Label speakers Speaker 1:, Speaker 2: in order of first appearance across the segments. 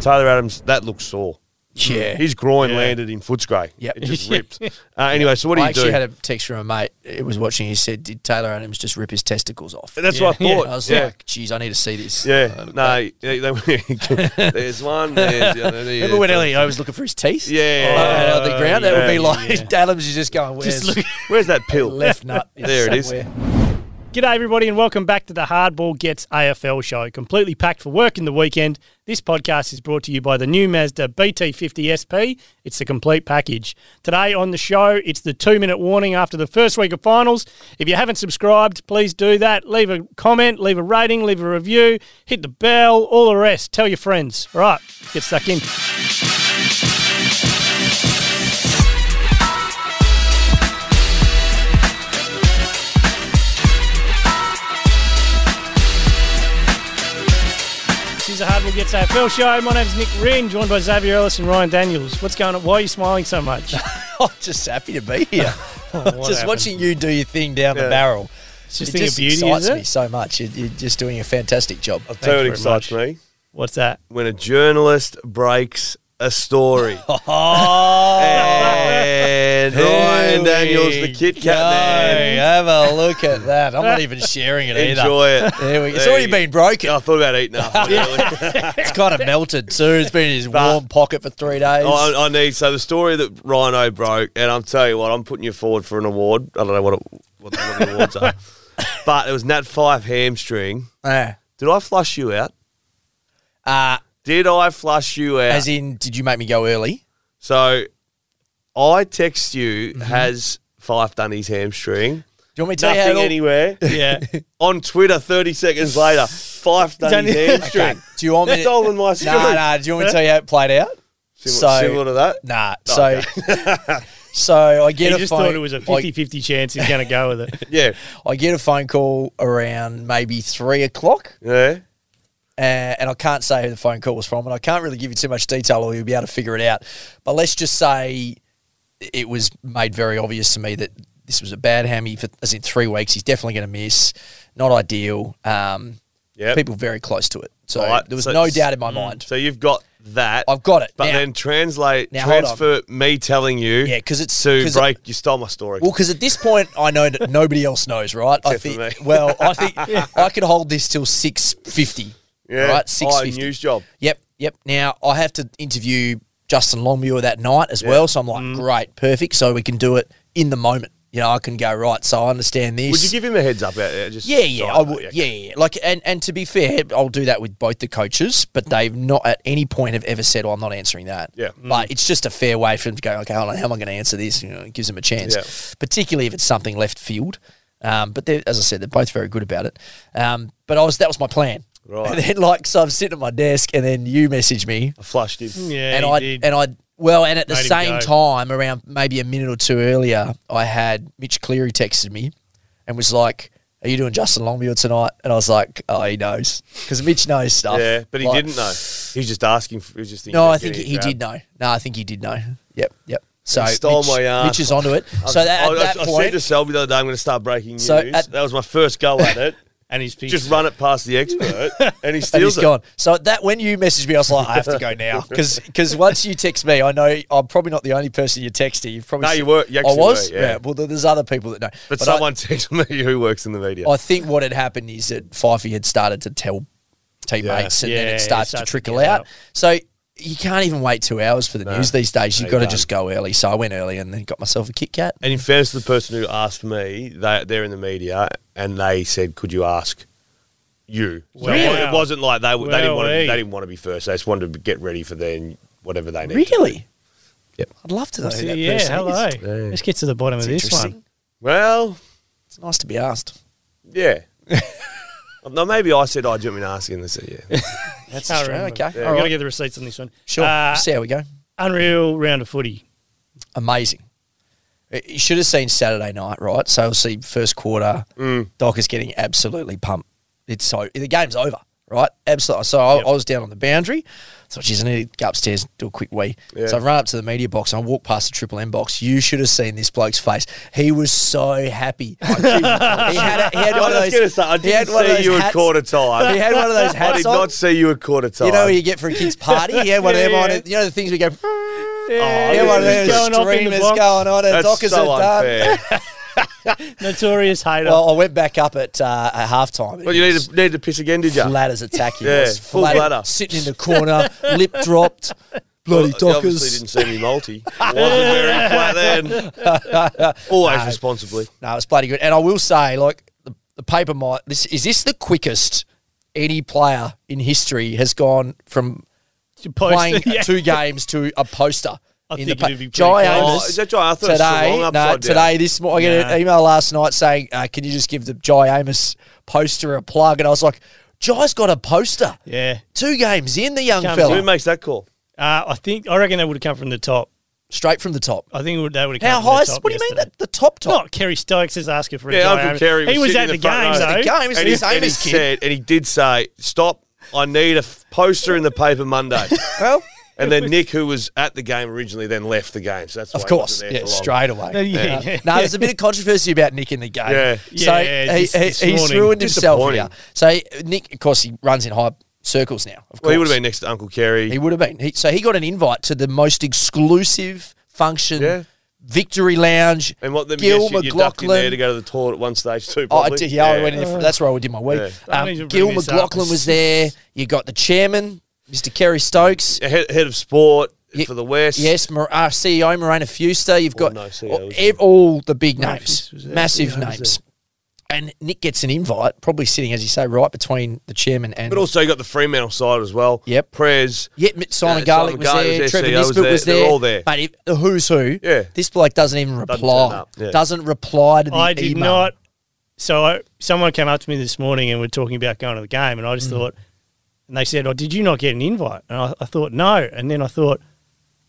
Speaker 1: Taylor Adams, that looks sore.
Speaker 2: Yeah.
Speaker 1: His groin landed in Footscray.
Speaker 2: Yep.
Speaker 1: It just ripped. Uh, anyway, so what do
Speaker 2: I
Speaker 1: you do?
Speaker 2: actually had a text from a mate. It was watching. He said, "Did Taylor Adams just rip his testicles off?"
Speaker 1: That's what I
Speaker 2: Yeah.
Speaker 1: thought.
Speaker 2: I was
Speaker 1: yeah.
Speaker 2: like, "Geez, I need to see this."
Speaker 1: yeah. no, they- they- there's one. There's the other. there's-
Speaker 2: Remember when Elliot O was looking for his teeth?
Speaker 1: Yeah.
Speaker 2: lying out of the ground. That would be
Speaker 1: Yeah.
Speaker 2: like Adams is just going. Where's
Speaker 1: Where's that pill?
Speaker 2: left nut?
Speaker 1: There it is.
Speaker 2: somewhere."
Speaker 3: G'day, everybody, and welcome back to the Hardball Gets AFL show. Completely packed for work in the weekend. This podcast is brought to you by the new Mazda BT50 SP. It's the complete package. Today on the show, it's the two minute warning after the first week of finals. If you haven't subscribed, please do that. Leave a comment, leave a rating, leave a review, hit the bell, all the rest. Tell your friends. All right, get stuck in. This is the Hardball Gets AFL show. My name's Nick Wren, joined by Xavier Ellis and Ryan Daniels. What's going on? Why are you smiling so much?
Speaker 2: I'm just happy to be here. just
Speaker 3: happened?
Speaker 2: watching you do your thing down
Speaker 1: Yeah.
Speaker 2: the barrel.
Speaker 3: It's just
Speaker 2: it
Speaker 3: thing
Speaker 2: just
Speaker 3: of beauty,
Speaker 2: excites
Speaker 3: is
Speaker 2: me
Speaker 3: it?
Speaker 2: so much. You- You're just doing a fantastic job.
Speaker 1: I'll tell you what
Speaker 3: Thanks very
Speaker 1: excites me.
Speaker 3: What's that?
Speaker 1: When a journalist breaks a story.
Speaker 2: Oh,
Speaker 1: and Ryan Daniels, the Kit Kat man.
Speaker 2: Have a look at that. I'm not even sharing it either.
Speaker 1: Enjoy it.
Speaker 2: There we go. It's
Speaker 1: There
Speaker 2: already
Speaker 1: you- Oh.
Speaker 2: been broken.
Speaker 1: I thought about eating after. really.
Speaker 2: It's kind of melted too. It's been in his warm pocket for three days.
Speaker 1: Oh, I, I need so the story that Rhino broke, and I'm telling you what, I'm putting you forward for an award. I don't know what it, what the, what the awards are, but it was Nat Five hamstring.
Speaker 2: Eh.
Speaker 1: Did I flush you out?
Speaker 2: Uh,
Speaker 1: Did I flush you out?
Speaker 2: As in, did you make me go early?
Speaker 1: so I text you
Speaker 2: Mm-hmm.
Speaker 1: has Fife done his hamstring?
Speaker 2: Do you want me to tell you how?
Speaker 1: Nothing
Speaker 2: it all-
Speaker 1: anywhere.
Speaker 3: Yeah.
Speaker 1: On Twitter, 30 seconds later, Fife done his hamstring.
Speaker 2: Okay. Do you want me?
Speaker 1: That's all in my
Speaker 2: No,
Speaker 1: story.
Speaker 2: no. do you want me to tell you how it played out?
Speaker 1: Similar,
Speaker 2: So-
Speaker 1: similar to that.
Speaker 2: Nah. So, so I
Speaker 3: He
Speaker 2: get a
Speaker 3: just
Speaker 2: phone.
Speaker 3: thought it was a 50 50 chance he's going to go with it.
Speaker 1: Yeah.
Speaker 2: I, I get a phone call around maybe three o'clock,
Speaker 1: Yeah.
Speaker 2: uh, and I can't say who the phone call was from, and I can't really give you too much detail, or you'll be able to figure it out. But let's just say it was made very obvious to me that this was a bad hammy for as in three weeks. He's definitely going to miss. Not ideal. Um,
Speaker 1: Yep.
Speaker 2: People very close to it. So
Speaker 1: Right,
Speaker 2: there was
Speaker 1: so-
Speaker 2: no doubt in my mind.
Speaker 1: So you've got that.
Speaker 2: I've got it.
Speaker 1: But
Speaker 2: now.
Speaker 1: then translate,
Speaker 2: Now, hold on.
Speaker 1: transfer me telling you.
Speaker 2: Yeah, 'cause it's-
Speaker 1: to
Speaker 2: 'cause it-
Speaker 1: break. you stole my story.
Speaker 2: Well, because at this point, I know that nobody else knows, right? I
Speaker 1: Except
Speaker 2: think.
Speaker 1: for me.
Speaker 2: Well, I think I could hold this till six fifty.
Speaker 1: yeah.
Speaker 2: Right,
Speaker 1: Oh,
Speaker 2: six fifty.
Speaker 1: news job.
Speaker 2: Yep, yep. Now I have to interview Justin Longmuir that night as well, so I'm like,
Speaker 1: Mm.
Speaker 2: great, perfect. So we can do it in the moment. You know, I can go right. So I understand this.
Speaker 1: Would you give him a heads up out there? Just
Speaker 2: Yeah, yeah,
Speaker 1: side
Speaker 2: I
Speaker 1: note,
Speaker 2: would.
Speaker 1: yeah.
Speaker 2: Yeah, yeah, yeah. Like, and and to be fair, I'll do that with both the coaches, but they've not at any point have ever said, "Oh, I'm not answering that."
Speaker 1: Mm. Yeah. Mm.
Speaker 2: like it's just a fair way for them to go. Okay, hold on, how am I going to answer this? You know, it gives them a chance,
Speaker 1: Yeah.
Speaker 2: particularly if it's something left field. Um, but they're, as I said, they're both very good about it. Um, but I was that was my plan.
Speaker 1: Right.
Speaker 2: And then, like, so I'm sitting at my desk, and then you message me,
Speaker 1: I flushed him.
Speaker 3: Yeah,
Speaker 2: and
Speaker 3: he
Speaker 2: I
Speaker 3: did.
Speaker 2: and I well, and at the
Speaker 3: Made him
Speaker 2: same
Speaker 3: go.
Speaker 2: time, around maybe a minute or two earlier, I had Mitch Cleary texted me and was like, "Are you doing Justin Longmuir tonight?" And I was like, "Oh, he knows," because Mitch knows stuff.
Speaker 1: Yeah, but he
Speaker 2: Like-
Speaker 1: didn't know. He was just asking. For, he was just thinking
Speaker 2: No,
Speaker 1: about
Speaker 2: I think
Speaker 1: getting
Speaker 2: he
Speaker 1: a
Speaker 2: did
Speaker 1: grab.
Speaker 2: know. No, I think he did know. Yep, yep. So
Speaker 1: He stole
Speaker 2: Mitch,
Speaker 1: my yarn.
Speaker 2: Mitch is onto it.
Speaker 1: I-
Speaker 2: So that,
Speaker 1: I,
Speaker 2: at that
Speaker 1: I, I said
Speaker 2: point,
Speaker 1: to Selby the other day, I'm going to start breaking news.
Speaker 2: So at-
Speaker 1: that was my first go at it.
Speaker 3: And he's pissed.
Speaker 1: just run it past the expert, and he
Speaker 2: and
Speaker 1: steals
Speaker 2: he's
Speaker 1: it.
Speaker 2: gone. So at that when you messaged me, I was like, I have to go now because once you text me, I know I'm probably not the only person you texted. You've probably
Speaker 1: No,
Speaker 2: seen-
Speaker 1: you were- you
Speaker 2: I
Speaker 1: actually
Speaker 2: was.
Speaker 1: were, yeah.
Speaker 2: Well, there- there's other people that know.
Speaker 1: But,
Speaker 2: I-
Speaker 1: someone texted me who works in the media.
Speaker 2: I think what had happened is that Fifey had started to tell teammates, and then
Speaker 3: Yeah,
Speaker 2: it starts
Speaker 3: it
Speaker 2: to
Speaker 3: starts to
Speaker 2: trickle
Speaker 3: get
Speaker 2: out.
Speaker 3: out.
Speaker 2: So you can't even wait two hours for the news these days. You've
Speaker 1: No,
Speaker 2: got to
Speaker 1: you
Speaker 2: just go early. So I went early and then got myself a Kit Kat.
Speaker 1: And in fairness to the person who asked me, they, they're in the media, and they said, "Could you ask you?" So it wa-
Speaker 3: Really?
Speaker 1: It wasn't like they, w- they didn't want to.
Speaker 3: Wowee.
Speaker 1: They didn't want to be first. They just wanted to get ready for then whatever they need.
Speaker 2: Really?
Speaker 1: Yep.
Speaker 2: I'd love to know who that
Speaker 3: yeah,
Speaker 2: person
Speaker 3: hello.
Speaker 2: is.
Speaker 3: Let's get to the bottom
Speaker 2: It's
Speaker 3: of this
Speaker 2: interesting.
Speaker 3: one.
Speaker 1: Well,
Speaker 2: It's nice to be asked.
Speaker 1: yeah. no, maybe I said, "I do you want me to ask?" you?" And they said, "Yeah."
Speaker 2: That's
Speaker 3: Can't
Speaker 2: true.
Speaker 3: remember.
Speaker 2: Okay.
Speaker 3: We've
Speaker 2: All
Speaker 3: got to
Speaker 2: right.
Speaker 3: get the receipts on this one.
Speaker 2: Sure.
Speaker 3: Uh,
Speaker 2: see how we go.
Speaker 3: unreal round of footy.
Speaker 2: amazing. Uh, You should have seen Saturday night, right?
Speaker 1: Mm.
Speaker 2: So obviously, first quarter, Doc is getting absolutely pumped. It's so the game's over. right? Absolutely. So I,
Speaker 3: Yep.
Speaker 2: I was down on the boundary. So geez, I need to go upstairs and do a quick wee.
Speaker 1: Yeah.
Speaker 2: So I run up to the media box and I walk past the Triple M box. You should have seen this bloke's face. He was so happy. he had, a, he had
Speaker 1: I
Speaker 2: one of
Speaker 1: was
Speaker 2: those.
Speaker 1: going to say, I
Speaker 2: he had
Speaker 1: didn't
Speaker 2: one of
Speaker 1: see
Speaker 2: those
Speaker 1: you at
Speaker 2: hats-
Speaker 1: quarter time.
Speaker 2: He had one of those
Speaker 1: I did
Speaker 2: hats on.
Speaker 1: not see you at quarter time.
Speaker 2: You know what you get for a kid's party? He had one of
Speaker 3: Yeah,
Speaker 2: them on
Speaker 3: yeah.
Speaker 2: it. You know the things we go. Yeah,
Speaker 3: Yeah,
Speaker 1: this
Speaker 2: one of
Speaker 1: is
Speaker 2: those streamers going on. And
Speaker 1: That's
Speaker 2: Dockers
Speaker 1: so
Speaker 2: are done.
Speaker 1: unfair.
Speaker 3: Notorious hater.
Speaker 2: Well, I went back up at uh, at halftime.
Speaker 1: Well, you need to, need to piss again, did you?
Speaker 2: flat as a tacky.
Speaker 1: Yeah,
Speaker 2: I was
Speaker 1: full
Speaker 2: flat,
Speaker 1: bladder.
Speaker 2: Sitting in the corner, lip dropped. Bloody
Speaker 1: You obviously
Speaker 2: Dockers.
Speaker 1: didn't see me multi. I wasn't wearing flat then. Always responsibly.
Speaker 2: No, it's bloody good. And I will say, like the, the paper might. This is this the quickest any player in history has gone from
Speaker 3: You post-
Speaker 2: playing
Speaker 3: yeah.
Speaker 2: two games to a poster.
Speaker 3: I
Speaker 2: in
Speaker 3: think
Speaker 2: the pa-
Speaker 3: it'd be pretty
Speaker 2: Jai
Speaker 3: close.
Speaker 2: Amos
Speaker 1: Oh, is that Jai? I thought it was
Speaker 2: today,
Speaker 1: Geelong
Speaker 2: no,
Speaker 1: upside down.
Speaker 2: today this morning, I got
Speaker 3: Nah.
Speaker 2: an email last night saying, uh, "Can you just give the Jai Amos poster a plug?" And I was like, "Jai's got a poster.
Speaker 3: Yeah.
Speaker 2: Two games in the young
Speaker 3: Comes
Speaker 2: fella,
Speaker 1: Who makes that call?
Speaker 3: Uh, I think I reckon they would have come from the top.
Speaker 2: straight from the top.
Speaker 3: I think it would- they would have
Speaker 2: How
Speaker 3: come
Speaker 2: high?
Speaker 3: Oh, from
Speaker 2: is-
Speaker 3: the top.
Speaker 2: What do you mean
Speaker 3: yesterday.
Speaker 2: that the top top?
Speaker 3: Not Kerry Stokes is asking for a
Speaker 1: Yeah,
Speaker 3: guy.
Speaker 1: Uncle Kerry
Speaker 3: He
Speaker 1: was
Speaker 3: was
Speaker 1: sitting
Speaker 3: at the,
Speaker 1: in the front
Speaker 3: game
Speaker 1: row.
Speaker 3: though.
Speaker 2: the game. It's
Speaker 1: And he,
Speaker 2: his
Speaker 1: and he
Speaker 2: Amos kid.
Speaker 1: said, and he did say, "Stop! I need a f- poster in the paper Monday."
Speaker 2: Well,
Speaker 1: and then Nick, who was at the game originally, then left the game. So that's why
Speaker 2: of
Speaker 1: he wasn't
Speaker 2: course,
Speaker 1: there
Speaker 2: yeah,
Speaker 1: for long.
Speaker 2: straight away.
Speaker 3: Yeah.
Speaker 2: Uh, no, there's a bit of controversy about Nick in the game.
Speaker 1: Yeah.
Speaker 2: so
Speaker 3: Yeah,
Speaker 2: he,
Speaker 3: this-
Speaker 2: he-
Speaker 3: this
Speaker 2: he's
Speaker 3: morning.
Speaker 2: ruined himself
Speaker 1: Disappointing.
Speaker 2: here. So he- Nick, of course, he runs in high circles now. Of course,
Speaker 1: Well, he would have been next to Uncle Kerry.
Speaker 2: He would have been. He, so he got an invite to the most exclusive function,
Speaker 1: Yeah.
Speaker 2: Victory Lounge.
Speaker 1: and what the
Speaker 2: Gil
Speaker 1: yes, you, you ducked in there to
Speaker 2: McLaughlin.
Speaker 1: go to the toilet at one stage too.
Speaker 2: Oh, I
Speaker 1: Probably.
Speaker 2: did, yeah, I went in for, that's where I did my week.
Speaker 1: Yeah.
Speaker 3: I
Speaker 2: Um,
Speaker 3: need to
Speaker 2: Gil
Speaker 3: bring this up.
Speaker 2: McLaughlin was there. You got the chairman, Mr. Kerry Stokes.
Speaker 1: head, head of sport
Speaker 2: Ye-
Speaker 1: for the West.
Speaker 2: Yes, Mar- uh, CEO Morena Fuster. You've got
Speaker 1: Oh, no, CEO
Speaker 2: all,
Speaker 1: was
Speaker 2: ev- all the big names,
Speaker 3: Murphy's was there,
Speaker 2: massive
Speaker 1: E
Speaker 3: CEO was
Speaker 2: names. And Nick gets an invite, probably sitting, as you say, right between the chairman and.
Speaker 1: but also you got the Fremantle side as well.
Speaker 2: Yep.
Speaker 1: Prez.
Speaker 2: yeah, Simon,
Speaker 1: Simon
Speaker 2: Garlick was
Speaker 1: Garlick
Speaker 2: there,
Speaker 1: was there,
Speaker 2: Trevor
Speaker 1: CEO was
Speaker 2: Nisbet
Speaker 1: there,
Speaker 2: was
Speaker 1: they're
Speaker 2: there.
Speaker 1: all there.
Speaker 2: But if, the who's who?
Speaker 1: Yeah.
Speaker 2: This bloke doesn't even
Speaker 1: turn
Speaker 2: reply.
Speaker 1: up,
Speaker 2: Doesn't,
Speaker 1: yeah.
Speaker 2: reply to the
Speaker 1: E
Speaker 3: I did
Speaker 2: email.
Speaker 3: not. So I, someone came up to me this morning and we're talking about going to the game, and I
Speaker 1: Mm.
Speaker 3: just thought, and they said, "Oh, did you not get an invite?" And I, I thought, "No," and then I thought,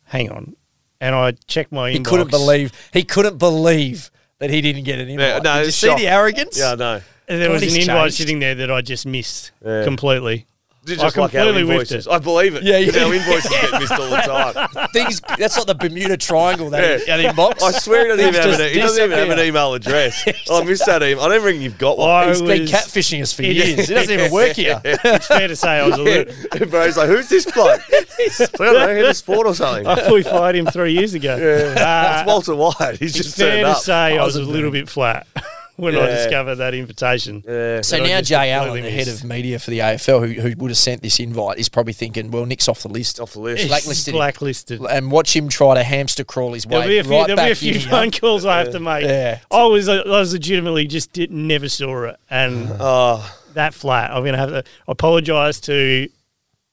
Speaker 3: "Hang on," and I checked my
Speaker 2: He
Speaker 3: inbox.
Speaker 2: couldn't believe. He couldn't believe that he didn't get an invite.
Speaker 1: Yeah, no,
Speaker 2: Did you
Speaker 1: it's
Speaker 2: see
Speaker 1: shock.
Speaker 2: the arrogance?
Speaker 1: Yeah, I know.
Speaker 3: And there was an
Speaker 2: Bloody
Speaker 3: invite
Speaker 2: changed.
Speaker 3: sitting there that I just missed
Speaker 1: Yeah.
Speaker 3: completely.
Speaker 1: Just
Speaker 3: I
Speaker 1: like our
Speaker 3: completely whiffed
Speaker 1: invoices.
Speaker 3: it.
Speaker 1: I believe it.
Speaker 2: Yeah,
Speaker 1: Yeah,
Speaker 2: yeah.
Speaker 1: Our invoices get missed all the time.
Speaker 2: Things. That's like the Bermuda Triangle. That
Speaker 1: Yeah.
Speaker 2: that inbox.
Speaker 1: I swear he doesn't even have
Speaker 2: Just
Speaker 1: an, e, he doesn't even have an email address. I missed that email. I don't think you've got one.
Speaker 3: I
Speaker 2: He's been
Speaker 3: was-
Speaker 2: catfishing us for
Speaker 3: It-
Speaker 2: years. It doesn't even work here.
Speaker 3: It's fair to say I was a little.
Speaker 1: And Bro's like, who's this bloke? I don't know, head of sport or something.
Speaker 3: I fully fired him three years ago. Uh,
Speaker 1: That's Walter White. He's
Speaker 3: it's
Speaker 1: just
Speaker 3: fair
Speaker 1: turned
Speaker 3: to
Speaker 1: up.
Speaker 3: say I was a little bit flat when I
Speaker 1: Yeah.
Speaker 3: discovered that invitation.
Speaker 1: yeah.
Speaker 2: So
Speaker 3: That I
Speaker 2: now
Speaker 3: just
Speaker 2: Jay Allen, the
Speaker 3: completely
Speaker 2: head
Speaker 3: missed.
Speaker 2: of media for the AFL, who, who would have sent this invite, is probably thinking, "Well, Nick's off the list."
Speaker 1: Off the list.
Speaker 3: It's
Speaker 2: Blacklisted him.
Speaker 3: Blacklisted.
Speaker 2: And watch him try to hamster crawl his
Speaker 3: There'll
Speaker 2: way
Speaker 3: be a few,
Speaker 2: right
Speaker 3: there'll
Speaker 2: back
Speaker 3: be a few
Speaker 2: in here.
Speaker 3: phone calls I have to make.
Speaker 2: Yeah.
Speaker 3: I was uh, I was legitimately just did, never saw it, and
Speaker 1: Oh,
Speaker 3: that flat. I'm gonna have to apologise to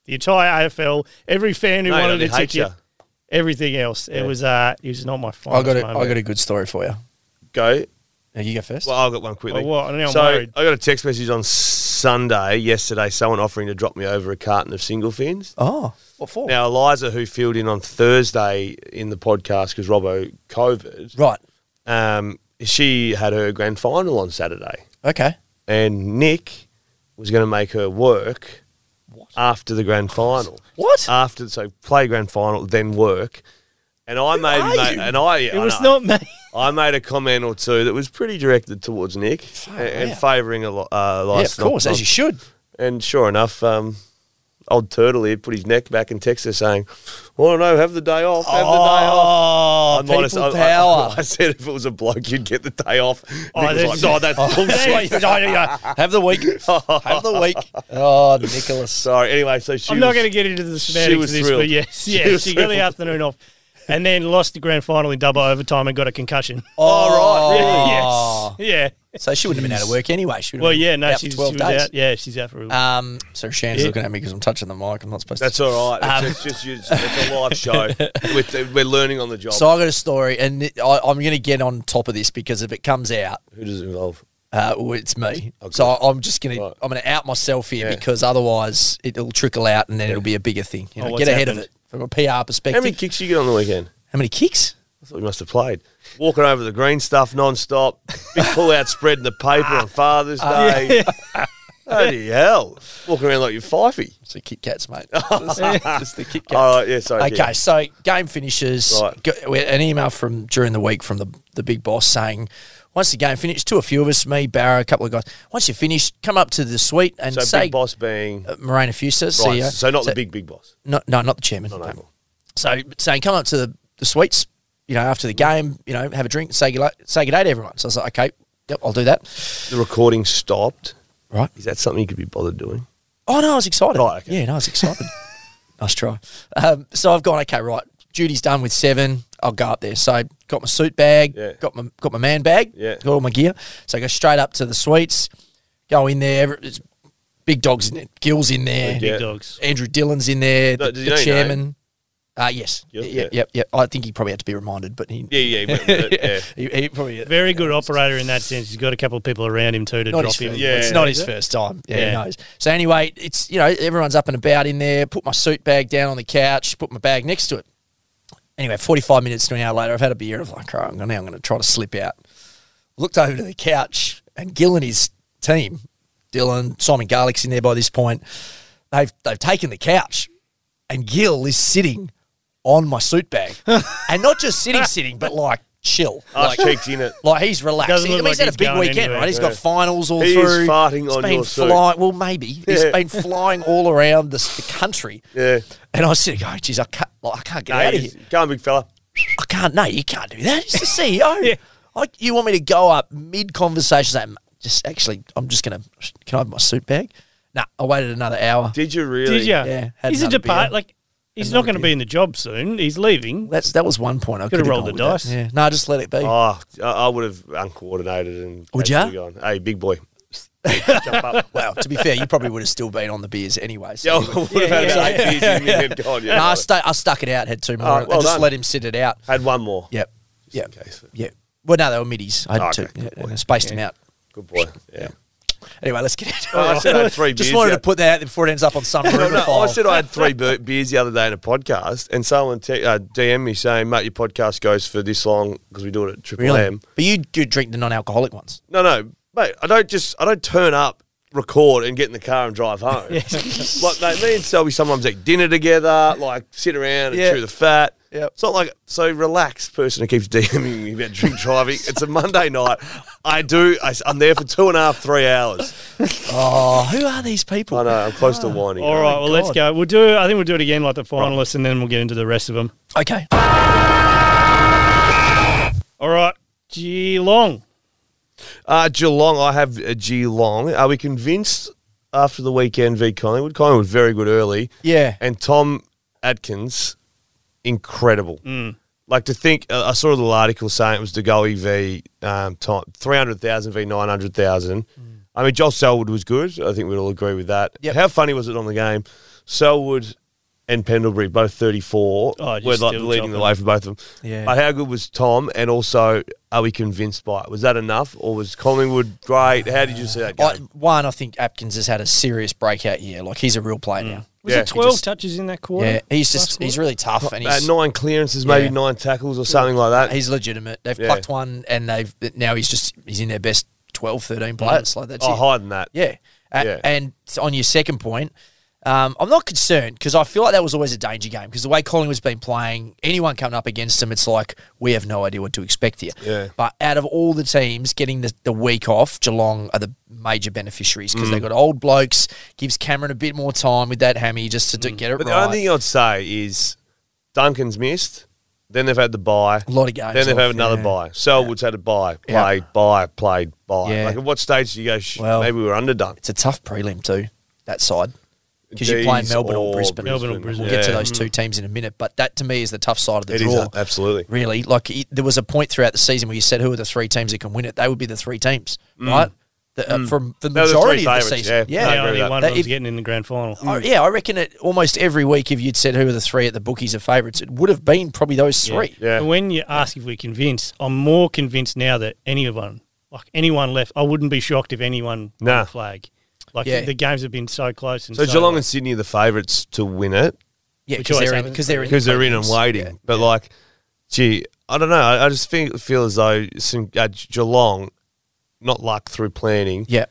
Speaker 3: the entire AFL, every fan who
Speaker 1: Mate,
Speaker 3: wanted
Speaker 1: they
Speaker 3: a
Speaker 1: hate
Speaker 3: ticket,
Speaker 1: ya.
Speaker 3: everything else. It was uh, it was not my fault.
Speaker 2: I got a, I got a good story for you.
Speaker 1: go.
Speaker 2: Now you go first.
Speaker 1: Well, I've got one quickly.
Speaker 3: Well, Oh, what? Now I'm
Speaker 1: so
Speaker 3: worried.
Speaker 1: I got a text message on Sunday yesterday, someone offering to drop me over a carton of single fins.
Speaker 2: oh, what for?
Speaker 1: Now, Eliza, who filled in on Thursday in the podcast because Robbo COVID,
Speaker 2: right.
Speaker 1: um, she had her grand final on Saturday.
Speaker 2: Okay.
Speaker 1: and Nick was going to make her work after the grand final.
Speaker 2: What?
Speaker 1: After so play grand final, then work. And I made,
Speaker 2: are
Speaker 1: made
Speaker 2: you?
Speaker 1: and I
Speaker 3: It
Speaker 1: I
Speaker 3: was
Speaker 1: know.
Speaker 3: not me.
Speaker 1: I made a comment or two that was pretty directed towards Nick and, and
Speaker 2: out.
Speaker 1: favouring a lot. Uh,
Speaker 2: yeah,
Speaker 1: Elias
Speaker 2: of course,
Speaker 1: Knock-
Speaker 2: as you should.
Speaker 1: and sure enough, um, old Turtle here put his neck back and texted her saying, "Well, no, have the day off. Have the day off."
Speaker 2: Oh,
Speaker 1: I might have-
Speaker 2: people
Speaker 1: I- I-
Speaker 2: power.
Speaker 1: I, said if it was a bloke, you'd get the day off.
Speaker 3: Oh,
Speaker 1: Nick was
Speaker 3: that's-
Speaker 1: like, "Oh, that's bullshit."
Speaker 2: Have the week. Have the week. Oh, Nicholas.
Speaker 1: Sorry. Anyway, so she
Speaker 3: I'm not
Speaker 1: was-
Speaker 3: going to get into the
Speaker 1: she
Speaker 3: semantics
Speaker 1: was
Speaker 3: of this,
Speaker 1: thrilled.
Speaker 3: but yes,
Speaker 1: She
Speaker 3: yeah, she,
Speaker 1: was
Speaker 3: got the
Speaker 1: thrilled.
Speaker 3: afternoon off, and then lost the grand final in double overtime and got a concussion.
Speaker 2: Oh,
Speaker 3: Yes, yeah.
Speaker 2: So she wouldn't have been out of work anyway. She would have
Speaker 3: Well,
Speaker 2: been
Speaker 3: yeah, no,
Speaker 2: out for
Speaker 3: she's, she
Speaker 2: 12
Speaker 3: was
Speaker 2: days.
Speaker 3: out. Yeah, she's out for a
Speaker 2: Um, so Shan's
Speaker 3: Yeah.
Speaker 2: looking at me because I'm touching the mic. I'm not supposed
Speaker 1: That's
Speaker 2: to.
Speaker 1: all right. It's, just, it's, just- it's a live show. With, we're learning on the job.
Speaker 2: So I got a story, and it- I, I'm going to get on top of this because if it comes out,
Speaker 1: Who does it involve?
Speaker 2: uh, well, it's me. so I'm just going
Speaker 1: Right.
Speaker 2: to I'm going to out myself here
Speaker 1: Yeah.
Speaker 2: because otherwise it'll trickle out and then it'll be a bigger thing. You
Speaker 3: Oh,
Speaker 2: know,
Speaker 3: what's
Speaker 2: get ahead of
Speaker 3: happened?
Speaker 2: it from a PR
Speaker 1: How
Speaker 2: perspective.
Speaker 1: many kicks you get on the weekend?
Speaker 2: How many kicks?
Speaker 1: I thought you must have played. Walking over the
Speaker 3: Ah,
Speaker 1: green stuff non-stop. Big pull-out spread in the paper on Father's Day. Bloody hell. Walking around like you're fifey.
Speaker 2: So Kit Kats, mate. Just- just the Kit Kats.
Speaker 1: All right, yeah, sorry.
Speaker 2: Okay, so game finishes.
Speaker 1: Right.
Speaker 2: Go- we had an email from during the week from the, the big boss saying, once the game finished, to a few of us, me, Barrow, a couple of guys, once you finish, come up to the suite and
Speaker 1: So
Speaker 2: say,
Speaker 1: big boss being
Speaker 2: uh, Morena Fuster,
Speaker 1: right.
Speaker 2: CEO.
Speaker 1: So not the big big boss.
Speaker 2: No, no, not the chairman.
Speaker 1: Not
Speaker 2: no.
Speaker 1: Abel.
Speaker 2: So saying, come up to the, the suites, you know, after the game, you know, have a drink, say good, li- say good day to everyone. So I was like, okay, yep, I'll do that.
Speaker 1: The recording stopped.
Speaker 2: Right.
Speaker 1: Is that something you could be bothered doing?
Speaker 2: Oh no, I was excited.
Speaker 1: Right, okay.
Speaker 2: Yeah, no, I was excited. nice try. Um, so I've gone. Okay, right. Duty's done with seven. I'll go up there. So I got my suit bag.
Speaker 1: Yeah.
Speaker 2: Got my got my man bag.
Speaker 1: Yeah.
Speaker 2: Got all my gear. So I go straight up to the suites. Go in there. every- it's Big dogs in there. Gill's in there.
Speaker 1: Yeah.
Speaker 3: Big dogs.
Speaker 2: Andrew Dillon's in there.
Speaker 1: No,
Speaker 2: the
Speaker 1: did you
Speaker 2: the
Speaker 1: know your
Speaker 2: chairman. Uh, yes.
Speaker 1: Gill?
Speaker 2: Yep, yep,
Speaker 1: Yeah.
Speaker 2: yep, I think he probably had to be reminded, but he,
Speaker 1: Yeah, yeah, he went with it, yeah.
Speaker 2: he, he probably
Speaker 3: Very good operator in that sense. He's got a couple of people around him too to
Speaker 2: not
Speaker 3: drop
Speaker 2: his
Speaker 3: him.
Speaker 2: first,
Speaker 1: Yeah.
Speaker 2: it's not his first time. Yeah,
Speaker 3: Yeah.
Speaker 2: he knows. So anyway, it's you know everyone's up and about in there. Put my suit bag down on the couch. Put my bag next to it. Anyway, forty five minutes to an hour later, I've had a beer. I'm like, all right, I'm gonna- now I'm going to try to slip out. Looked over to the couch, and Gill and his team, Dylan, Simon Garlick's in there by this point. They've they've taken the couch, and Gill is sitting on my suit bag, and not just sitting, sitting, but like chill,
Speaker 1: Ass
Speaker 2: like
Speaker 1: cheeks in it.
Speaker 2: like he's relaxed.
Speaker 3: Doesn't
Speaker 2: He- I
Speaker 3: look
Speaker 2: mean, he's
Speaker 3: like
Speaker 2: had
Speaker 3: he's
Speaker 2: a big
Speaker 3: going
Speaker 2: weekend,
Speaker 3: anywhere.
Speaker 2: right? He's
Speaker 1: Yeah.
Speaker 2: got finals all
Speaker 1: He is
Speaker 2: through.
Speaker 1: farting
Speaker 2: He's
Speaker 1: on
Speaker 2: been
Speaker 1: your suit.
Speaker 2: fly- Well, maybe he's
Speaker 1: Yeah.
Speaker 2: been flying all around the, the country.
Speaker 1: Yeah.
Speaker 2: And I was sitting, going, geez, I can't, like, I can't get
Speaker 1: Nah,
Speaker 2: out of
Speaker 1: he's-
Speaker 2: here.
Speaker 1: Go on, big fella.
Speaker 2: I can't. No, you can't do that. It's the CEO. I, you want me to go up mid conversation? Say, "Mate, just actually, I'm just gonna. Can I have my suit bag? Nah, I waited another hour.
Speaker 1: Did you really?
Speaker 3: Did you?
Speaker 2: Yeah, had
Speaker 3: he's a
Speaker 2: another
Speaker 3: depart.
Speaker 2: beer.
Speaker 3: Like he's
Speaker 2: Another
Speaker 3: not going to
Speaker 2: beer.
Speaker 3: be in the job soon. He's leaving.
Speaker 2: That's that was one point. I could have
Speaker 3: rolled the dice.
Speaker 2: Yeah, no, just let it be.
Speaker 1: Oh, I, I would have uncoordinated and
Speaker 2: Would
Speaker 1: had
Speaker 2: ya?
Speaker 1: to gone, Hey, big boy. Jump up.
Speaker 2: Well, to be fair, you probably would have still been on the beers anyway. So
Speaker 1: Yeah, I would have had about eight beers in me and gone, yeah,
Speaker 2: No, I,
Speaker 1: right.
Speaker 2: stu- I stuck it out. Had two more.
Speaker 1: All right,
Speaker 2: I
Speaker 1: well
Speaker 2: just
Speaker 1: done.
Speaker 2: let him sit it out.
Speaker 1: Had one more.
Speaker 2: Yep.
Speaker 1: Just in
Speaker 2: Yep.
Speaker 1: case.
Speaker 2: Yep. Well, no, they were middies. I had
Speaker 1: Oh,
Speaker 2: two.
Speaker 1: okay, good
Speaker 2: yeah,
Speaker 1: point.
Speaker 2: and I spaced him out.
Speaker 1: Good boy. Yeah.
Speaker 2: Anyway, let's get into it.
Speaker 1: I said I had three
Speaker 2: just
Speaker 1: beers,
Speaker 2: wanted
Speaker 1: yeah.
Speaker 2: to put that out there before it ends up on some
Speaker 1: No,
Speaker 2: rumor
Speaker 1: no,
Speaker 2: file.
Speaker 1: I said I had three be- beers the other day in a podcast, and someone te- uh, DM'd me saying, "Mate, your podcast goes for this long because we do it at Triple
Speaker 2: really?
Speaker 1: M."
Speaker 2: But you do drink the non-alcoholic ones.
Speaker 1: No, no, mate, I don't just I don't turn up, record, and get in the car and drive home. like mate, me and Selby sometimes eat dinner together, like sit around and
Speaker 2: Yeah.
Speaker 1: chew the fat.
Speaker 2: Yep.
Speaker 1: It's not like so relaxed person who keeps DMing me about drink driving. it's a Monday night. I do. I, am there for two and a half, three hours.
Speaker 2: Oh, who are these people?
Speaker 1: I know. I'm close to whining.
Speaker 3: All right. Well, let's
Speaker 2: oh God.
Speaker 3: go. We'll do. I think we'll do it again, like the finalists, and then we'll get into the rest of them.
Speaker 2: Okay.
Speaker 3: All right. Geelong.
Speaker 1: Uh, Geelong, I have uh, Geelong. Are we convinced after the weekend v Collingwood? Collingwood very good early.
Speaker 2: Yeah.
Speaker 1: And Tom Atkins, incredible.
Speaker 2: Mm.
Speaker 1: Like to think, uh, I saw a little article saying it was DeGoey v um, Tom, 300,000 v 900,000. I mean, Joel Selwood was good. I think we'd all agree with that.
Speaker 2: Mm. Yep.
Speaker 1: How funny was it on the game? Selwood and Pendlebury, both 34,
Speaker 3: Oh, just
Speaker 1: were like
Speaker 3: still
Speaker 1: leading the
Speaker 3: chopping.
Speaker 1: way for both of them.
Speaker 2: Yeah.
Speaker 1: But how good was Tom? And also, are we convinced by it? Was that enough, or was Collingwood great? How did you see that
Speaker 2: I,
Speaker 1: game?
Speaker 2: one, I think Atkins has had a serious breakout year. Like he's a real player now.
Speaker 3: Was
Speaker 1: Mm. Yeah.
Speaker 3: it twelve
Speaker 2: Just-
Speaker 3: touches in that quarter?
Speaker 2: Yeah, he's
Speaker 3: Last
Speaker 2: just
Speaker 3: quarter?
Speaker 2: he's really tough and
Speaker 1: Uh,
Speaker 2: he's
Speaker 1: nine clearances, maybe
Speaker 2: Yeah.
Speaker 1: nine tackles or something like that.
Speaker 2: he's legitimate. They've
Speaker 1: Yeah.
Speaker 2: plucked one and they've now he's just he's in their best 12, 13 players. Like that's
Speaker 1: Oh,
Speaker 2: it.
Speaker 1: hiding that.
Speaker 2: Yeah. A-
Speaker 1: Yeah.
Speaker 2: And t- on your second point, um, I'm not concerned because I feel like that was always a danger game because the way Collingwood's been playing, anyone coming up against them, it's like we have no idea what to expect here.
Speaker 1: Yeah.
Speaker 2: But out of all the teams getting the, the week off, Geelong are the major beneficiaries because
Speaker 1: Mm.
Speaker 2: they've got old blokes, gives Cameron a bit more time with that hammy just to do, get it
Speaker 1: Mm. But the
Speaker 2: right.
Speaker 1: only thing I'd say is Duncan's missed. Then they've had the buy.
Speaker 2: a lot of games.
Speaker 1: Then they've
Speaker 2: off,
Speaker 1: had another
Speaker 2: yeah.
Speaker 1: buy. Selwood's had a buy,
Speaker 2: Yeah.
Speaker 1: played, buy, played, buy.
Speaker 2: Yeah.
Speaker 1: Like at what stage do you go? Sh-
Speaker 2: Well-
Speaker 1: maybe we were underdone.
Speaker 2: It's a tough prelim too, that side. Because you're playing
Speaker 1: Gees
Speaker 2: Melbourne or, Brisbane.
Speaker 3: Melbourne or Brisbane.
Speaker 2: We'll get to
Speaker 1: Yeah. Mm.
Speaker 2: those two teams in a minute, but that to me is the tough side of the
Speaker 1: It
Speaker 2: draw.
Speaker 1: is uh, absolutely.
Speaker 2: really. Like it, there was a point throughout the season where you said, "Who are the three teams that can win it?" They would be the three teams, right? The, uh, From the
Speaker 1: Mm. They were the
Speaker 2: majority
Speaker 1: three
Speaker 2: of the
Speaker 1: favourites,
Speaker 2: season,
Speaker 1: yeah.
Speaker 2: yeah.
Speaker 1: I
Speaker 3: Yeah,
Speaker 1: agree
Speaker 3: only
Speaker 1: with that.
Speaker 3: one
Speaker 2: That
Speaker 3: of
Speaker 2: if-
Speaker 3: them's
Speaker 2: Oh,
Speaker 3: getting in the grand final.
Speaker 2: I, yeah, I reckon it almost every week if you'd said who are the three at the bookies are favourites, it would have been probably those three.
Speaker 1: Yeah.
Speaker 3: And when you ask if we're convinced, I'm more convinced now that anyone, like anyone left, I wouldn't be shocked if anyone won
Speaker 1: Nah.
Speaker 3: the flag. Like
Speaker 2: Yeah.
Speaker 3: the games have been so close. And
Speaker 1: So
Speaker 3: so,
Speaker 1: Geelong
Speaker 3: like-
Speaker 1: and Sydney are the favourites to win it.
Speaker 2: Yeah,
Speaker 3: Which
Speaker 2: because
Speaker 3: always
Speaker 2: they're in
Speaker 3: happens.
Speaker 2: because they're in
Speaker 1: because they're in and
Speaker 2: playoffs.
Speaker 1: waiting.
Speaker 2: Yeah.
Speaker 1: But like, gee, I don't know. I, I just think feel as though some, uh, Geelong, not luck through planning,
Speaker 2: Yeah.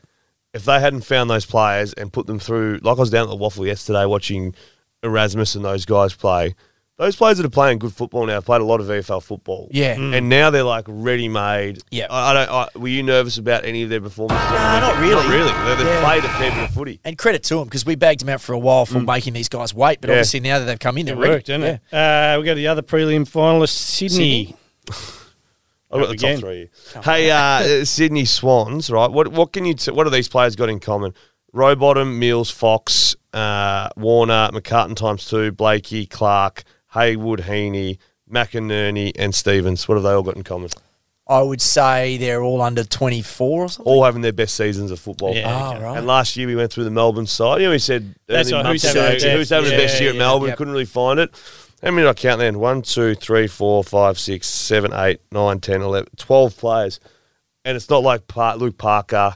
Speaker 1: if they hadn't found those players and put them through, like I was down at the Waffle yesterday watching Erasmus and those guys play. Those players that are playing good football now have played a lot of VFL football.
Speaker 2: Yeah. Mm.
Speaker 1: and now they're like ready made.
Speaker 2: Yeah.
Speaker 1: I, I don't. I, were you nervous about any of their performances?
Speaker 2: Nah, not really.
Speaker 1: really. They- They've
Speaker 2: Yeah.
Speaker 1: played a fair bit of footy.
Speaker 2: And credit to them because we bagged them out for a while for making these guys wait. But
Speaker 1: Mm. Yeah.
Speaker 2: obviously now that they've come in, they're
Speaker 3: It
Speaker 2: ready.
Speaker 3: worked, didn't
Speaker 2: yeah.
Speaker 3: it? Uh, we got the other prelim finalist, Sydney.
Speaker 2: Sydney.
Speaker 1: I've got the
Speaker 3: Again.
Speaker 1: top three. Hey, uh, uh, Sydney Swans, right? What what can you? T- what do these players got in common? Rowbottom, Mills, Fox, uh, Warner, McCartan times two, Blakey, Clark, Haywood, Heaney, McInerney, and Stevens. What have they all got in common?
Speaker 2: I would say they're all under 24 or something.
Speaker 1: All having their best seasons of football.
Speaker 3: Yeah.
Speaker 2: Ah, right.
Speaker 1: And last year we went through the Melbourne side. You know, we said
Speaker 3: That's
Speaker 1: early
Speaker 3: right,
Speaker 1: months
Speaker 3: who's having
Speaker 1: ago,
Speaker 3: the best-
Speaker 1: who's having
Speaker 3: yeah,
Speaker 1: the best year at
Speaker 2: yeah,
Speaker 1: Melbourne?
Speaker 2: yep.
Speaker 1: Couldn't really find it. How many did I count then? One, two, three, four, five, six, seven, eight, nine, ten, eleven, twelve players. And it's not like Par- Luke Parker,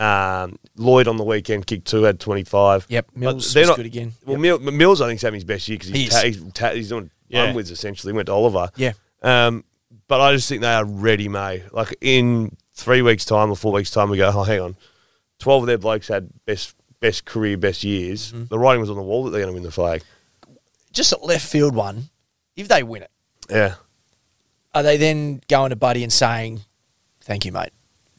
Speaker 1: um, Lloyd on the weekend kicked two, had 25.
Speaker 2: Yep,
Speaker 1: But
Speaker 2: Mills
Speaker 1: they're
Speaker 2: was good again.
Speaker 1: Well, Mil- Mills, I think, is having his best year because
Speaker 2: He
Speaker 1: he's,
Speaker 2: is.
Speaker 1: ta- he's, ta- he's doing
Speaker 3: Yeah.
Speaker 1: run with essentially. Went to Oliver.
Speaker 2: Yeah.
Speaker 1: Um, but I just think they are ready made. Like in three weeks' time or four weeks' time, we go, oh, hang on. 12 of their blokes had best best career, best years. The writing was on the wall that they're going to win the flag.
Speaker 2: Just a left field one. If they win it,
Speaker 1: Yeah.
Speaker 2: are they then going to Buddy and saying, "Thank you, mate.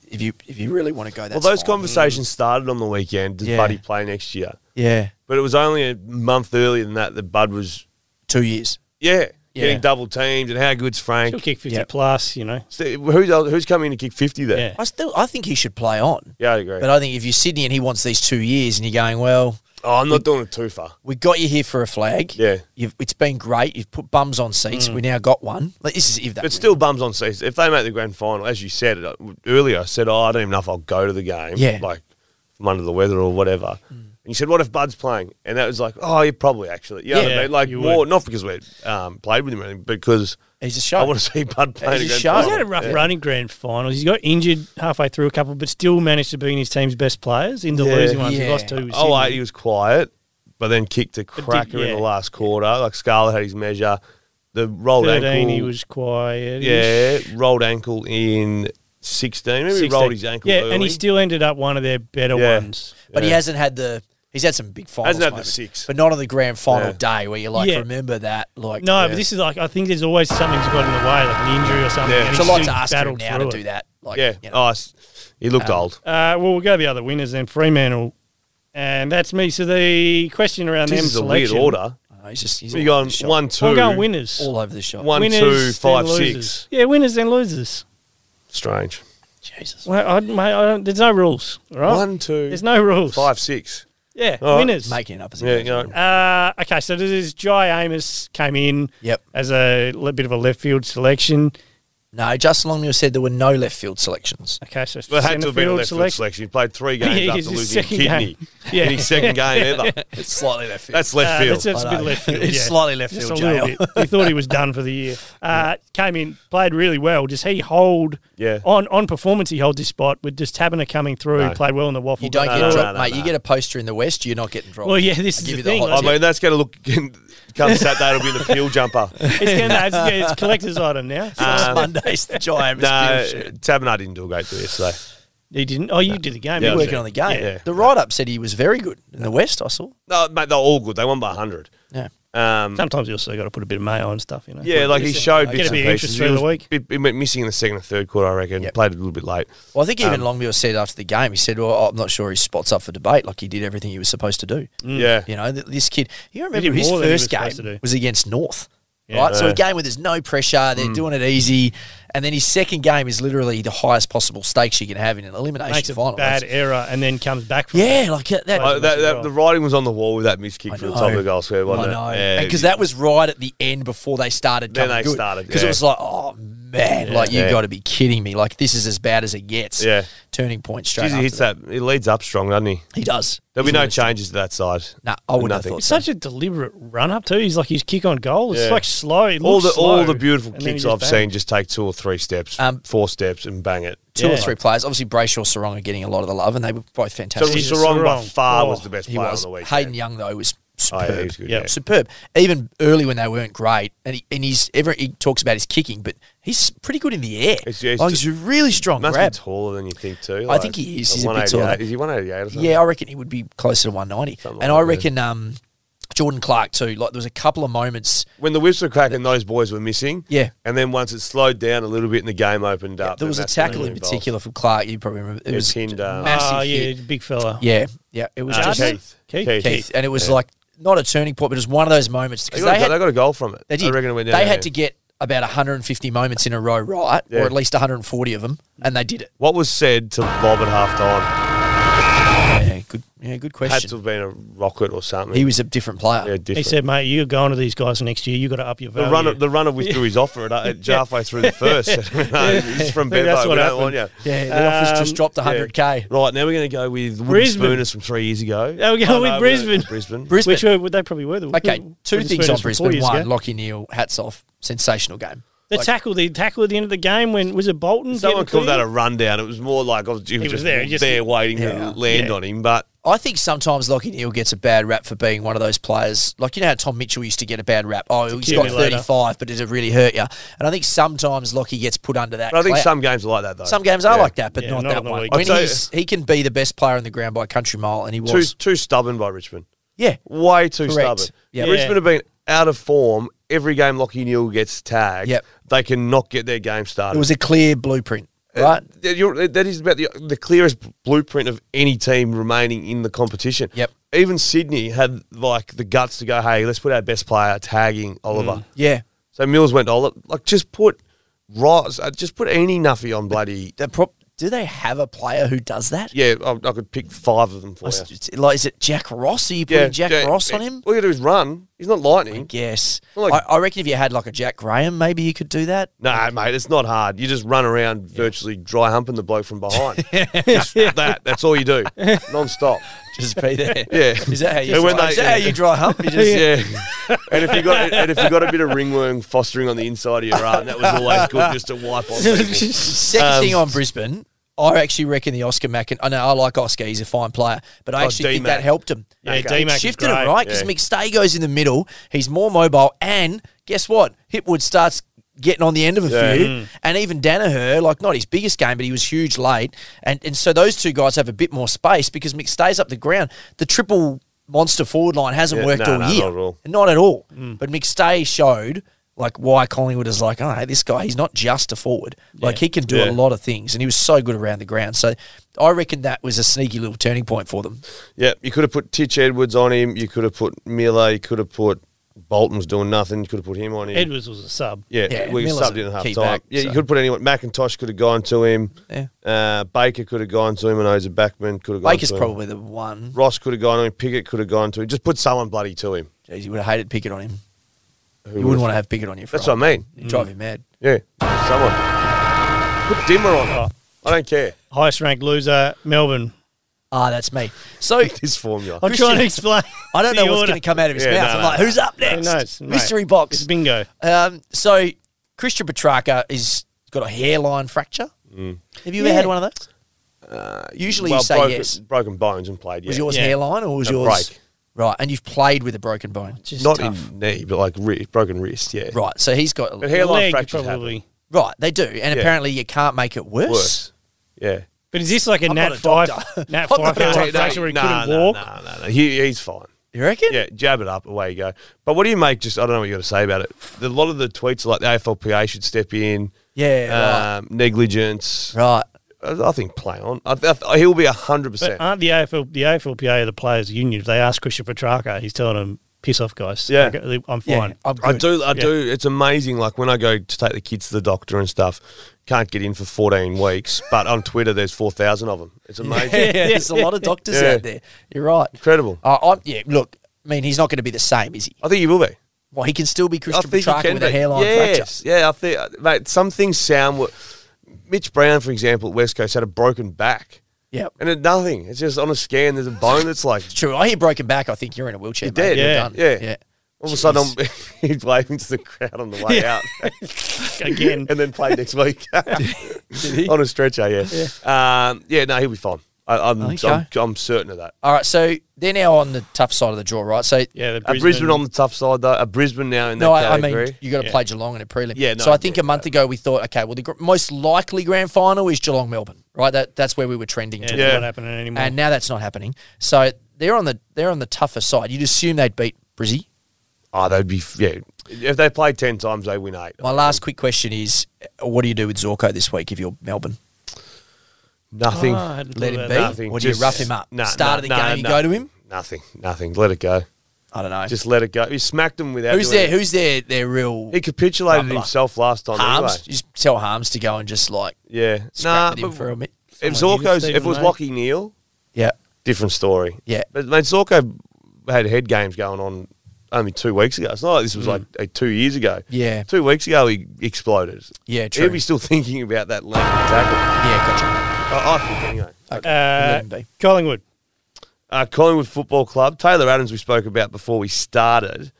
Speaker 2: If you if you really want to go, that's
Speaker 1: well, those
Speaker 2: fine."
Speaker 1: conversations started on the weekend. Does
Speaker 2: Yeah.
Speaker 1: Buddy play next year?
Speaker 2: Yeah,
Speaker 1: But it was only a month earlier than that that Bud was,
Speaker 2: two years.
Speaker 1: yeah,
Speaker 2: Yeah.
Speaker 1: getting double teamed. And how good's Frank?
Speaker 3: She'll kick 50
Speaker 2: Yep.
Speaker 3: plus, you know.
Speaker 1: So who's, el- who's coming in to kick 50 there?
Speaker 3: Yeah.
Speaker 2: I still I think he should play on.
Speaker 1: Yeah, I agree.
Speaker 2: But I think if you're Sydney and he wants these two years, and you're going, well,
Speaker 1: oh, I'm not doing it too far.
Speaker 2: we got you here for a flag.
Speaker 1: Yeah. Mm.
Speaker 2: You've, it's been great. You've put bums on seats. We now got one. Like, this is if that.
Speaker 1: But still, bums on seats. If they make the grand final, as you said it, uh, earlier, I said, "Oh, I don't even know if I'll go to the game."
Speaker 2: Yeah.
Speaker 1: like I'm under the weather or whatever.
Speaker 3: Mm.
Speaker 1: And you said, "What if Bud's playing?" And that was like, "Oh, you probably actually." You know what
Speaker 3: Yeah,
Speaker 1: I mean? Like
Speaker 3: you
Speaker 1: more
Speaker 3: would.
Speaker 1: not because we um, played with him, or anything, because
Speaker 2: he's a
Speaker 1: I
Speaker 2: show.
Speaker 1: want to see Bud playing.
Speaker 2: He's
Speaker 1: a grand
Speaker 2: a shark.
Speaker 1: final.
Speaker 3: He's had a rough run in grand finals. He got injured halfway through a couple, but still managed to be in his team's best players in the
Speaker 1: Yeah.
Speaker 3: losing ones. He
Speaker 2: Yeah.
Speaker 3: lost two. with
Speaker 1: Oh, wait,
Speaker 3: Sydney.
Speaker 1: he was quiet, but then kicked a cracker in
Speaker 3: yeah.
Speaker 1: the last quarter. Like Scarlett had his measure. The rolled
Speaker 3: 13,
Speaker 1: ankle.
Speaker 3: he was quiet.
Speaker 1: yeah, rolled ankle in sixteen. Maybe he rolled his ankle.
Speaker 3: Yeah,
Speaker 1: early.
Speaker 3: and he still ended up one of their better
Speaker 1: Yeah.
Speaker 3: ones.
Speaker 2: But he
Speaker 1: Yeah.
Speaker 2: hasn't had the. He's had some big finals.
Speaker 1: Hasn't had the
Speaker 2: moments,
Speaker 1: six.
Speaker 2: but not on the grand final
Speaker 1: Yeah.
Speaker 2: day where you're like,
Speaker 3: Yeah.
Speaker 2: remember that. Like,
Speaker 3: No,
Speaker 2: yeah.
Speaker 3: but this is like I think there's always something's got in the way, like an injury or something.
Speaker 1: Yeah.
Speaker 3: and
Speaker 2: it's
Speaker 3: he
Speaker 2: a lot
Speaker 3: still
Speaker 2: to ask him
Speaker 3: battled
Speaker 2: now
Speaker 3: through
Speaker 2: to
Speaker 3: it.
Speaker 2: do that. Like,
Speaker 1: Yeah,
Speaker 2: you know. Um,
Speaker 1: oh, s- he looked old.
Speaker 3: Uh, well, we'll go the other winners then. Fremantle, and that's me. So the question around
Speaker 1: This
Speaker 3: them
Speaker 1: is a weird
Speaker 3: selection.
Speaker 1: order.
Speaker 2: I know, he's just he's
Speaker 1: We're Oh. going
Speaker 2: all over the shop.
Speaker 1: one, two.
Speaker 3: I'm going winners.
Speaker 2: all over the shop.
Speaker 1: One,
Speaker 3: winners,
Speaker 1: two, five,
Speaker 3: then
Speaker 1: six.
Speaker 3: losers. Yeah, winners then losers.
Speaker 1: Strange.
Speaker 2: Jesus.
Speaker 3: Well, I, mate, I don't, there's no rules, all right?
Speaker 1: One, two,
Speaker 3: There's no rules.
Speaker 1: five, six.
Speaker 3: Yeah,
Speaker 1: All right.
Speaker 3: winners.
Speaker 2: Making it up as he
Speaker 1: Yeah,
Speaker 2: goes
Speaker 1: you know.
Speaker 2: along.
Speaker 3: Uh, okay, so this is Jai Amos came in
Speaker 2: Yep.
Speaker 3: as a li- bit of a left field selection.
Speaker 2: No, Justin Longmuir said there were no left field selections.
Speaker 3: Okay, so it's
Speaker 1: Well, it had to
Speaker 3: centre
Speaker 1: have been a
Speaker 3: field
Speaker 1: left foot
Speaker 3: selection.
Speaker 1: selection. He played three games
Speaker 3: Yeah, it's
Speaker 1: after
Speaker 3: his
Speaker 1: losing a
Speaker 3: second
Speaker 1: kidney
Speaker 3: game. Yeah.
Speaker 1: in his second game ever.
Speaker 2: It's slightly left field.
Speaker 1: That's left
Speaker 3: Uh,
Speaker 1: field.
Speaker 3: that's- that's a
Speaker 2: I
Speaker 3: bit
Speaker 2: know.
Speaker 3: left field.
Speaker 2: It's
Speaker 3: yeah.
Speaker 2: slightly left
Speaker 3: Just
Speaker 2: field,
Speaker 3: a little
Speaker 2: JL.
Speaker 3: bit. He thought he was done for the year. Uh, Came in, played really well. Just he hold
Speaker 1: Yeah.
Speaker 3: on on performance. He hold this spot with just Tabner coming through.
Speaker 1: No.
Speaker 3: Played well in the waffle.
Speaker 2: You don't
Speaker 3: got
Speaker 2: get
Speaker 1: no,
Speaker 3: that.
Speaker 2: dropped,
Speaker 1: no,
Speaker 2: mate.
Speaker 1: no.
Speaker 2: You get a poster in the West, you're not getting dropped.
Speaker 3: Well, yeah, this
Speaker 2: I'll
Speaker 3: is
Speaker 2: give
Speaker 3: the
Speaker 2: you the
Speaker 3: thing.
Speaker 2: hot
Speaker 1: I
Speaker 3: like,
Speaker 1: mean, that's going to look come Saturday. It'll be in the field jumper.
Speaker 3: it's, gonna, it's, yeah, it's a collector's item now.
Speaker 1: Uh,
Speaker 2: Next Monday's the Giant
Speaker 1: um, No,
Speaker 2: no, shit.
Speaker 1: Tabernar didn't do a great deal yesterday.
Speaker 3: He didn't. Oh, you did the game.
Speaker 1: Yeah,
Speaker 3: didn't
Speaker 1: I was
Speaker 2: Working
Speaker 3: you?
Speaker 2: on the game.
Speaker 1: Yeah.
Speaker 2: The write up said he was very good in the West, I saw.
Speaker 1: No, mate, they're all good. They won by 100.
Speaker 2: Yeah.
Speaker 1: Um,
Speaker 3: Sometimes you also got to put a bit of mayo on stuff, you know.
Speaker 1: yeah, like he showed
Speaker 3: Get
Speaker 1: bits
Speaker 3: a
Speaker 1: and
Speaker 3: bit of interest
Speaker 1: pieces. He,
Speaker 3: through
Speaker 1: was
Speaker 3: the week.
Speaker 1: bit- he went missing in the second and third quarter, I reckon.
Speaker 2: Yep.
Speaker 1: Played a little bit late.
Speaker 2: Well, I think
Speaker 1: Um,
Speaker 2: even Longmuir said after the game, he said, well, I'm not sure his spot's up for debate. Like, he did everything he was supposed to do.
Speaker 3: Hmm.
Speaker 1: Yeah.
Speaker 2: You know, th- this kid, you
Speaker 3: did
Speaker 2: remember his
Speaker 3: more than he was
Speaker 2: first
Speaker 3: supposed to do.
Speaker 2: game was against North,
Speaker 3: Yeah.
Speaker 2: right? So
Speaker 1: Yeah. Mm.
Speaker 2: a game where there's no pressure, they're doing it easy. And then his second game is literally the highest possible stakes you can have in an elimination
Speaker 3: Makes a
Speaker 2: final.
Speaker 3: bad
Speaker 2: That's-
Speaker 3: error and then comes back from it.
Speaker 2: Yeah, like that. that
Speaker 1: Oh, that, that,
Speaker 3: well.
Speaker 1: the writing was on the wall with that missed kick
Speaker 2: I
Speaker 1: from the
Speaker 2: know.
Speaker 1: top of the goal square,
Speaker 2: I
Speaker 1: wasn't it?
Speaker 2: know.
Speaker 1: Yeah.
Speaker 2: Because that was right at the end before they started
Speaker 1: Then
Speaker 2: coming
Speaker 1: they started,
Speaker 2: Because
Speaker 1: yeah.
Speaker 2: it was like, oh, man, like, you
Speaker 1: Yeah.
Speaker 2: got to be kidding me. Like, this is as bad as it gets.
Speaker 1: Yeah.
Speaker 2: Turning point straight
Speaker 1: Jeez, he
Speaker 2: after
Speaker 1: hits that. He leads up strong, doesn't he?
Speaker 2: He does.
Speaker 1: There'll
Speaker 2: He's
Speaker 1: be no
Speaker 2: really strong.
Speaker 1: changes to that side.
Speaker 2: Nah, I wouldn't have
Speaker 1: Nothing.
Speaker 2: thought
Speaker 3: It's
Speaker 2: so.
Speaker 3: such a deliberate run up too. He's like his kick on goal. It's
Speaker 1: Yeah.
Speaker 3: like slow. It
Speaker 1: All
Speaker 3: looks
Speaker 1: the all
Speaker 3: slow,
Speaker 1: the beautiful
Speaker 3: and then he
Speaker 1: kicks
Speaker 3: just
Speaker 1: I've
Speaker 3: bangs.
Speaker 1: seen just take two or three steps,
Speaker 2: Um,
Speaker 1: four steps, and bang it.
Speaker 2: two
Speaker 3: Yeah.
Speaker 2: or three players. Obviously, Brayshaw Sarong are getting a lot of the love, and they were both
Speaker 1: So
Speaker 2: fantastic.
Speaker 3: Jesus,
Speaker 1: Sarong by
Speaker 3: Sarong.
Speaker 1: far
Speaker 3: Oh,
Speaker 1: was the best
Speaker 2: he
Speaker 1: player
Speaker 2: was.
Speaker 1: on the weekend.
Speaker 2: Hayden Young though was
Speaker 1: Oh,
Speaker 2: superb.
Speaker 1: yeah, he was good,
Speaker 3: Yeah.
Speaker 1: yeah.
Speaker 2: Superb. Even early when they weren't great, and he, and he's ever he talks about his kicking, but he's pretty good in the air.
Speaker 1: He's- yeah, he's
Speaker 2: Like, he's a really strong
Speaker 1: Must
Speaker 2: grab.
Speaker 1: be taller than you think too. like,
Speaker 2: think he is.
Speaker 1: like
Speaker 2: He's a bit taller.
Speaker 1: 188. Is he 188 or something?
Speaker 2: Yeah, I reckon he would be closer to 190.
Speaker 1: Something
Speaker 2: and
Speaker 1: like
Speaker 2: I
Speaker 1: that.
Speaker 2: reckon um, Jordan Clark too. Like there was a couple of moments.
Speaker 1: When the whips were cracking, those boys were missing.
Speaker 2: Yeah.
Speaker 1: And then once it slowed down a little bit and the game opened up,
Speaker 2: There
Speaker 1: then
Speaker 2: was a
Speaker 1: that's when
Speaker 2: tackle
Speaker 1: they
Speaker 2: in
Speaker 1: were
Speaker 2: particular from Clark. You probably remember. It
Speaker 1: Yeah,
Speaker 2: was
Speaker 1: pinned, um,
Speaker 2: massive.
Speaker 3: Oh, yeah,
Speaker 2: hit.
Speaker 3: big fella.
Speaker 2: Ah, yeah, yeah. It was
Speaker 1: involved.
Speaker 3: Uh,
Speaker 2: just Keith,
Speaker 1: Keith.
Speaker 3: Keith?
Speaker 2: and it was like not a turning point, but it was one of those moments
Speaker 1: They
Speaker 2: because
Speaker 1: got, a,
Speaker 2: they
Speaker 1: go-
Speaker 2: had
Speaker 1: they got a goal from it.
Speaker 2: They did.
Speaker 1: I reckon it went
Speaker 2: they
Speaker 1: down there.
Speaker 2: had to get about 150 moments in a row right,
Speaker 1: Yeah.
Speaker 2: or at least 140 of them, and they did it.
Speaker 1: What was said to Bob at half time
Speaker 2: Yeah, good. Yeah, good
Speaker 1: had to
Speaker 2: question.
Speaker 1: have been a rocket or something.
Speaker 2: He was a different player.
Speaker 1: yeah, different.
Speaker 3: He said, mate, you're going to these guys next year. you got to up your
Speaker 1: the
Speaker 3: value.
Speaker 1: runner, the runner withdrew his offer at, at halfway through the first. no, he's from
Speaker 3: I think that's
Speaker 1: Bevo. We
Speaker 3: what
Speaker 1: don't want you.
Speaker 3: happened.
Speaker 2: Yeah, the office
Speaker 3: Um,
Speaker 2: just dropped 100k.
Speaker 1: Right, now we're going to go with wooden
Speaker 3: Brisbane.
Speaker 1: spooners from three years ago. Oh,
Speaker 3: Yeah, we're going with
Speaker 1: we're-
Speaker 3: Brisbane.
Speaker 1: Brisbane.
Speaker 2: Brisbane.
Speaker 3: Which were, they probably were. The,
Speaker 2: okay,
Speaker 3: were
Speaker 2: two
Speaker 3: the
Speaker 2: things on
Speaker 3: Spurs from four
Speaker 2: Brisbane.
Speaker 3: years
Speaker 2: One,
Speaker 3: ago.
Speaker 2: Lockie Neal, hats off, sensational game.
Speaker 3: the
Speaker 2: Like,
Speaker 3: tackle, the tackle at the end of the game when was it Bolton?
Speaker 1: Someone
Speaker 3: getting
Speaker 1: called that
Speaker 3: cleared?
Speaker 1: a rundown. It was more like I was, he was,
Speaker 3: was
Speaker 1: just
Speaker 3: there,
Speaker 1: there,
Speaker 3: just-
Speaker 1: waiting to
Speaker 2: Yeah.
Speaker 1: land
Speaker 3: Yeah.
Speaker 1: on him. But
Speaker 2: I think sometimes Lockie Neal gets a bad rap for being one of those players. Like you know how Tom Mitchell used to get a bad rap. Oh, he's got
Speaker 3: Kiwi later.
Speaker 2: 35, but does it really hurt you? And I think sometimes Lockie gets put under that.
Speaker 1: But I think
Speaker 2: cloud.
Speaker 1: some games are like that though.
Speaker 2: Some games are
Speaker 1: Yeah.
Speaker 2: like that, but
Speaker 3: Yeah,
Speaker 2: not,
Speaker 3: not on
Speaker 2: that
Speaker 3: the
Speaker 2: one.
Speaker 3: weekend.
Speaker 2: When
Speaker 1: I'd say-
Speaker 2: he's, he can be the best player in the ground by country mile, and he
Speaker 1: Too
Speaker 2: was.
Speaker 1: too stubborn by Richmond.
Speaker 2: Yeah,
Speaker 1: Way too
Speaker 2: Correct.
Speaker 1: stubborn.
Speaker 2: Yep.
Speaker 1: Richmond
Speaker 3: Yeah.
Speaker 1: have been out of form every game. Lockie Neal gets tagged.
Speaker 2: Yep.
Speaker 1: They cannot get their game started.
Speaker 2: it was a clear blueprint, right?
Speaker 1: Yeah, you're- that is about the, the clearest blueprint of any team remaining in the competition.
Speaker 2: Yep.
Speaker 1: Even Sydney had like the guts to go, hey, let's put our best player tagging Oliver.
Speaker 2: yeah.
Speaker 1: So Mills went to Oliver. Like just put Ross, uh, just put any Nuffy on bloody.
Speaker 2: The prop, do they have a player who does that?
Speaker 1: Yeah, I, I could pick five of them for
Speaker 2: I
Speaker 1: you.
Speaker 2: s- it's- Like, is it Jack Ross? Are you putting Jack Ross on him?
Speaker 1: All you do is run. He's not lightning.
Speaker 2: Yes.
Speaker 1: Like-
Speaker 2: I, I reckon if you had like a Jack Graham, maybe you could do that.
Speaker 1: No, mate, it's not hard. You just run around virtually dry humping the bloke from behind. just that. That's all you do, non-stop.
Speaker 2: Just be there.
Speaker 1: Yeah.
Speaker 2: Is that how you?
Speaker 1: And when
Speaker 2: dry-
Speaker 1: they-
Speaker 2: is that how you dry hump? You just,
Speaker 1: yeah. and if you got and if you got a bit of ringworm fostering on the inside of your arm, that was always good just to wipe off. people.
Speaker 2: Second
Speaker 1: Um,
Speaker 2: thing on Brisbane, I actually reckon the Oscar Macken. I know I like Oscar; he's a fine player, but I
Speaker 1: Oh,
Speaker 2: actually think
Speaker 1: D-Mac.
Speaker 2: that helped him.
Speaker 3: Yeah,
Speaker 2: It
Speaker 3: D-Mac is
Speaker 2: shifted
Speaker 3: great.
Speaker 2: him right because
Speaker 1: Yeah.
Speaker 2: McStay goes in the middle. He's more mobile, and guess what? Hipwood starts getting on the end of a
Speaker 1: Yeah. Mm.
Speaker 2: few, and even Danaher, like not his biggest game, but he was huge late, and and so those two guys have a bit more space because McStay's up the ground. The triple monster forward line hasn't
Speaker 1: Yeah,
Speaker 2: worked
Speaker 1: no,
Speaker 2: all
Speaker 1: no,
Speaker 2: year.
Speaker 1: not at all. Mm.
Speaker 2: Not at all. But McStay showed like why Collingwood is like, oh, hey, this guy, he's not just a forward. Like he can do
Speaker 1: Yeah.
Speaker 2: a lot of things, and he was so good around the ground. So I reckon that was a sneaky little turning point for them.
Speaker 1: Yeah, you could have put Titch Edwards on him. You could have put Miller. You could have put Bolton's doing nothing. You could have put him on him.
Speaker 3: Edwards was a sub.
Speaker 1: Yeah,
Speaker 2: Yeah,
Speaker 1: we
Speaker 2: Miller's
Speaker 1: subbed in
Speaker 2: a
Speaker 1: at half
Speaker 2: key
Speaker 1: time.
Speaker 2: back,
Speaker 1: yeah,
Speaker 2: so-
Speaker 1: you could put anyone. McIntosh could have gone to him.
Speaker 2: Yeah.
Speaker 1: Uh, Baker could have gone to him, and Oza Backman could have gone
Speaker 2: Baker's
Speaker 1: to him.
Speaker 2: probably the one.
Speaker 1: Ross could have gone to him. Pickett could have gone to him. Just put someone bloody to him.
Speaker 2: Jeez, you would have hated Pickett on him.
Speaker 1: Who
Speaker 2: You
Speaker 1: would've-
Speaker 2: wouldn't want to have Pickett on you. For
Speaker 1: That's
Speaker 2: a
Speaker 1: what I mean.
Speaker 2: It'd drive you mad.
Speaker 1: Yeah, someone. Put Dimmer on him. I don't care.
Speaker 3: Highest ranked loser, Melbourne.
Speaker 2: Ah, that's me. So
Speaker 1: His formula.
Speaker 3: I'm
Speaker 2: Christian-
Speaker 3: trying to explain.
Speaker 2: I don't
Speaker 3: the
Speaker 2: know what's
Speaker 3: order.
Speaker 2: going to come out of his
Speaker 1: Yeah,
Speaker 2: mouth.
Speaker 1: no,
Speaker 2: I'm
Speaker 1: no.
Speaker 2: like, who's up
Speaker 3: Who
Speaker 2: next?
Speaker 3: knows, mate?
Speaker 2: Mystery box.
Speaker 3: It's bingo.
Speaker 2: Um, so Christian Petrarca has got a hairline fracture. Have you ever
Speaker 3: Yeah.
Speaker 2: had one of those? Usually you say
Speaker 1: broken,
Speaker 2: yes.
Speaker 1: broken bones and played. Yeah.
Speaker 2: Was yours
Speaker 3: Yeah.
Speaker 2: hairline or was
Speaker 1: A
Speaker 2: yours
Speaker 1: break.
Speaker 2: right? And you've played with a broken bone,
Speaker 3: Just
Speaker 1: not
Speaker 3: tough.
Speaker 1: in knee, but like wri- broken wrist? Yeah.
Speaker 2: right? So he's got
Speaker 1: But
Speaker 3: The
Speaker 1: hairline
Speaker 3: leg,
Speaker 1: fractures
Speaker 3: probably.
Speaker 1: happen.
Speaker 2: right. They do, and
Speaker 1: Yeah.
Speaker 2: apparently you can't make it worse.
Speaker 1: Worse. Yeah.
Speaker 3: But is this like a
Speaker 2: I'm
Speaker 3: Nat
Speaker 2: not a
Speaker 3: Five?
Speaker 2: doctor.
Speaker 3: Nat
Speaker 2: I'm not
Speaker 3: Five
Speaker 2: a
Speaker 3: hairline
Speaker 2: doctor.
Speaker 3: fracture where he
Speaker 1: nah,
Speaker 3: couldn't
Speaker 1: nah,
Speaker 3: walk.
Speaker 1: nah, nah, nah. He, he's fine.
Speaker 2: You reckon?
Speaker 1: Yeah, jab it up, away you go. But what do you make? Just I don't know what you got to say about it. The- a lot of the tweets are like the AFLPA should step in.
Speaker 2: Yeah,
Speaker 1: um, negligence.
Speaker 2: Right.
Speaker 1: I, I think play on. I, I, he'll be hundred
Speaker 3: But
Speaker 2: uh,
Speaker 1: percent.
Speaker 3: aren't the AFL the AFLPA the players' union? If they ask Christian Petrarca, he's telling them, "Piss off, guys.
Speaker 1: Yeah.
Speaker 3: Okay, I'm
Speaker 2: Yeah,
Speaker 3: fine."
Speaker 2: I'm
Speaker 1: I
Speaker 2: good.
Speaker 1: do. I do. It's amazing. Like when I go to take the kids to the doctor and stuff, can't get in for fourteen weeks. But on Twitter, there's four thousand of them. It's amazing.
Speaker 2: Yeah, there's a lot of doctors
Speaker 1: Yeah.
Speaker 2: out there. You're right.
Speaker 1: Incredible.
Speaker 2: Uh, I'm, yeah. Look, I mean, he's not going to be the same, is he?
Speaker 1: I think you will be.
Speaker 2: Well, he can still be
Speaker 1: I
Speaker 2: Christian
Speaker 1: think you
Speaker 2: Petrarca
Speaker 1: can
Speaker 2: with
Speaker 1: be.
Speaker 2: a hairline fracture.
Speaker 1: yes. Yeah, I think, uh, mate, some things sound. wo- Mitch Brown, for example, at West Coast had a broken back.
Speaker 2: Yeah.
Speaker 1: And it, nothing. It's just on a scan, there's a bone that's like,
Speaker 2: True. I hear broken back. I think you're in a wheelchair. You're
Speaker 1: dead.
Speaker 3: Yeah,
Speaker 1: yeah.
Speaker 2: yeah.
Speaker 1: all of a sudden, I'm, he's waving to the crowd on the way out
Speaker 3: Again,
Speaker 1: and then play next week on a stretcher, yeah. Yeah, um, yeah no, he'll be fine. I, I'm,
Speaker 2: I
Speaker 1: I'm,
Speaker 2: think so.
Speaker 1: I'm certain of that.
Speaker 2: All right, so they're now on the tough side of the draw, right? So
Speaker 3: Yeah, the
Speaker 1: Are
Speaker 3: Brisbane,
Speaker 1: Brisbane, on the tough side though. Are Brisbane now in
Speaker 2: no,
Speaker 1: that
Speaker 2: I, I
Speaker 1: category?
Speaker 2: mean you got to play Geelong in a prelim.
Speaker 1: Yeah, no,
Speaker 2: so
Speaker 1: I
Speaker 2: I think
Speaker 1: get
Speaker 2: a month ago we thought, okay, well the gr- most likely grand final is Geelong Melbourne, right? That that's where we were trending.
Speaker 3: yeah,
Speaker 2: to.
Speaker 1: Yeah.
Speaker 3: yeah. not happening anymore.
Speaker 2: and now that's not happening. So they're on the they're on the tougher side. You'd assume they'd beat Brizzy.
Speaker 1: oh, they'd be yeah. If they play ten times, they win eight.
Speaker 2: My last quick question is, uh, what do you do with Zorko this week if you're Melbourne?
Speaker 1: Nothing.
Speaker 3: Oh, I hadn't
Speaker 2: Let him
Speaker 3: thought about
Speaker 2: be,
Speaker 3: that.
Speaker 1: Nothing.
Speaker 2: or do you rough him up?
Speaker 1: Nah,
Speaker 2: Start
Speaker 1: nah,
Speaker 2: of the
Speaker 1: nah,
Speaker 2: game, you
Speaker 1: nah.
Speaker 2: go to him.
Speaker 1: Nothing. Nothing. Let it go.
Speaker 2: I don't know.
Speaker 1: Just let it go. He smacked him without.
Speaker 2: who's
Speaker 1: doing
Speaker 2: their
Speaker 1: it.
Speaker 2: who's their their real
Speaker 1: He capitulated
Speaker 2: Rumbler?
Speaker 1: himself last time.
Speaker 2: harms?
Speaker 1: Anyway.
Speaker 2: You Just tell harms to go and just like
Speaker 1: Yeah.
Speaker 2: scrap
Speaker 1: Nah.
Speaker 2: with him
Speaker 1: but
Speaker 2: for a minute.
Speaker 1: if
Speaker 3: Someone you,
Speaker 1: Zorko's, if it
Speaker 3: Stephen
Speaker 1: was
Speaker 3: May.
Speaker 1: Lockie Neal,
Speaker 2: Yeah,
Speaker 1: different story.
Speaker 2: yeah.
Speaker 1: But mate, Zorko had head games going on only two weeks ago. It's not like this was like uh, two years ago.
Speaker 2: Mm. Yeah.
Speaker 1: Two weeks ago, he exploded.
Speaker 2: Yeah, true.
Speaker 1: He'll be still thinking about that left tackle.
Speaker 2: Yeah, gotcha.
Speaker 1: I, I think anyway.
Speaker 2: Okay.
Speaker 3: Uh,
Speaker 2: Let him be.
Speaker 3: Collingwood.
Speaker 1: Uh, Collingwood Football Club. Taylor Adams, we spoke about before we started.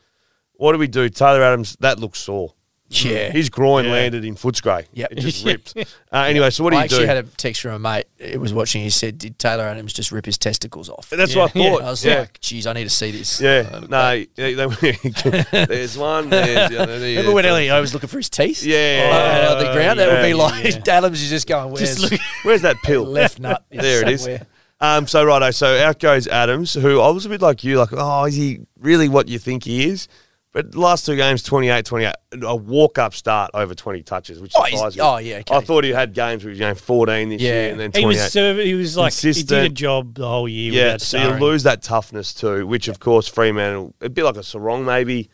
Speaker 1: What do we do? Taylor Adams, that looks sore.
Speaker 2: Yeah.
Speaker 1: His groin
Speaker 3: Yeah.
Speaker 1: landed in Footscray.
Speaker 2: Yep.
Speaker 1: It just ripped. Uh, anyway, so what do
Speaker 2: I
Speaker 1: you
Speaker 2: actually
Speaker 1: do?
Speaker 2: had a text from a mate. It was watching. He said, "Did Taylor Adams just rip his testicles off?"
Speaker 1: That's what I
Speaker 3: Yeah.
Speaker 1: thought.
Speaker 2: I was
Speaker 1: yeah.
Speaker 2: like, "Geez, I need to see this."
Speaker 1: yeah. no, they- they- there's one. There's the other. there's-
Speaker 2: Remember when Elio was looking for his teeth?
Speaker 1: Yeah.
Speaker 2: Lying out of the ground. That would be
Speaker 1: Yeah.
Speaker 2: like Adams is just going. Where's
Speaker 3: look-
Speaker 1: Where's that pill?
Speaker 2: left nut?
Speaker 1: there it is.
Speaker 2: somewhere.
Speaker 1: Um, so righto, so out goes Adams, who I was a bit like you, like, oh, is he really what you think he is? But last two games, 28 28, a walk up start over 20 touches, which
Speaker 2: Oh, he's-
Speaker 1: surprised me.
Speaker 2: oh, yeah, okay.
Speaker 1: I thought he had games where he was going 14 this
Speaker 2: Yeah.
Speaker 1: year and then
Speaker 3: He
Speaker 1: 28.
Speaker 3: was, serv- he was like, he did a
Speaker 1: Consistent.
Speaker 3: job the whole year.
Speaker 1: yeah,
Speaker 3: without
Speaker 1: so you
Speaker 3: starring.
Speaker 1: lose that toughness too, which of course Fremantle, a bit like a sarong maybe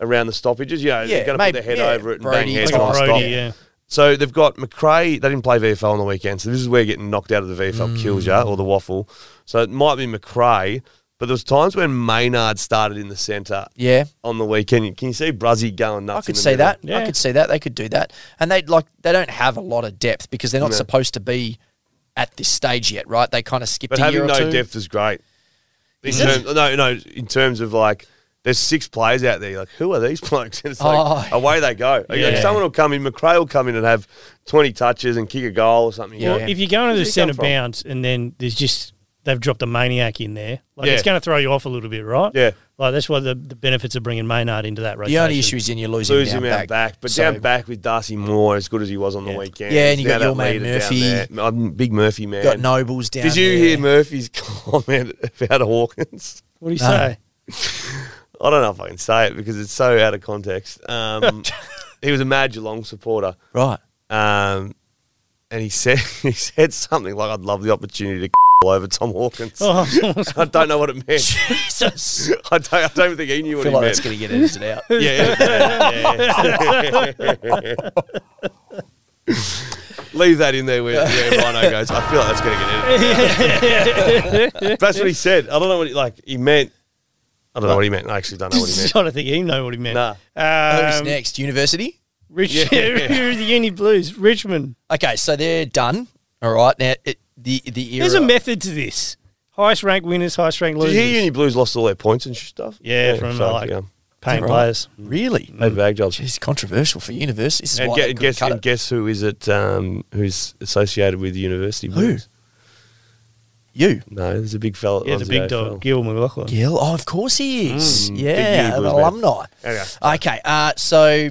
Speaker 1: around the stoppages. You know,
Speaker 2: Yeah,
Speaker 1: they're going to put
Speaker 2: maybe-
Speaker 1: their head
Speaker 2: yeah,
Speaker 1: over it and
Speaker 2: Brady,
Speaker 1: bang heads
Speaker 3: Like
Speaker 1: on
Speaker 3: a
Speaker 1: a
Speaker 3: Brody,
Speaker 1: stop.
Speaker 3: yeah.
Speaker 1: So they've got McRae. They didn't play VFL on the weekend, so this is where getting knocked out of the VFL kills you
Speaker 2: Hmm.
Speaker 1: or the waffle. So it might be McRae, but there was times when Maynard started in the centre
Speaker 2: Yeah,
Speaker 1: on the weekend. Can you see Bruzzy going nuts?
Speaker 2: I could
Speaker 1: in the
Speaker 2: see
Speaker 1: middle?
Speaker 2: that. I
Speaker 3: Yeah.
Speaker 2: could see that. They could do that, and they like they don't have a lot of depth because they're not
Speaker 1: No.
Speaker 2: supposed to be at this stage yet, right? They kind of skipped
Speaker 1: But
Speaker 2: a year
Speaker 1: having
Speaker 2: or
Speaker 1: no
Speaker 2: two.
Speaker 1: depth is great. In
Speaker 2: Is it?
Speaker 1: terms, no, no, in terms of like, there's six players out there. You're like, who are these blokes? And it's like,
Speaker 2: Oh.
Speaker 1: away they go. Like,
Speaker 3: Yeah.
Speaker 1: someone will come in, McRae will come in and have 20 touches and kick a goal or something.
Speaker 2: Yeah.
Speaker 1: Yeah.
Speaker 3: Well, if you go into
Speaker 1: Where's he
Speaker 3: the
Speaker 1: come
Speaker 3: centre
Speaker 1: from?
Speaker 3: bounds and then there's just they've dropped a maniac in there, like
Speaker 1: Yeah.
Speaker 3: it's going to throw you off a little bit, right?
Speaker 1: Yeah.
Speaker 3: Like that's why the, the benefits of bringing Maynard into that rotation.
Speaker 2: The only issue is then you lose,
Speaker 1: lose
Speaker 2: him
Speaker 1: him
Speaker 2: down
Speaker 1: out
Speaker 2: back.
Speaker 1: back, but
Speaker 2: So-
Speaker 1: down back with Darcy Moore as good as he was on the
Speaker 3: Yeah.
Speaker 1: weekend.
Speaker 2: Yeah, and you
Speaker 1: He's
Speaker 2: got
Speaker 1: now
Speaker 2: your
Speaker 1: that
Speaker 2: man
Speaker 1: leader down
Speaker 2: Murphy.
Speaker 1: there. I'm big Murphy man.
Speaker 2: got Nobles down.
Speaker 1: Did you
Speaker 2: there.
Speaker 1: hear Murphy's comment about Hawkins?
Speaker 3: What do you
Speaker 2: No.
Speaker 3: say?
Speaker 1: I don't know if I can say it because it's so out of context. Um, he was a mad Geelong supporter.
Speaker 2: Right.
Speaker 1: Um, and he said he said something like, "I'd love the opportunity to all over Tom Hawkins."
Speaker 3: Oh,
Speaker 1: I don't know what it meant.
Speaker 2: Jesus.
Speaker 1: I don't. I don't think he knew
Speaker 2: I
Speaker 1: what
Speaker 2: feel
Speaker 1: it
Speaker 2: like that's
Speaker 1: meant.
Speaker 2: going to get edited out.
Speaker 1: Yeah, yeah, yeah, yeah. Leave that in there where yeah, Rhino goes. I feel like that's going to get edited. that's what he said. I don't know what he, like he meant. I don't know what he meant. I actually don't know what he meant.
Speaker 3: I don't think he know what he meant.
Speaker 1: Nah.
Speaker 2: Who's
Speaker 3: Um,
Speaker 2: next? University.
Speaker 3: Rich,
Speaker 1: Yeah.
Speaker 3: the Uni Blues, Richmond.
Speaker 2: Okay, so they're done. All right. Now it, the the era.
Speaker 3: There's a method to this. Highest ranked winners, highest ranked
Speaker 1: Did
Speaker 3: losers.
Speaker 1: you hear Uni Blues lost all their points and stuff?
Speaker 3: Yeah, from, like-
Speaker 1: yeah.
Speaker 3: Paying
Speaker 2: Right.
Speaker 3: players.
Speaker 2: Really?
Speaker 1: They had bag jobs.
Speaker 2: Jeez, controversial for university. This is
Speaker 1: And,
Speaker 2: why
Speaker 1: gue-
Speaker 2: they
Speaker 1: and
Speaker 2: couldn't
Speaker 1: guess
Speaker 2: cut
Speaker 1: and
Speaker 2: it.
Speaker 1: guess who is it? Um, who's associated with the University Blues?
Speaker 2: you.
Speaker 1: No, there's a big fella. that
Speaker 3: Yeah, the
Speaker 1: runs
Speaker 3: big
Speaker 1: AFL.
Speaker 3: dog, Gil McLaughlin.
Speaker 2: Gil, oh, of course he is.
Speaker 1: Mm, big
Speaker 2: yeah,
Speaker 1: year,
Speaker 2: an
Speaker 1: wasn't it?
Speaker 2: alumni.
Speaker 1: Anyway.
Speaker 2: Okay, uh, so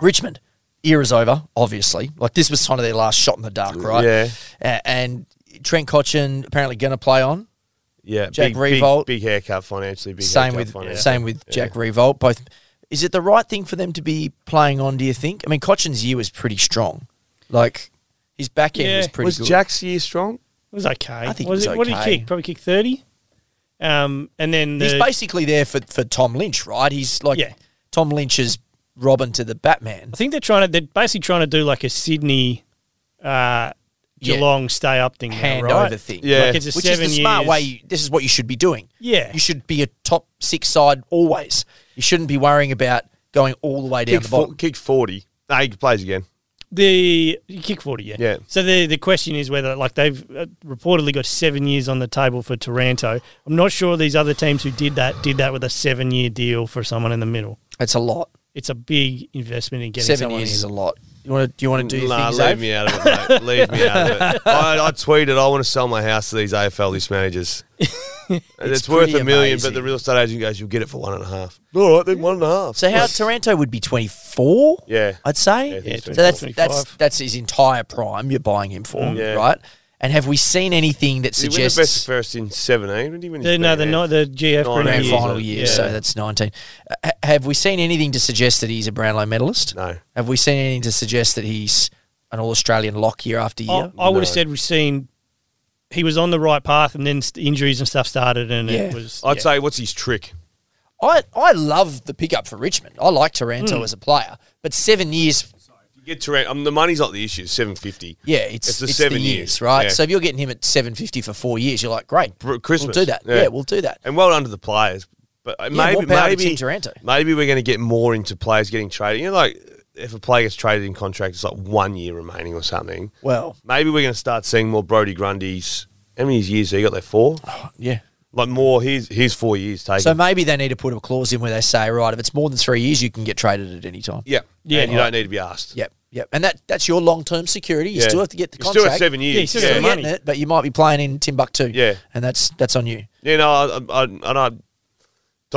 Speaker 2: Richmond era's over, obviously. Like this was kind of their last shot in the dark, right?
Speaker 1: Yeah.
Speaker 2: A- and Trent Cochin apparently going to play on.
Speaker 1: Yeah,
Speaker 2: Jack
Speaker 1: big, big-
Speaker 2: Revolt.
Speaker 1: Big, haircut financially. Big
Speaker 2: same
Speaker 1: haircut
Speaker 2: with
Speaker 1: financially.
Speaker 2: same with Jack Revolt. Both. Is it the right thing for them to be playing on? Do you think? I mean, Cochin's year was pretty strong. Like his back end
Speaker 3: Yeah.
Speaker 2: was pretty
Speaker 1: was
Speaker 2: good.
Speaker 1: Jack's year strong?
Speaker 3: It was okay.
Speaker 2: I think it
Speaker 3: was
Speaker 2: was
Speaker 3: What did he
Speaker 2: okay.
Speaker 3: kick? Probably kick 30. Um, and then the,
Speaker 2: He's basically there for, for Tom Lynch, right? He's like
Speaker 3: Yeah.
Speaker 2: Tom Lynch's Robin to the Batman.
Speaker 3: I think they're trying to. They're basically trying to do like a Sydney, uh,
Speaker 2: Yeah.
Speaker 3: Geelong stay up thing, now,
Speaker 2: Hand
Speaker 3: right?
Speaker 2: over thing.
Speaker 1: Yeah.
Speaker 3: Like it's a
Speaker 2: Which is
Speaker 3: seven
Speaker 2: the smart
Speaker 3: years-
Speaker 2: way. You, this is what you should be doing.
Speaker 3: Yeah.
Speaker 2: You should be a top six side always. You shouldn't be worrying about going all the way down
Speaker 1: Kick,
Speaker 2: the
Speaker 1: four,
Speaker 2: bottom.
Speaker 1: kick 40. No, he plays again.
Speaker 3: The you kick forty, yeah.
Speaker 1: Yeah.
Speaker 3: So the the question is whether like they've uh, reportedly got seven years on the table for Taranto. I'm not sure these other teams who did that did that with a seven year deal for someone in the middle.
Speaker 2: It's a lot.
Speaker 3: It's a big investment in getting
Speaker 2: Seven
Speaker 3: someone
Speaker 2: years
Speaker 3: in.
Speaker 2: is a lot. You want to? Do you want to do your
Speaker 1: Nah,
Speaker 2: things,
Speaker 1: leave
Speaker 2: Dave?
Speaker 1: me out of it, mate. leave me out of it. I, I tweeted, I want to sell my house to these AFL list managers. it's, worth
Speaker 2: pretty
Speaker 1: a million,
Speaker 2: amazing.
Speaker 1: but the real estate agent goes, you'll get it for one and a half. All right, then one and a half.
Speaker 2: So how Taranto would be twenty four?
Speaker 1: Yeah.
Speaker 2: I'd say.
Speaker 1: Yeah, I think
Speaker 2: so
Speaker 1: so.
Speaker 2: that's
Speaker 3: 24.
Speaker 2: that's that's his entire prime. You're buying him for,
Speaker 1: Mm. Yeah.
Speaker 2: right? And have we seen anything that
Speaker 1: Did he win the best
Speaker 2: suggests
Speaker 1: first in 17? Did he win his
Speaker 3: The, no, the
Speaker 1: best?
Speaker 3: not the GF
Speaker 1: Nine
Speaker 3: grand
Speaker 1: grand
Speaker 2: grand
Speaker 1: years,
Speaker 2: final
Speaker 1: isn't it?
Speaker 2: year?
Speaker 1: Yeah.
Speaker 2: So that's nineteen. Uh, ha- have we seen anything to suggest that he's a Brownlow medalist?
Speaker 1: No.
Speaker 2: Have we seen anything to suggest that he's an All Australian lock year after
Speaker 3: I,
Speaker 2: year?
Speaker 3: I would have
Speaker 1: Oh, No.
Speaker 3: said we've seen he was on the right path, and then st- injuries and stuff started, and
Speaker 2: Yeah.
Speaker 3: it was.
Speaker 1: I'd
Speaker 3: yeah.
Speaker 1: say, what's his trick?
Speaker 2: I I love the pickup for Richmond. I like
Speaker 1: Mm.
Speaker 2: Taranto as a player, but seven years
Speaker 1: You get Tarant, I mean, the money's not the issue, 750.
Speaker 2: Yeah,
Speaker 1: It's
Speaker 2: it's, it's,
Speaker 1: the
Speaker 2: the,
Speaker 1: seven
Speaker 2: years,
Speaker 1: years,
Speaker 2: right?
Speaker 1: yeah.
Speaker 2: So if you're getting him at seven fifty for four years, you're like, great,
Speaker 1: Br- Christmas.
Speaker 2: we'll do that. Yeah,
Speaker 1: Yeah.
Speaker 2: we'll do that.
Speaker 1: And well done to the players. But uh,
Speaker 2: Yeah,
Speaker 1: maybe,
Speaker 2: more power to Tim
Speaker 1: maybe,
Speaker 2: Taranto.
Speaker 1: maybe we're going to get more into players getting traded. You know, like if a player gets traded in contract, it's like one year remaining or something.
Speaker 2: Well,
Speaker 1: Maybe we're going to start seeing more Brody Grundy's. How many years have you got there? Four?
Speaker 2: yeah.
Speaker 1: Like more, here's, here's four years taken.
Speaker 2: So maybe they need to put a clause in where they say, right, if it's more than three years, you can get traded at any time.
Speaker 1: yeah.
Speaker 3: Yeah.
Speaker 1: Yeah. And you don't need to be asked.
Speaker 2: Yep, yep. And that that's your long term security. You
Speaker 1: Yeah.
Speaker 2: still have to get the
Speaker 1: You're
Speaker 2: contract.
Speaker 1: Still at seven
Speaker 3: Yeah, you
Speaker 1: years.
Speaker 3: still
Speaker 2: You're
Speaker 3: got
Speaker 1: Yeah,
Speaker 3: the
Speaker 2: getting
Speaker 3: money.
Speaker 2: it, but you might be playing in Timbuktu.
Speaker 1: Yeah.
Speaker 2: and that's that's on you.
Speaker 1: Yeah, no, I, I, I, and I
Speaker 3: Tell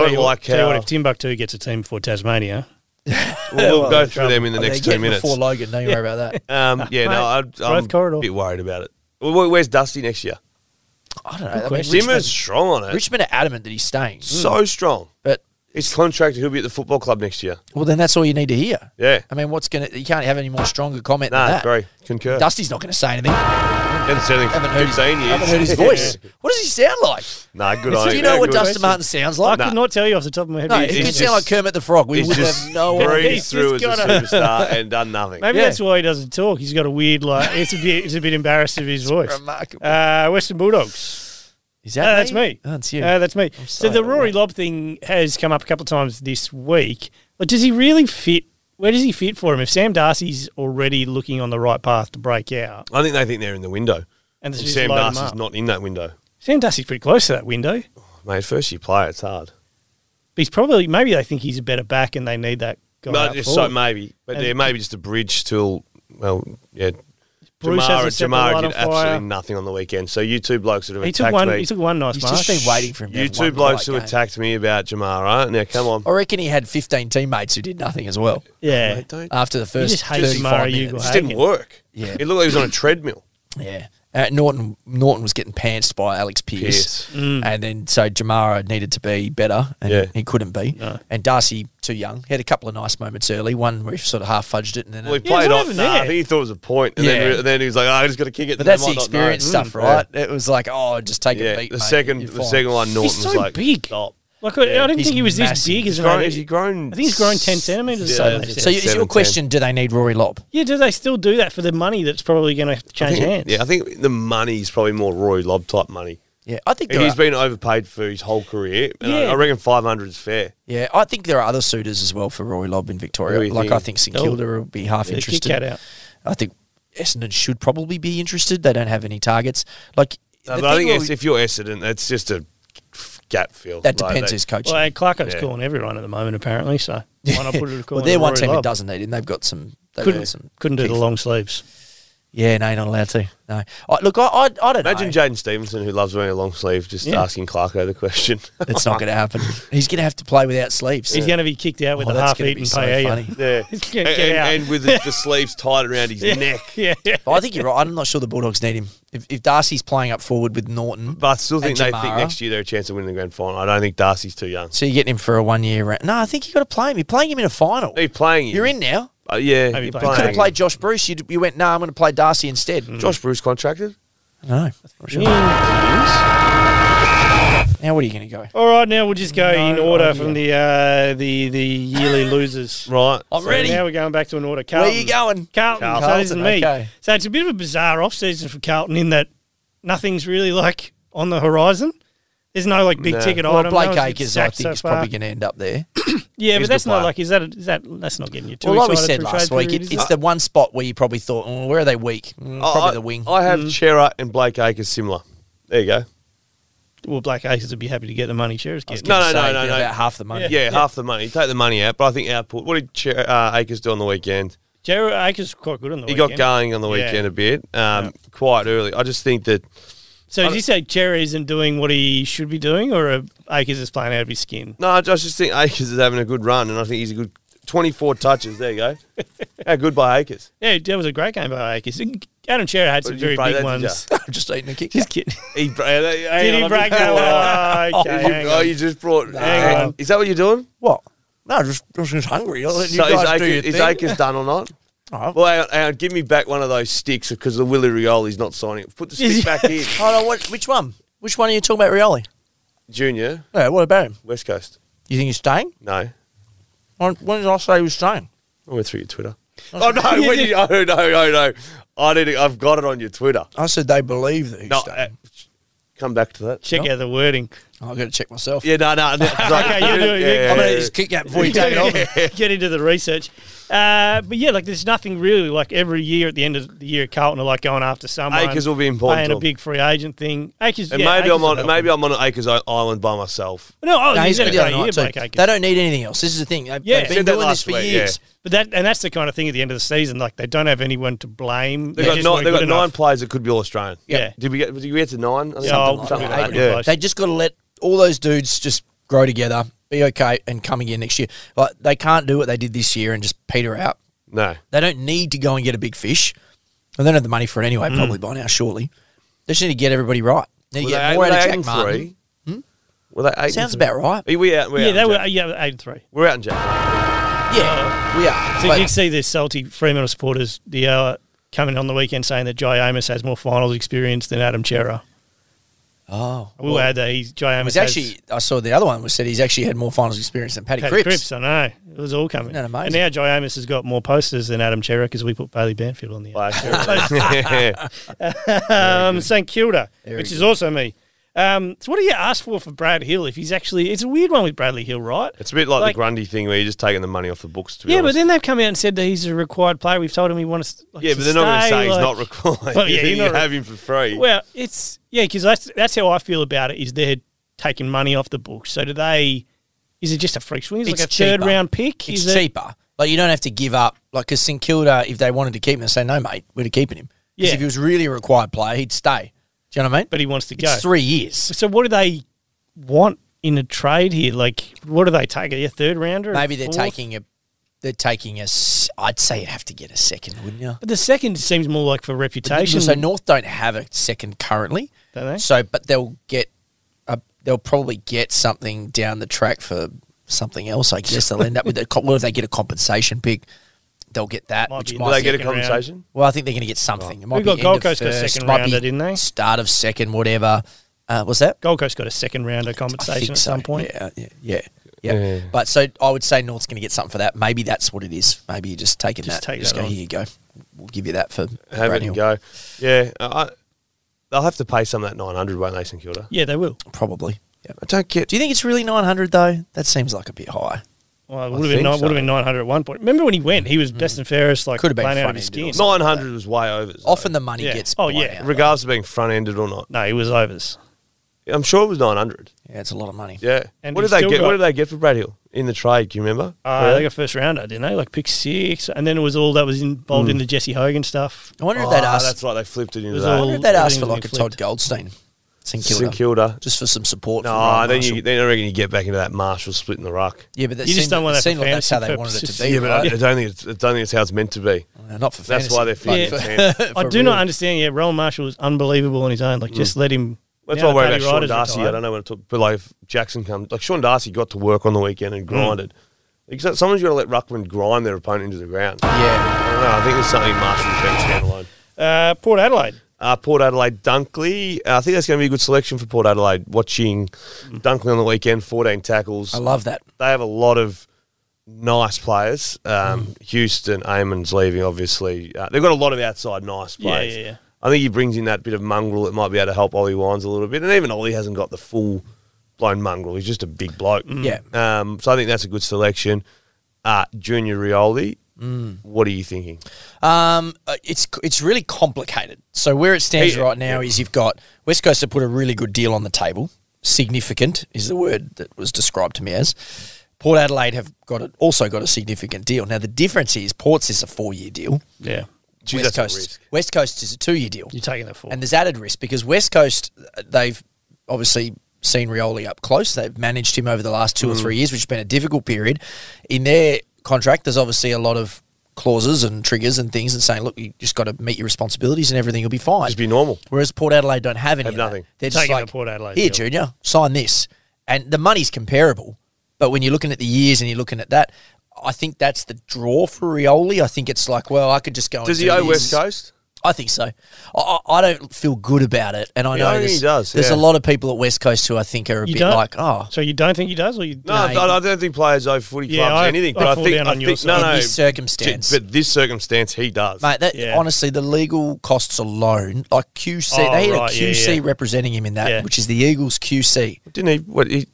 Speaker 1: don't
Speaker 3: you what-
Speaker 1: like
Speaker 3: tell you
Speaker 1: how.
Speaker 3: what, if Timbuktu gets a team for Tasmania,
Speaker 1: we'll
Speaker 3: well,
Speaker 1: go
Speaker 3: they're
Speaker 1: through them in the
Speaker 2: Oh, they're
Speaker 1: next two
Speaker 2: getting
Speaker 1: minutes.
Speaker 2: before Logan. Don't you worry about that.
Speaker 1: Um, yeah, no, I, I'm
Speaker 3: growth corridor.
Speaker 1: a bit worried about it. Well, where- where's Dusty next year?
Speaker 2: I don't know. I mean, Richmond,
Speaker 1: Zimmer's strong on it.
Speaker 2: Richmond are adamant that he's staying,
Speaker 1: so strong.
Speaker 2: but
Speaker 1: He's contracted. He'll be at the football club next year.
Speaker 2: well, then that's all you need to hear.
Speaker 1: Yeah.
Speaker 2: I mean, what's gonna? You can't have any more stronger comment
Speaker 1: Nah,
Speaker 2: than that.
Speaker 1: agree. Concur.
Speaker 2: Dusty's not going to say anything.
Speaker 1: Haven't said anything for
Speaker 2: Haven't heard, his,
Speaker 1: 15 years.
Speaker 2: haven't heard his voice. What does he sound like?
Speaker 1: nah, good on
Speaker 2: Do you
Speaker 1: him.
Speaker 2: know
Speaker 1: Yeah,
Speaker 2: what
Speaker 1: good.
Speaker 2: Dustin Martin sounds
Speaker 3: I
Speaker 2: like?
Speaker 1: Nah.
Speaker 3: could not tell you off the top of my head.
Speaker 2: No,
Speaker 3: but
Speaker 2: he
Speaker 3: it's-
Speaker 2: could
Speaker 1: he's
Speaker 2: sound like
Speaker 1: just-
Speaker 2: Kermit the Frog. We
Speaker 1: He's
Speaker 2: would
Speaker 1: just
Speaker 2: have no idea.
Speaker 1: breezed
Speaker 3: He's
Speaker 1: through as
Speaker 3: just
Speaker 1: a
Speaker 3: gotta-
Speaker 1: superstar and done nothing.
Speaker 3: maybe
Speaker 2: Yeah.
Speaker 3: that's why he doesn't talk. He's got a weird like. It's a bit. It's a bit embarrassing of his voice.
Speaker 2: Remarkable.
Speaker 3: Uh, Western Bulldogs.
Speaker 2: Is
Speaker 3: Uh,
Speaker 2: that
Speaker 3: that's me.
Speaker 2: Oh, that's you.
Speaker 3: Uh, that's me. So
Speaker 2: sorry,
Speaker 3: the
Speaker 2: I'm
Speaker 3: Rory Lobb thing has come up a couple of times this week. But does he really fit? Where does he fit for him? If Sam Darcy's already looking on the right path to break out,
Speaker 1: I think they think they're in the window. And
Speaker 3: and this
Speaker 1: Sam Darcy's
Speaker 3: not.
Speaker 1: not in that window.
Speaker 3: Sam Darcy's pretty close to that window.
Speaker 1: Mate, first you play, it's hard.
Speaker 3: But he's probably maybe they think he's a better back and they need that guy.
Speaker 1: But
Speaker 3: out
Speaker 1: it's so
Speaker 3: forward.
Speaker 1: maybe. But
Speaker 3: And-
Speaker 1: there may be just a bridge till, well, yeah.
Speaker 3: Bruce
Speaker 1: Jamara,
Speaker 3: hasn't set the
Speaker 1: Jamara
Speaker 3: line
Speaker 1: did
Speaker 3: on fire.
Speaker 1: absolutely nothing on the weekend. So you two blokes that have
Speaker 3: he took
Speaker 1: attacked
Speaker 3: one.
Speaker 1: me.
Speaker 3: He took one nice
Speaker 2: He's
Speaker 3: mark.
Speaker 2: just been waiting for him. to
Speaker 1: you
Speaker 2: have
Speaker 1: two
Speaker 2: one
Speaker 1: blokes who
Speaker 2: polite game.
Speaker 1: attacked me about Jamara. Now, come on.
Speaker 2: I reckon he had 15 teammates who did nothing as well
Speaker 3: yeah,
Speaker 1: Mate, don't
Speaker 2: after the first
Speaker 3: just hates
Speaker 2: 35
Speaker 3: Mara
Speaker 2: minutes.
Speaker 1: It
Speaker 3: Ugo.
Speaker 1: just didn't work.
Speaker 2: Yeah.
Speaker 1: It looked like he was on a treadmill.
Speaker 2: Yeah. Uh, Norton Norton was getting pantsed by Alex Pierce,
Speaker 1: Pierce.
Speaker 3: Mm.
Speaker 2: and then so Jamara needed to be better, and
Speaker 1: Yeah.
Speaker 2: he couldn't be. And Darcy too young. He had a couple of nice moments early. One where he sort of half fudged it, and then
Speaker 1: Well, he
Speaker 3: Yeah,
Speaker 1: played off.
Speaker 3: what happened
Speaker 1: Nah,
Speaker 3: there?
Speaker 1: I think he thought it was a point, and,
Speaker 2: Yeah.
Speaker 1: then, and then he was like, "Oh, I just got to kick it."
Speaker 2: But
Speaker 1: they
Speaker 2: that's the
Speaker 1: might not know."
Speaker 2: experience stuff,
Speaker 1: Mm.
Speaker 2: right? It was like, oh, just take
Speaker 1: Yeah,
Speaker 2: a beat.
Speaker 1: the
Speaker 2: mate.
Speaker 1: second,
Speaker 2: You're
Speaker 1: the
Speaker 2: fine.
Speaker 1: second one, Norton
Speaker 3: He's
Speaker 1: was
Speaker 3: so
Speaker 1: like,
Speaker 3: big.
Speaker 1: "Stop."
Speaker 3: Like I didn't
Speaker 2: He's
Speaker 3: think he was this
Speaker 2: massive.
Speaker 3: big as
Speaker 1: He's
Speaker 3: an
Speaker 1: grown.
Speaker 3: age.
Speaker 1: He's grown.
Speaker 3: I think he's grown ten centimeters.
Speaker 1: Yeah.
Speaker 2: So
Speaker 3: or something.
Speaker 1: you-
Speaker 2: is your
Speaker 1: 7-10.
Speaker 2: question? Do they need Rory Lobb?
Speaker 3: yeah, do they still do that for the money that's probably going to
Speaker 1: I
Speaker 3: change
Speaker 1: think-
Speaker 3: hands?
Speaker 1: Yeah, I think the money's probably more Roy Lobb type money.
Speaker 2: Yeah, I think
Speaker 1: And
Speaker 2: there
Speaker 1: He's
Speaker 2: are-
Speaker 1: been overpaid for his whole career, and I,
Speaker 3: Yeah.
Speaker 1: I reckon five hundred is fair.
Speaker 2: yeah, I think there are other suitors as well for Rory Lobb in
Speaker 1: Who do
Speaker 2: Victoria.
Speaker 1: you
Speaker 2: Like I
Speaker 1: think?
Speaker 2: think St
Speaker 3: Oh.
Speaker 2: Kilda will be half
Speaker 3: Yeah, kick
Speaker 2: interested.
Speaker 3: Cat out.
Speaker 2: I think Essendon should probably be interested. They don't have any targets. Like
Speaker 1: No,
Speaker 2: the
Speaker 1: but I
Speaker 2: thing
Speaker 1: think
Speaker 2: where
Speaker 1: it's-
Speaker 2: we-
Speaker 1: if you're Essendon, that's just a gap fill.
Speaker 2: that
Speaker 1: Like,
Speaker 2: depends
Speaker 1: they-
Speaker 2: who's coaching.
Speaker 3: Well, and Clarko's
Speaker 1: Yeah.
Speaker 3: calling everyone at the moment, apparently. So why not put it a call?
Speaker 2: well, they're
Speaker 3: in
Speaker 2: one
Speaker 3: Rory
Speaker 2: team that
Speaker 3: Lobb?
Speaker 2: doesn't need him. They've got some. They've
Speaker 3: Couldn't
Speaker 2: got some
Speaker 3: couldn't do the
Speaker 2: kick-
Speaker 3: long sleeves.
Speaker 2: Yeah, no, you're not allowed to. No, I, look, I, I, I don't
Speaker 1: Imagine
Speaker 2: know.
Speaker 1: Jaden Stevenson, who loves wearing a long sleeve, just
Speaker 3: Yeah.
Speaker 1: asking Clarko the question.
Speaker 2: it's not going to happen. He's going to have to play without sleeves.
Speaker 3: He's going to be kicked out with
Speaker 2: Oh,
Speaker 3: a
Speaker 2: that's gonna
Speaker 3: half-eaten
Speaker 2: be so
Speaker 3: paella.
Speaker 2: funny.
Speaker 1: yeah,
Speaker 3: Get-
Speaker 1: and,
Speaker 3: get
Speaker 1: and-
Speaker 3: out.
Speaker 1: and with the, the sleeves tied around his neck.
Speaker 3: yeah, yeah.
Speaker 2: But I think you're right. I'm not sure the Bulldogs need him. If, if Darcy's playing up forward with Norton,
Speaker 1: But I still think
Speaker 2: And
Speaker 1: they
Speaker 2: Jamara.
Speaker 1: think next year they're a chance of winning the grand final. I don't think Darcy's too young.
Speaker 2: so you're getting him for a one year round. No, I think you got to play him. You're playing him in a final.
Speaker 1: He's playing. him.
Speaker 2: You're in now.
Speaker 1: Uh, yeah,
Speaker 3: Maybe
Speaker 1: you're
Speaker 2: You
Speaker 3: playing. Mm.
Speaker 2: could have
Speaker 1: playing.
Speaker 2: played Josh Bruce. You, you went, no, I'm going to play Darcy instead. Josh,
Speaker 1: Josh Bruce contracted.
Speaker 2: no. not sure.
Speaker 3: Yes.
Speaker 2: Now, what are you going to go?
Speaker 3: All right, now we'll just go
Speaker 2: No
Speaker 3: in order
Speaker 2: idea.
Speaker 3: from the uh, the the yearly losers.
Speaker 1: Right.
Speaker 2: I'm
Speaker 3: So
Speaker 2: ready.
Speaker 3: Now we're going back to an order.
Speaker 2: Where
Speaker 3: Carlton.
Speaker 2: you going?
Speaker 3: Carlton.
Speaker 1: Carlton.
Speaker 3: So this is me.
Speaker 2: Okay.
Speaker 3: So it's a bit of a bizarre off season for Carlton in that nothing's really like on the horizon. There's no like big
Speaker 1: No.
Speaker 3: ticket
Speaker 2: Well,
Speaker 3: item.
Speaker 2: Blake
Speaker 3: No one's been
Speaker 2: Acres, I
Speaker 3: sacked
Speaker 2: think,
Speaker 3: so
Speaker 2: is probably
Speaker 3: far.
Speaker 2: going to end up there.
Speaker 3: Yeah,
Speaker 1: He's
Speaker 3: but
Speaker 1: a good
Speaker 3: that's not
Speaker 1: player.
Speaker 3: like is that is that that's not getting you too
Speaker 2: well, like we
Speaker 3: excited
Speaker 2: said
Speaker 3: through
Speaker 2: last
Speaker 3: trade
Speaker 2: week,
Speaker 3: period,
Speaker 2: it,
Speaker 3: is
Speaker 2: it's
Speaker 3: it?
Speaker 2: the one spot where you probably thought, oh, where are they weak? Mm, probably
Speaker 1: I,
Speaker 2: the wing.
Speaker 1: I have Chera and Blake Acres similar. There you go.
Speaker 3: well, Black Aces would be happy to get the money shares.
Speaker 2: I was
Speaker 3: Get.
Speaker 1: No,
Speaker 2: gonna
Speaker 1: no,
Speaker 2: say,
Speaker 1: no, no,
Speaker 2: they're
Speaker 1: no.
Speaker 2: About half the money.
Speaker 1: Yeah, half the money. Take the money out, but I think output. What did Cher- uh, Acres do on the weekend?
Speaker 3: Jared Akers was quite good on the
Speaker 1: He
Speaker 3: weekend.
Speaker 1: got going on the
Speaker 3: Yeah.
Speaker 1: weekend a bit, um, quite early. I just think that
Speaker 3: So is he say Cherry isn't doing what he should be doing, or uh, Akers is playing out of his skin?
Speaker 1: no, I just just think Akers is having a good run, and I think he's a good twenty-four touches. There you go. How good by Akers?
Speaker 3: Yeah, that was a great game by Akers. Adam Cherry had some
Speaker 1: Did you
Speaker 3: very
Speaker 1: play
Speaker 3: big
Speaker 1: that, did
Speaker 3: ones.
Speaker 1: ya?
Speaker 2: I'm just eating a kick.
Speaker 3: Just kidding.
Speaker 1: He, uh,
Speaker 3: Did he break that one?
Speaker 1: Oh,
Speaker 3: Okay, hang
Speaker 1: you, oh,
Speaker 3: on.
Speaker 1: you just brought.
Speaker 3: Hang
Speaker 1: uh,
Speaker 3: on.
Speaker 1: Is that what you're doing?
Speaker 2: What? No, I just, I was just hungry. I'll let you
Speaker 1: So is,
Speaker 2: guys do your
Speaker 1: Akers, is
Speaker 2: thing.
Speaker 1: Akers done or not?
Speaker 2: Oh,
Speaker 1: Well, hang on, hang on, give me back one of those sticks because the Willy Rioli's not signing. Put the
Speaker 3: he-
Speaker 1: stick back in.
Speaker 2: hold on, what, which one? Which one are you talking about, Rioli?
Speaker 1: Junior,
Speaker 2: Yeah, what about him?
Speaker 1: West Coast.
Speaker 2: You think he's staying?
Speaker 1: No.
Speaker 2: When when did I say he was staying?
Speaker 1: I went through your Twitter. Oh no! When you, oh no! No! No! I need. To, I've got it on your Twitter.
Speaker 2: I said they believe that he's
Speaker 1: No, uh,
Speaker 2: staying.
Speaker 1: come back to that.
Speaker 3: Check out the wording.
Speaker 2: I've got to check myself.
Speaker 1: uh, Yeah, no, no. no
Speaker 3: Okay, you do it, you-
Speaker 2: I'm going to just kick that before you take it off.
Speaker 3: Get into the research. Uh, but yeah, like there's nothing really like every year at the end of the year, Carlton are like going after someone.
Speaker 1: Akers will be important
Speaker 3: Playing
Speaker 1: to
Speaker 3: a
Speaker 1: them.
Speaker 3: big free agent thing. Akers,
Speaker 1: And
Speaker 3: yeah,
Speaker 1: maybe
Speaker 3: Akers
Speaker 1: I'm
Speaker 3: will
Speaker 1: on.
Speaker 3: help
Speaker 1: Maybe
Speaker 3: them.
Speaker 1: I'm on Acres I- Island by myself.
Speaker 3: no, oh,
Speaker 2: No, he's
Speaker 3: he's had a
Speaker 2: good the
Speaker 3: great
Speaker 2: other
Speaker 3: year,
Speaker 2: night too.
Speaker 3: Blake Akers.
Speaker 2: They don't need anything else. This is the thing. They,
Speaker 3: Yeah.
Speaker 2: have
Speaker 1: Said
Speaker 2: been
Speaker 1: that
Speaker 2: doing this
Speaker 1: last
Speaker 2: for
Speaker 1: week, yeah.
Speaker 2: years.
Speaker 3: But that and that's the kind of thing at the end of the season, like they don't have anyone to blame.
Speaker 1: They've
Speaker 3: They
Speaker 1: got,
Speaker 3: just
Speaker 1: nine,
Speaker 3: weren't
Speaker 1: they've got
Speaker 3: good
Speaker 1: nine
Speaker 3: enough.
Speaker 1: players that could be All Australian.
Speaker 3: Yeah.
Speaker 1: Did we get? Did we get to nine? I think?
Speaker 3: Yeah, I'll put
Speaker 1: something
Speaker 3: it
Speaker 1: like
Speaker 3: up.
Speaker 1: that. Yeah.
Speaker 2: They just got to let all those dudes just grow together, be okay, and come again next year. Like they can't do what they did this year and just peter out.
Speaker 1: No.
Speaker 2: They don't need to go and get a big fish. They don't have the money for it anyway.
Speaker 3: Mm.
Speaker 2: Probably by now, surely. They just need to get everybody right. Need to
Speaker 1: Were
Speaker 2: get
Speaker 1: they- were
Speaker 2: more out
Speaker 1: they
Speaker 2: of
Speaker 1: eight
Speaker 2: Jack
Speaker 1: and
Speaker 2: Martin. Hmm?
Speaker 1: three? Were they eight and
Speaker 2: Sounds
Speaker 1: three?
Speaker 2: about right.
Speaker 1: Are we out? We're
Speaker 3: Yeah,
Speaker 1: out
Speaker 3: they
Speaker 1: in
Speaker 3: were
Speaker 1: Jack-
Speaker 3: yeah eight and three.
Speaker 1: We're out in Jack.
Speaker 2: Yeah, we are.
Speaker 3: So
Speaker 2: But
Speaker 3: you can see the salty Fremantle supporters the uh, coming on the weekend saying that Jai Amos has more finals experience than Adam Chera.
Speaker 2: oh,
Speaker 3: I will
Speaker 2: well,
Speaker 3: add that he's Jai
Speaker 2: it was
Speaker 3: Amos has-
Speaker 2: actually. I saw the other one was said he's actually had more finals experience than Paddy,
Speaker 3: Paddy
Speaker 2: Cripps.
Speaker 3: Cripps. I know it was all coming.
Speaker 2: Isn't that amazing?
Speaker 3: And now Jai Amos has got more posters than Adam Chera because we put Bailey Banfield on the
Speaker 1: Like, yeah.
Speaker 3: um, St Kilda,
Speaker 2: Very
Speaker 3: which is
Speaker 2: good.
Speaker 3: also me. Um, so what do you ask for for Brad Hill if he's actually? It's a weird one with Bradley Hill, right?
Speaker 1: It's a bit like,
Speaker 3: Like-
Speaker 1: the Grundy thing where you're just taking the money off the books. To be
Speaker 3: yeah,
Speaker 1: honest.
Speaker 3: but then they've come out and said that he's a required player. We've told him we want to. Like,
Speaker 1: yeah,
Speaker 3: to
Speaker 1: but they're not going to
Speaker 3: stay,
Speaker 1: say he's
Speaker 3: like-
Speaker 1: not required.
Speaker 3: Well, yeah,
Speaker 1: you
Speaker 3: you're not-
Speaker 1: have him for free.
Speaker 3: Well, it's yeah, because that's that's how I feel about it. Is they're taking money off the books. So do they? Is it just a freak swing? Is it like
Speaker 2: It's
Speaker 3: a third
Speaker 2: cheaper.
Speaker 3: round pick?
Speaker 2: It's
Speaker 3: is it-
Speaker 2: cheaper. Like you don't have to give up. Like because St Kilda, if they wanted to keep him, they say no, mate, we're to keeping him. 'Cause
Speaker 3: Yeah.
Speaker 2: if he was really a required player, he'd stay. Do you know what I mean?
Speaker 3: But he wants to
Speaker 2: it's
Speaker 3: go.
Speaker 2: three years.
Speaker 3: So what do they want in a trade here? Like, what do they take? A third rounder?
Speaker 2: Maybe they're
Speaker 3: Fourth?
Speaker 2: taking a. They're taking a. s- I'd say you'd have to get a second, wouldn't you?
Speaker 3: But the second seems more like for reputation.
Speaker 2: So North don't have a second currently.
Speaker 3: Don't they?
Speaker 2: So, but they'll get. A, they'll probably get something down the track for something else. I guess they'll end up with a. co- What if they get a compensation pick? They'll get that,
Speaker 3: Might
Speaker 2: which
Speaker 3: be
Speaker 1: Do
Speaker 2: might
Speaker 1: they get a
Speaker 3: second round.
Speaker 1: conversation?
Speaker 2: Well, I think they're going to get something. It might
Speaker 3: We've
Speaker 2: be
Speaker 3: got
Speaker 2: end
Speaker 3: Gold
Speaker 2: of
Speaker 3: Coast got a
Speaker 2: first,
Speaker 3: second
Speaker 2: might
Speaker 3: rounder,
Speaker 2: be
Speaker 3: didn't they?
Speaker 2: Start of second, whatever. Uh, was that?
Speaker 3: Gold Coast got a second rounder
Speaker 2: I
Speaker 3: compensation
Speaker 2: think
Speaker 3: at
Speaker 2: so.
Speaker 3: some point.
Speaker 2: Yeah, yeah, yeah, yeah.
Speaker 1: Yeah.
Speaker 2: But so I would say North's going to get something for that. Maybe that's what it is. Maybe you're just taking
Speaker 3: Just
Speaker 2: that.
Speaker 3: take
Speaker 2: just
Speaker 3: that
Speaker 2: go,
Speaker 3: on.
Speaker 2: here you go. We'll give you that for
Speaker 1: have
Speaker 2: Brad
Speaker 1: it and
Speaker 2: Hill."
Speaker 1: go. Yeah, uh, I, they'll have to pay some of that 900, won't they, St Kilda?
Speaker 3: Yeah, they will.
Speaker 2: Probably. Yeah.
Speaker 1: I don't get.
Speaker 2: Do you think it's really 900 though? That seems like a bit high.
Speaker 3: Well, it
Speaker 1: I
Speaker 3: would have been
Speaker 1: think
Speaker 3: nine, would
Speaker 1: so.
Speaker 3: have been nine hundred at one point. Remember when he went? He was best and fairest, like
Speaker 2: Could have Hmm. been
Speaker 3: playing out of
Speaker 2: front
Speaker 3: his
Speaker 2: ended or
Speaker 3: skin.
Speaker 2: something.
Speaker 1: 900 was way over. so-
Speaker 2: Often the money
Speaker 3: Yeah.
Speaker 2: gets.
Speaker 3: Oh,
Speaker 2: blown
Speaker 3: yeah.
Speaker 2: out.
Speaker 1: regardless of being front ended or not.
Speaker 3: No, he was overs.
Speaker 1: I'm sure it was 900.
Speaker 2: Yeah, it's a lot of money.
Speaker 1: Yeah.
Speaker 3: And
Speaker 1: what
Speaker 3: he's
Speaker 1: did they
Speaker 3: still
Speaker 1: get? what
Speaker 3: got-
Speaker 1: did they get for Brad Hill in the trade? Do you remember?
Speaker 3: Uh,
Speaker 1: Yeah.
Speaker 3: They got first rounder, didn't they? Like pick six, and then it was all that was involved in the Jesse Hogan stuff.
Speaker 2: Hmm. I wonder if
Speaker 1: Oh,
Speaker 2: they'd ask.
Speaker 1: That's right. They flipped it into
Speaker 3: was
Speaker 1: that.
Speaker 3: all-
Speaker 2: I wonder if they'd ask for
Speaker 3: everything
Speaker 2: like a
Speaker 3: we
Speaker 2: Todd
Speaker 3: flipped.
Speaker 2: Goldstein, St Kilda,
Speaker 1: St Kilda.
Speaker 2: just for some support. from
Speaker 1: No,
Speaker 2: Ryan
Speaker 1: then
Speaker 2: Marshall.
Speaker 1: you, then I reckon you get back into that Marshall split in the ruck.
Speaker 2: Yeah, but that
Speaker 3: You
Speaker 2: seemed,
Speaker 3: just don't want
Speaker 2: it
Speaker 3: that for
Speaker 2: seemed like that's how they
Speaker 3: fantasy
Speaker 2: wanted it to
Speaker 3: purposes.
Speaker 2: be.
Speaker 3: Yeah, but I-
Speaker 2: right?
Speaker 1: I don't think it's, I don't think it's how it's meant to be.
Speaker 2: Uh, Not for
Speaker 1: That's
Speaker 2: fantasy,
Speaker 1: why they're
Speaker 2: but
Speaker 1: fifteen.
Speaker 2: for-
Speaker 1: cents.
Speaker 3: I
Speaker 2: for
Speaker 3: do not
Speaker 2: real. Hmm.
Speaker 3: understand. Yeah, Rowan Marshall was unbelievable on his own. Like, just let him.
Speaker 1: That's
Speaker 3: now
Speaker 1: why I worry
Speaker 3: Paddy
Speaker 1: about Sean
Speaker 3: Ryder's
Speaker 1: Darcy. I
Speaker 3: retired.
Speaker 1: don't know when it took, but like if Jackson comes, like Sean Darcy got to work on the weekend
Speaker 3: Hmm.
Speaker 1: and grinded. Except someone's got to let Ruckman grind their opponent into the ground. I
Speaker 2: Yeah,
Speaker 1: don't know. I think there's something Marshall's going to stand alone.
Speaker 3: Uh, Port Adelaide.
Speaker 1: Uh, Port Adelaide Dunkley. Uh, I think that's going to be a good selection for Port Adelaide. Watching
Speaker 3: Mm.
Speaker 1: Dunkley on the weekend, 14 tackles.
Speaker 2: I love that.
Speaker 1: they have a lot of nice players. Um,
Speaker 3: Mm.
Speaker 1: Houston, Eamon's leaving, obviously. Uh, they've got a lot of outside nice
Speaker 3: Yeah,
Speaker 1: players.
Speaker 3: yeah, yeah.
Speaker 1: I think he brings in that bit of mongrel that might be able to help Ollie Wines a little bit. And even Ollie hasn't got the full blown mongrel. He's just a big bloke.
Speaker 3: Mm.
Speaker 2: Yeah.
Speaker 1: Um, so I think that's a good selection. Uh, Junior Rioli,
Speaker 2: Mm.
Speaker 1: what are you thinking?
Speaker 2: Um, uh, it's it's really complicated. So where it stands
Speaker 1: Hey,
Speaker 2: right now is you've got West Coast have put a really good deal on the table. Significant is the word that was described to me as. Port Adelaide have got a, also got a significant deal. Now the difference is Ports is a four year deal.
Speaker 3: Yeah.
Speaker 1: Gee,
Speaker 2: West
Speaker 1: that's a
Speaker 2: Coast
Speaker 1: risk.
Speaker 2: West Coast is a two year deal.
Speaker 3: You're taking that for.
Speaker 2: And there's added risk because West Coast, uh, they've obviously seen Rioli up close. They've managed him over the last two or
Speaker 1: Mm.
Speaker 2: three years, which has been a difficult period. In their contract, there's obviously a lot of clauses and triggers and things and saying, look, you just got to meet your responsibilities and everything will be fine.
Speaker 1: Just be normal.
Speaker 2: Whereas Port Adelaide don't have any.
Speaker 1: Have
Speaker 2: of that.
Speaker 1: nothing.
Speaker 2: They're just
Speaker 3: Taking the
Speaker 2: like,
Speaker 3: Port Adelaide
Speaker 2: here,
Speaker 3: deal."
Speaker 2: junior, sign this. And the money's comparable. But when you're looking at the years and you're looking at that, I think that's the draw for Rioli. I think it's like, well, I could just go. and
Speaker 1: Does he
Speaker 2: do
Speaker 1: owe West
Speaker 2: this.
Speaker 1: Coast?
Speaker 2: I think so. I, I I don't feel good about it, and I
Speaker 1: Yeah,
Speaker 2: know
Speaker 1: I think
Speaker 2: there's,
Speaker 1: he does,
Speaker 2: there's
Speaker 1: yeah.
Speaker 2: a lot of people at West Coast who I think are a
Speaker 3: You
Speaker 2: bit
Speaker 3: don't?
Speaker 2: like, oh,
Speaker 3: so you don't think he does, or you?
Speaker 1: No, I- I, I don't think players owe footy
Speaker 3: Yeah,
Speaker 1: clubs
Speaker 3: I-
Speaker 1: anything.
Speaker 3: I
Speaker 1: But I,
Speaker 3: fall
Speaker 1: think,
Speaker 3: down
Speaker 1: I
Speaker 3: on your
Speaker 1: think
Speaker 3: side.
Speaker 1: no,
Speaker 2: in
Speaker 1: no.
Speaker 2: this circumstance,
Speaker 1: But this circumstance, he does.
Speaker 2: mate. That
Speaker 3: Yeah.
Speaker 2: honestly, the legal costs alone, like QC,
Speaker 3: Oh,
Speaker 2: they had
Speaker 3: right,
Speaker 2: a
Speaker 3: yeah,
Speaker 2: QC
Speaker 3: yeah.
Speaker 2: representing him in that,
Speaker 3: Yeah.
Speaker 2: which is the Eagles QC.
Speaker 1: Didn't he? What he?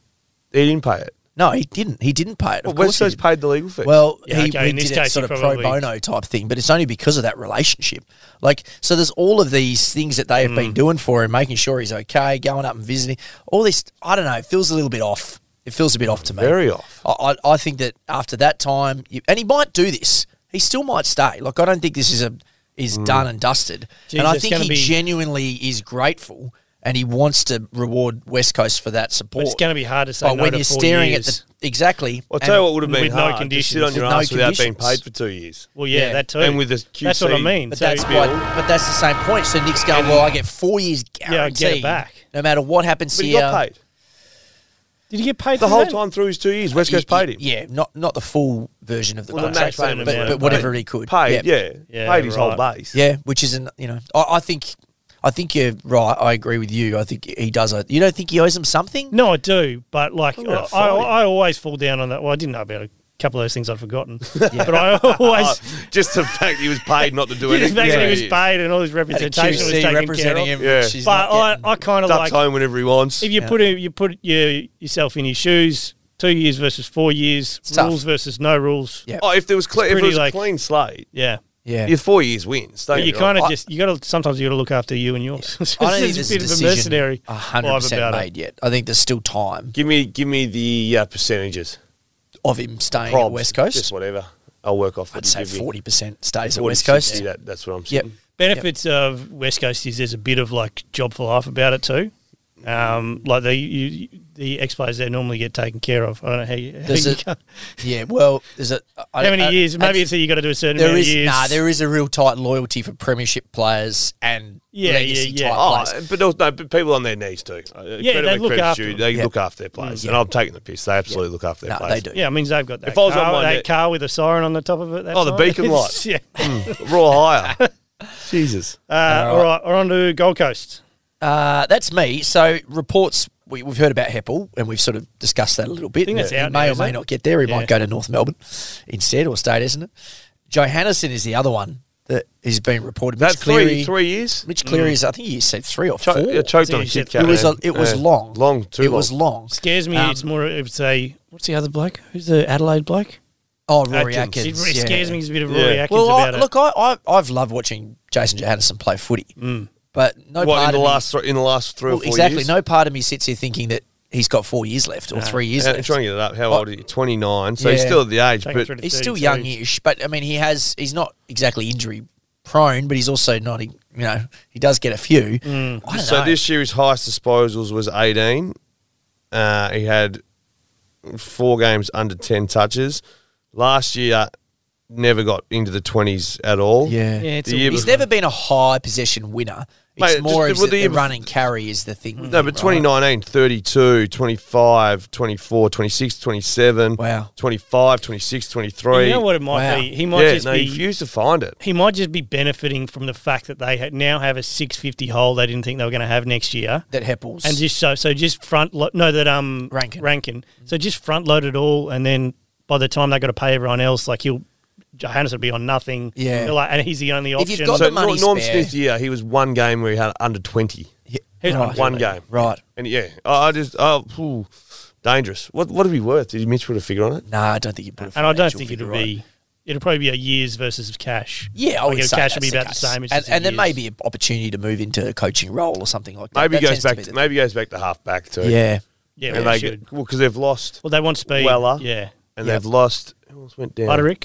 Speaker 1: He didn't pay it.
Speaker 2: No, he didn't. He didn't pay it.
Speaker 1: Well,
Speaker 2: Of course
Speaker 1: West
Speaker 2: he
Speaker 1: Coast
Speaker 2: didn't.
Speaker 1: paid the legal fee.
Speaker 2: Well,
Speaker 3: Yeah,
Speaker 2: he,
Speaker 3: okay,
Speaker 2: he
Speaker 3: in this
Speaker 2: did
Speaker 3: case,
Speaker 2: it
Speaker 3: he
Speaker 2: sort of pro
Speaker 3: probably-
Speaker 2: bono type thing, but it's only because of that relationship. Like, so there's all of these things that they have
Speaker 3: Mm.
Speaker 2: been doing for him, making sure he's okay, going up and visiting. All this, I don't know, it feels a little bit off. It feels a bit off to me.
Speaker 1: Very off.
Speaker 2: I, I, I think that after that time, you, and he might do this. He still might stay. Like, I don't think this is a
Speaker 3: Mm.
Speaker 2: is done and dusted.
Speaker 3: Jeez,
Speaker 2: and I
Speaker 3: it's
Speaker 2: think
Speaker 3: gonna
Speaker 2: he
Speaker 3: be-
Speaker 2: genuinely is grateful, and he wants to reward West Coast for that support.
Speaker 3: But it's going to be hard to say.
Speaker 2: But
Speaker 3: no
Speaker 2: when
Speaker 3: to
Speaker 2: you're
Speaker 3: four
Speaker 2: staring
Speaker 3: years.
Speaker 2: at the exactly,
Speaker 1: I'll
Speaker 2: and-
Speaker 1: tell you what would have been
Speaker 3: with no
Speaker 1: hard. Just sit
Speaker 3: conditions.
Speaker 1: on your
Speaker 2: With no
Speaker 1: ass without being
Speaker 2: conditions.
Speaker 1: paid for two years.
Speaker 3: Well, yeah,
Speaker 2: Yeah.
Speaker 3: that too.
Speaker 1: And with the
Speaker 3: that's what I
Speaker 1: QC
Speaker 3: mean.
Speaker 2: But
Speaker 3: So-
Speaker 2: that's why. But that's the same point. So Nick's going, well, I get four years guaranteed.
Speaker 3: Yeah, I get it back.
Speaker 2: No matter what happens
Speaker 1: But he
Speaker 2: here,
Speaker 1: got paid
Speaker 3: Did he get paid
Speaker 1: the
Speaker 3: for
Speaker 1: whole
Speaker 3: that?
Speaker 1: time through his two years. West
Speaker 2: Y-
Speaker 1: Coast paid him.
Speaker 2: Yeah, not not the full version of the
Speaker 1: Well, the
Speaker 2: contract,
Speaker 1: max
Speaker 2: but,
Speaker 1: payment
Speaker 2: but,
Speaker 3: amount.
Speaker 2: but whatever he could.
Speaker 1: Paid, yeah,
Speaker 3: Yeah,
Speaker 1: paid his whole
Speaker 3: right.
Speaker 1: base.
Speaker 2: yeah, which is an you know, I, I think. I think you're right. I agree with you. I think he does. owe- You don't think he owes him something?
Speaker 3: No, I do, but like I,
Speaker 1: gonna
Speaker 3: I,
Speaker 1: fight.
Speaker 3: always fall down on that. Well, I didn't know about a couple of those things I'd forgotten, but I always.
Speaker 1: Oh, just the fact he was paid not to do anything.
Speaker 3: Just the fact that he was
Speaker 1: Yeah.
Speaker 3: paid and all his
Speaker 2: Had a
Speaker 3: representation was taken
Speaker 2: QC
Speaker 3: care
Speaker 2: representing
Speaker 3: of.
Speaker 2: him.
Speaker 1: Yeah.
Speaker 2: which he's
Speaker 3: But I,
Speaker 2: not
Speaker 3: I kind of
Speaker 1: Ducks
Speaker 3: like
Speaker 1: home whenever he wants.
Speaker 3: if you put a, you put your, yourself in his shoes, two years versus four years,
Speaker 2: It's tough.
Speaker 3: rules versus no rules.
Speaker 2: Yeah.
Speaker 1: oh, if there was, cle- if it
Speaker 3: pretty
Speaker 1: was
Speaker 3: like-
Speaker 1: a clean slate,
Speaker 3: yeah.
Speaker 2: yeah.
Speaker 1: your four years wins. Don't
Speaker 3: But you
Speaker 1: get me wrong.
Speaker 3: kind of
Speaker 2: I-
Speaker 3: just you got to sometimes you got to look after you and yours. It's
Speaker 2: I don't think there's
Speaker 3: just a
Speaker 2: a
Speaker 3: bit of a
Speaker 2: decision
Speaker 3: mercenary
Speaker 2: a hundred
Speaker 3: vibe
Speaker 2: percent
Speaker 3: about it.
Speaker 2: made yet. I think there's still time
Speaker 1: give me give me the uh, percentages.
Speaker 2: of him staying
Speaker 1: Probs,
Speaker 2: at West Coast.
Speaker 1: just whatever. I'll work off. what
Speaker 2: I'd
Speaker 1: you
Speaker 2: say
Speaker 1: give me.
Speaker 2: forty percent stays at
Speaker 1: 40,
Speaker 2: West Coast.
Speaker 1: 60, that- that's what I'm
Speaker 2: Yep.
Speaker 1: saying.
Speaker 3: benefits of West Coast is there's a bit of like job for life about it too. Um, like the you, the ex players they normally get taken care of. I don't know how you. How,
Speaker 2: There's
Speaker 3: you
Speaker 2: a-
Speaker 3: go-
Speaker 2: Yeah, well, there's a I-
Speaker 3: how many
Speaker 2: I-
Speaker 3: years?
Speaker 2: I-
Speaker 3: Maybe it's that you got to do a certain
Speaker 2: there
Speaker 3: amount
Speaker 2: is
Speaker 3: of years.
Speaker 2: nah, there is a real tight loyalty for premiership players and
Speaker 3: Yeah, yeah,
Speaker 2: legacy
Speaker 3: yeah.
Speaker 2: type
Speaker 1: Oh,
Speaker 2: players.
Speaker 1: but also, no, but people on their knees too. Uh,
Speaker 3: Yeah, they look after them.
Speaker 1: They
Speaker 2: Yeah. Mm,
Speaker 1: look after their players,
Speaker 2: Yeah.
Speaker 1: and I'm taking the piss. They absolutely look after their
Speaker 2: No, they
Speaker 1: players.
Speaker 2: do.
Speaker 3: yeah, I mean they've got that.
Speaker 1: If I was on
Speaker 3: car,
Speaker 1: one,
Speaker 3: that
Speaker 1: yeah.
Speaker 3: car with a siren on the top of it. that
Speaker 1: Oh, the
Speaker 3: time.
Speaker 1: beacon light.
Speaker 3: yeah.
Speaker 1: Mm. Raw higher. Jesus.
Speaker 3: Uh, all right, we're on to Gold Coast.
Speaker 2: Uh, that's me. So reports we, we've heard about Heppel and we've sort of discussed that a little bit.
Speaker 3: think that's
Speaker 2: he
Speaker 3: out
Speaker 2: may
Speaker 3: now,
Speaker 2: or
Speaker 3: is
Speaker 2: may
Speaker 3: it?
Speaker 2: not get there. He
Speaker 3: Yeah.
Speaker 2: might go to North Melbourne instead or state, isn't it? Johannesson is the other one that is being reported. Mitch
Speaker 1: That's three
Speaker 2: Cleary,
Speaker 1: three years.
Speaker 2: Mitch
Speaker 3: Mm.
Speaker 2: Cleary is I think you said three or
Speaker 1: Cho-
Speaker 2: four.
Speaker 1: yeah, choked
Speaker 3: I
Speaker 1: on a
Speaker 3: think you
Speaker 1: Kit
Speaker 3: said
Speaker 1: Kat.
Speaker 2: it was
Speaker 1: man.
Speaker 2: a, it was
Speaker 1: Yeah.
Speaker 2: long,
Speaker 1: long, too
Speaker 2: It
Speaker 1: long.
Speaker 2: was long.
Speaker 3: Scares me.
Speaker 2: Um,
Speaker 3: it's more. It would say what's the other bloke? Who's the Adelaide bloke?
Speaker 2: Oh, Rory
Speaker 1: Atkins.
Speaker 2: Atkins.
Speaker 3: It really
Speaker 2: yeah.
Speaker 3: scares me. He's a bit of
Speaker 1: Yeah.
Speaker 3: Rory Atkins
Speaker 2: Well, I,
Speaker 3: about
Speaker 2: look, I, I I've loved watching Jason Johansson play footy, but no
Speaker 1: Mm. What
Speaker 2: part
Speaker 1: in the
Speaker 2: of
Speaker 1: last thr- in the last
Speaker 2: me,
Speaker 1: three
Speaker 2: well,
Speaker 1: or four
Speaker 2: exactly
Speaker 1: years?
Speaker 2: no part of me sits here thinking that he's got four years left or three years
Speaker 1: Uh, I'm
Speaker 2: left.
Speaker 1: trying to get it up. How old is he? 29. So he's
Speaker 2: Yeah.
Speaker 1: still at the age,
Speaker 3: Take
Speaker 1: but
Speaker 3: it through to-
Speaker 2: he's still
Speaker 3: 32.
Speaker 2: youngish, but I mean he has he's not exactly injury prone, but he's also not you know he does get a few. I don't
Speaker 1: Mm. so
Speaker 2: know.
Speaker 1: this year his highest disposals was 18. Uh, he had four games under 10 touches. Last year never got into the 20s at all.
Speaker 2: yeah,
Speaker 3: it. Yeah, it's
Speaker 1: the
Speaker 3: a
Speaker 1: year
Speaker 3: weird-
Speaker 2: he's never been a high possession winner. It's
Speaker 1: Mate, just
Speaker 2: more
Speaker 1: the-
Speaker 2: is
Speaker 1: well,
Speaker 2: that
Speaker 1: the
Speaker 2: the,
Speaker 1: year bef-
Speaker 2: run and carry is the thing. with
Speaker 1: No,
Speaker 2: him,
Speaker 1: but
Speaker 2: right?
Speaker 1: 2019, 32, 25, 24, 26, 27,
Speaker 2: Wow.
Speaker 1: 25, 26, 23.
Speaker 3: You know what it might
Speaker 2: Wow.
Speaker 3: be. He might
Speaker 1: Yeah,
Speaker 3: just
Speaker 1: no,
Speaker 3: be
Speaker 1: he refused to find it.
Speaker 3: he might just be benefiting from the fact that they ha- now have a 650 hole they didn't think they were going to have next year.
Speaker 2: that Heppels
Speaker 3: And just so, so just front lo- no that um
Speaker 2: Rankin. Mm.
Speaker 3: So just front load it all, and then by the time they got to pay everyone else, like he'll Johannes would be on nothing.
Speaker 2: Yeah.
Speaker 3: They're like, and he's the only
Speaker 2: If
Speaker 3: option.
Speaker 2: you've got
Speaker 1: So
Speaker 2: the money
Speaker 1: Nor- Norm
Speaker 2: spare.
Speaker 1: Smith's year, he was one game where he had under 20.
Speaker 2: Yeah,
Speaker 3: He's on
Speaker 2: right,
Speaker 1: One game.
Speaker 2: right.
Speaker 1: And yeah, I I just oh, phew, dangerous. What what did he worth? Did Mitch put a figure on it?
Speaker 2: No, I don't think you put. a
Speaker 3: and I don't
Speaker 2: financial
Speaker 3: think
Speaker 2: figure
Speaker 3: it'll
Speaker 2: on it.
Speaker 3: be. It'll probably be a years versus cash.
Speaker 2: Yeah, I
Speaker 3: Like,
Speaker 2: would
Speaker 3: if
Speaker 2: say that's
Speaker 3: cash will be
Speaker 2: the
Speaker 3: about
Speaker 2: case.
Speaker 3: the same. It's
Speaker 2: and
Speaker 3: just a
Speaker 2: and there may
Speaker 3: years.
Speaker 2: be an opportunity to move into a coaching role or something like that.
Speaker 1: Maybe
Speaker 2: that
Speaker 1: he goes
Speaker 2: tends to
Speaker 1: back.
Speaker 2: be
Speaker 1: To
Speaker 2: the-
Speaker 1: maybe he goes back to half back too.
Speaker 2: yeah,
Speaker 3: yeah,
Speaker 1: and
Speaker 3: they
Speaker 1: they
Speaker 3: should.
Speaker 1: get, well because they've lost.
Speaker 3: Well, they want speed.
Speaker 1: Weller.
Speaker 3: yeah,
Speaker 1: and
Speaker 2: Yep.
Speaker 1: they've lost. Who else went down?
Speaker 3: Butterick.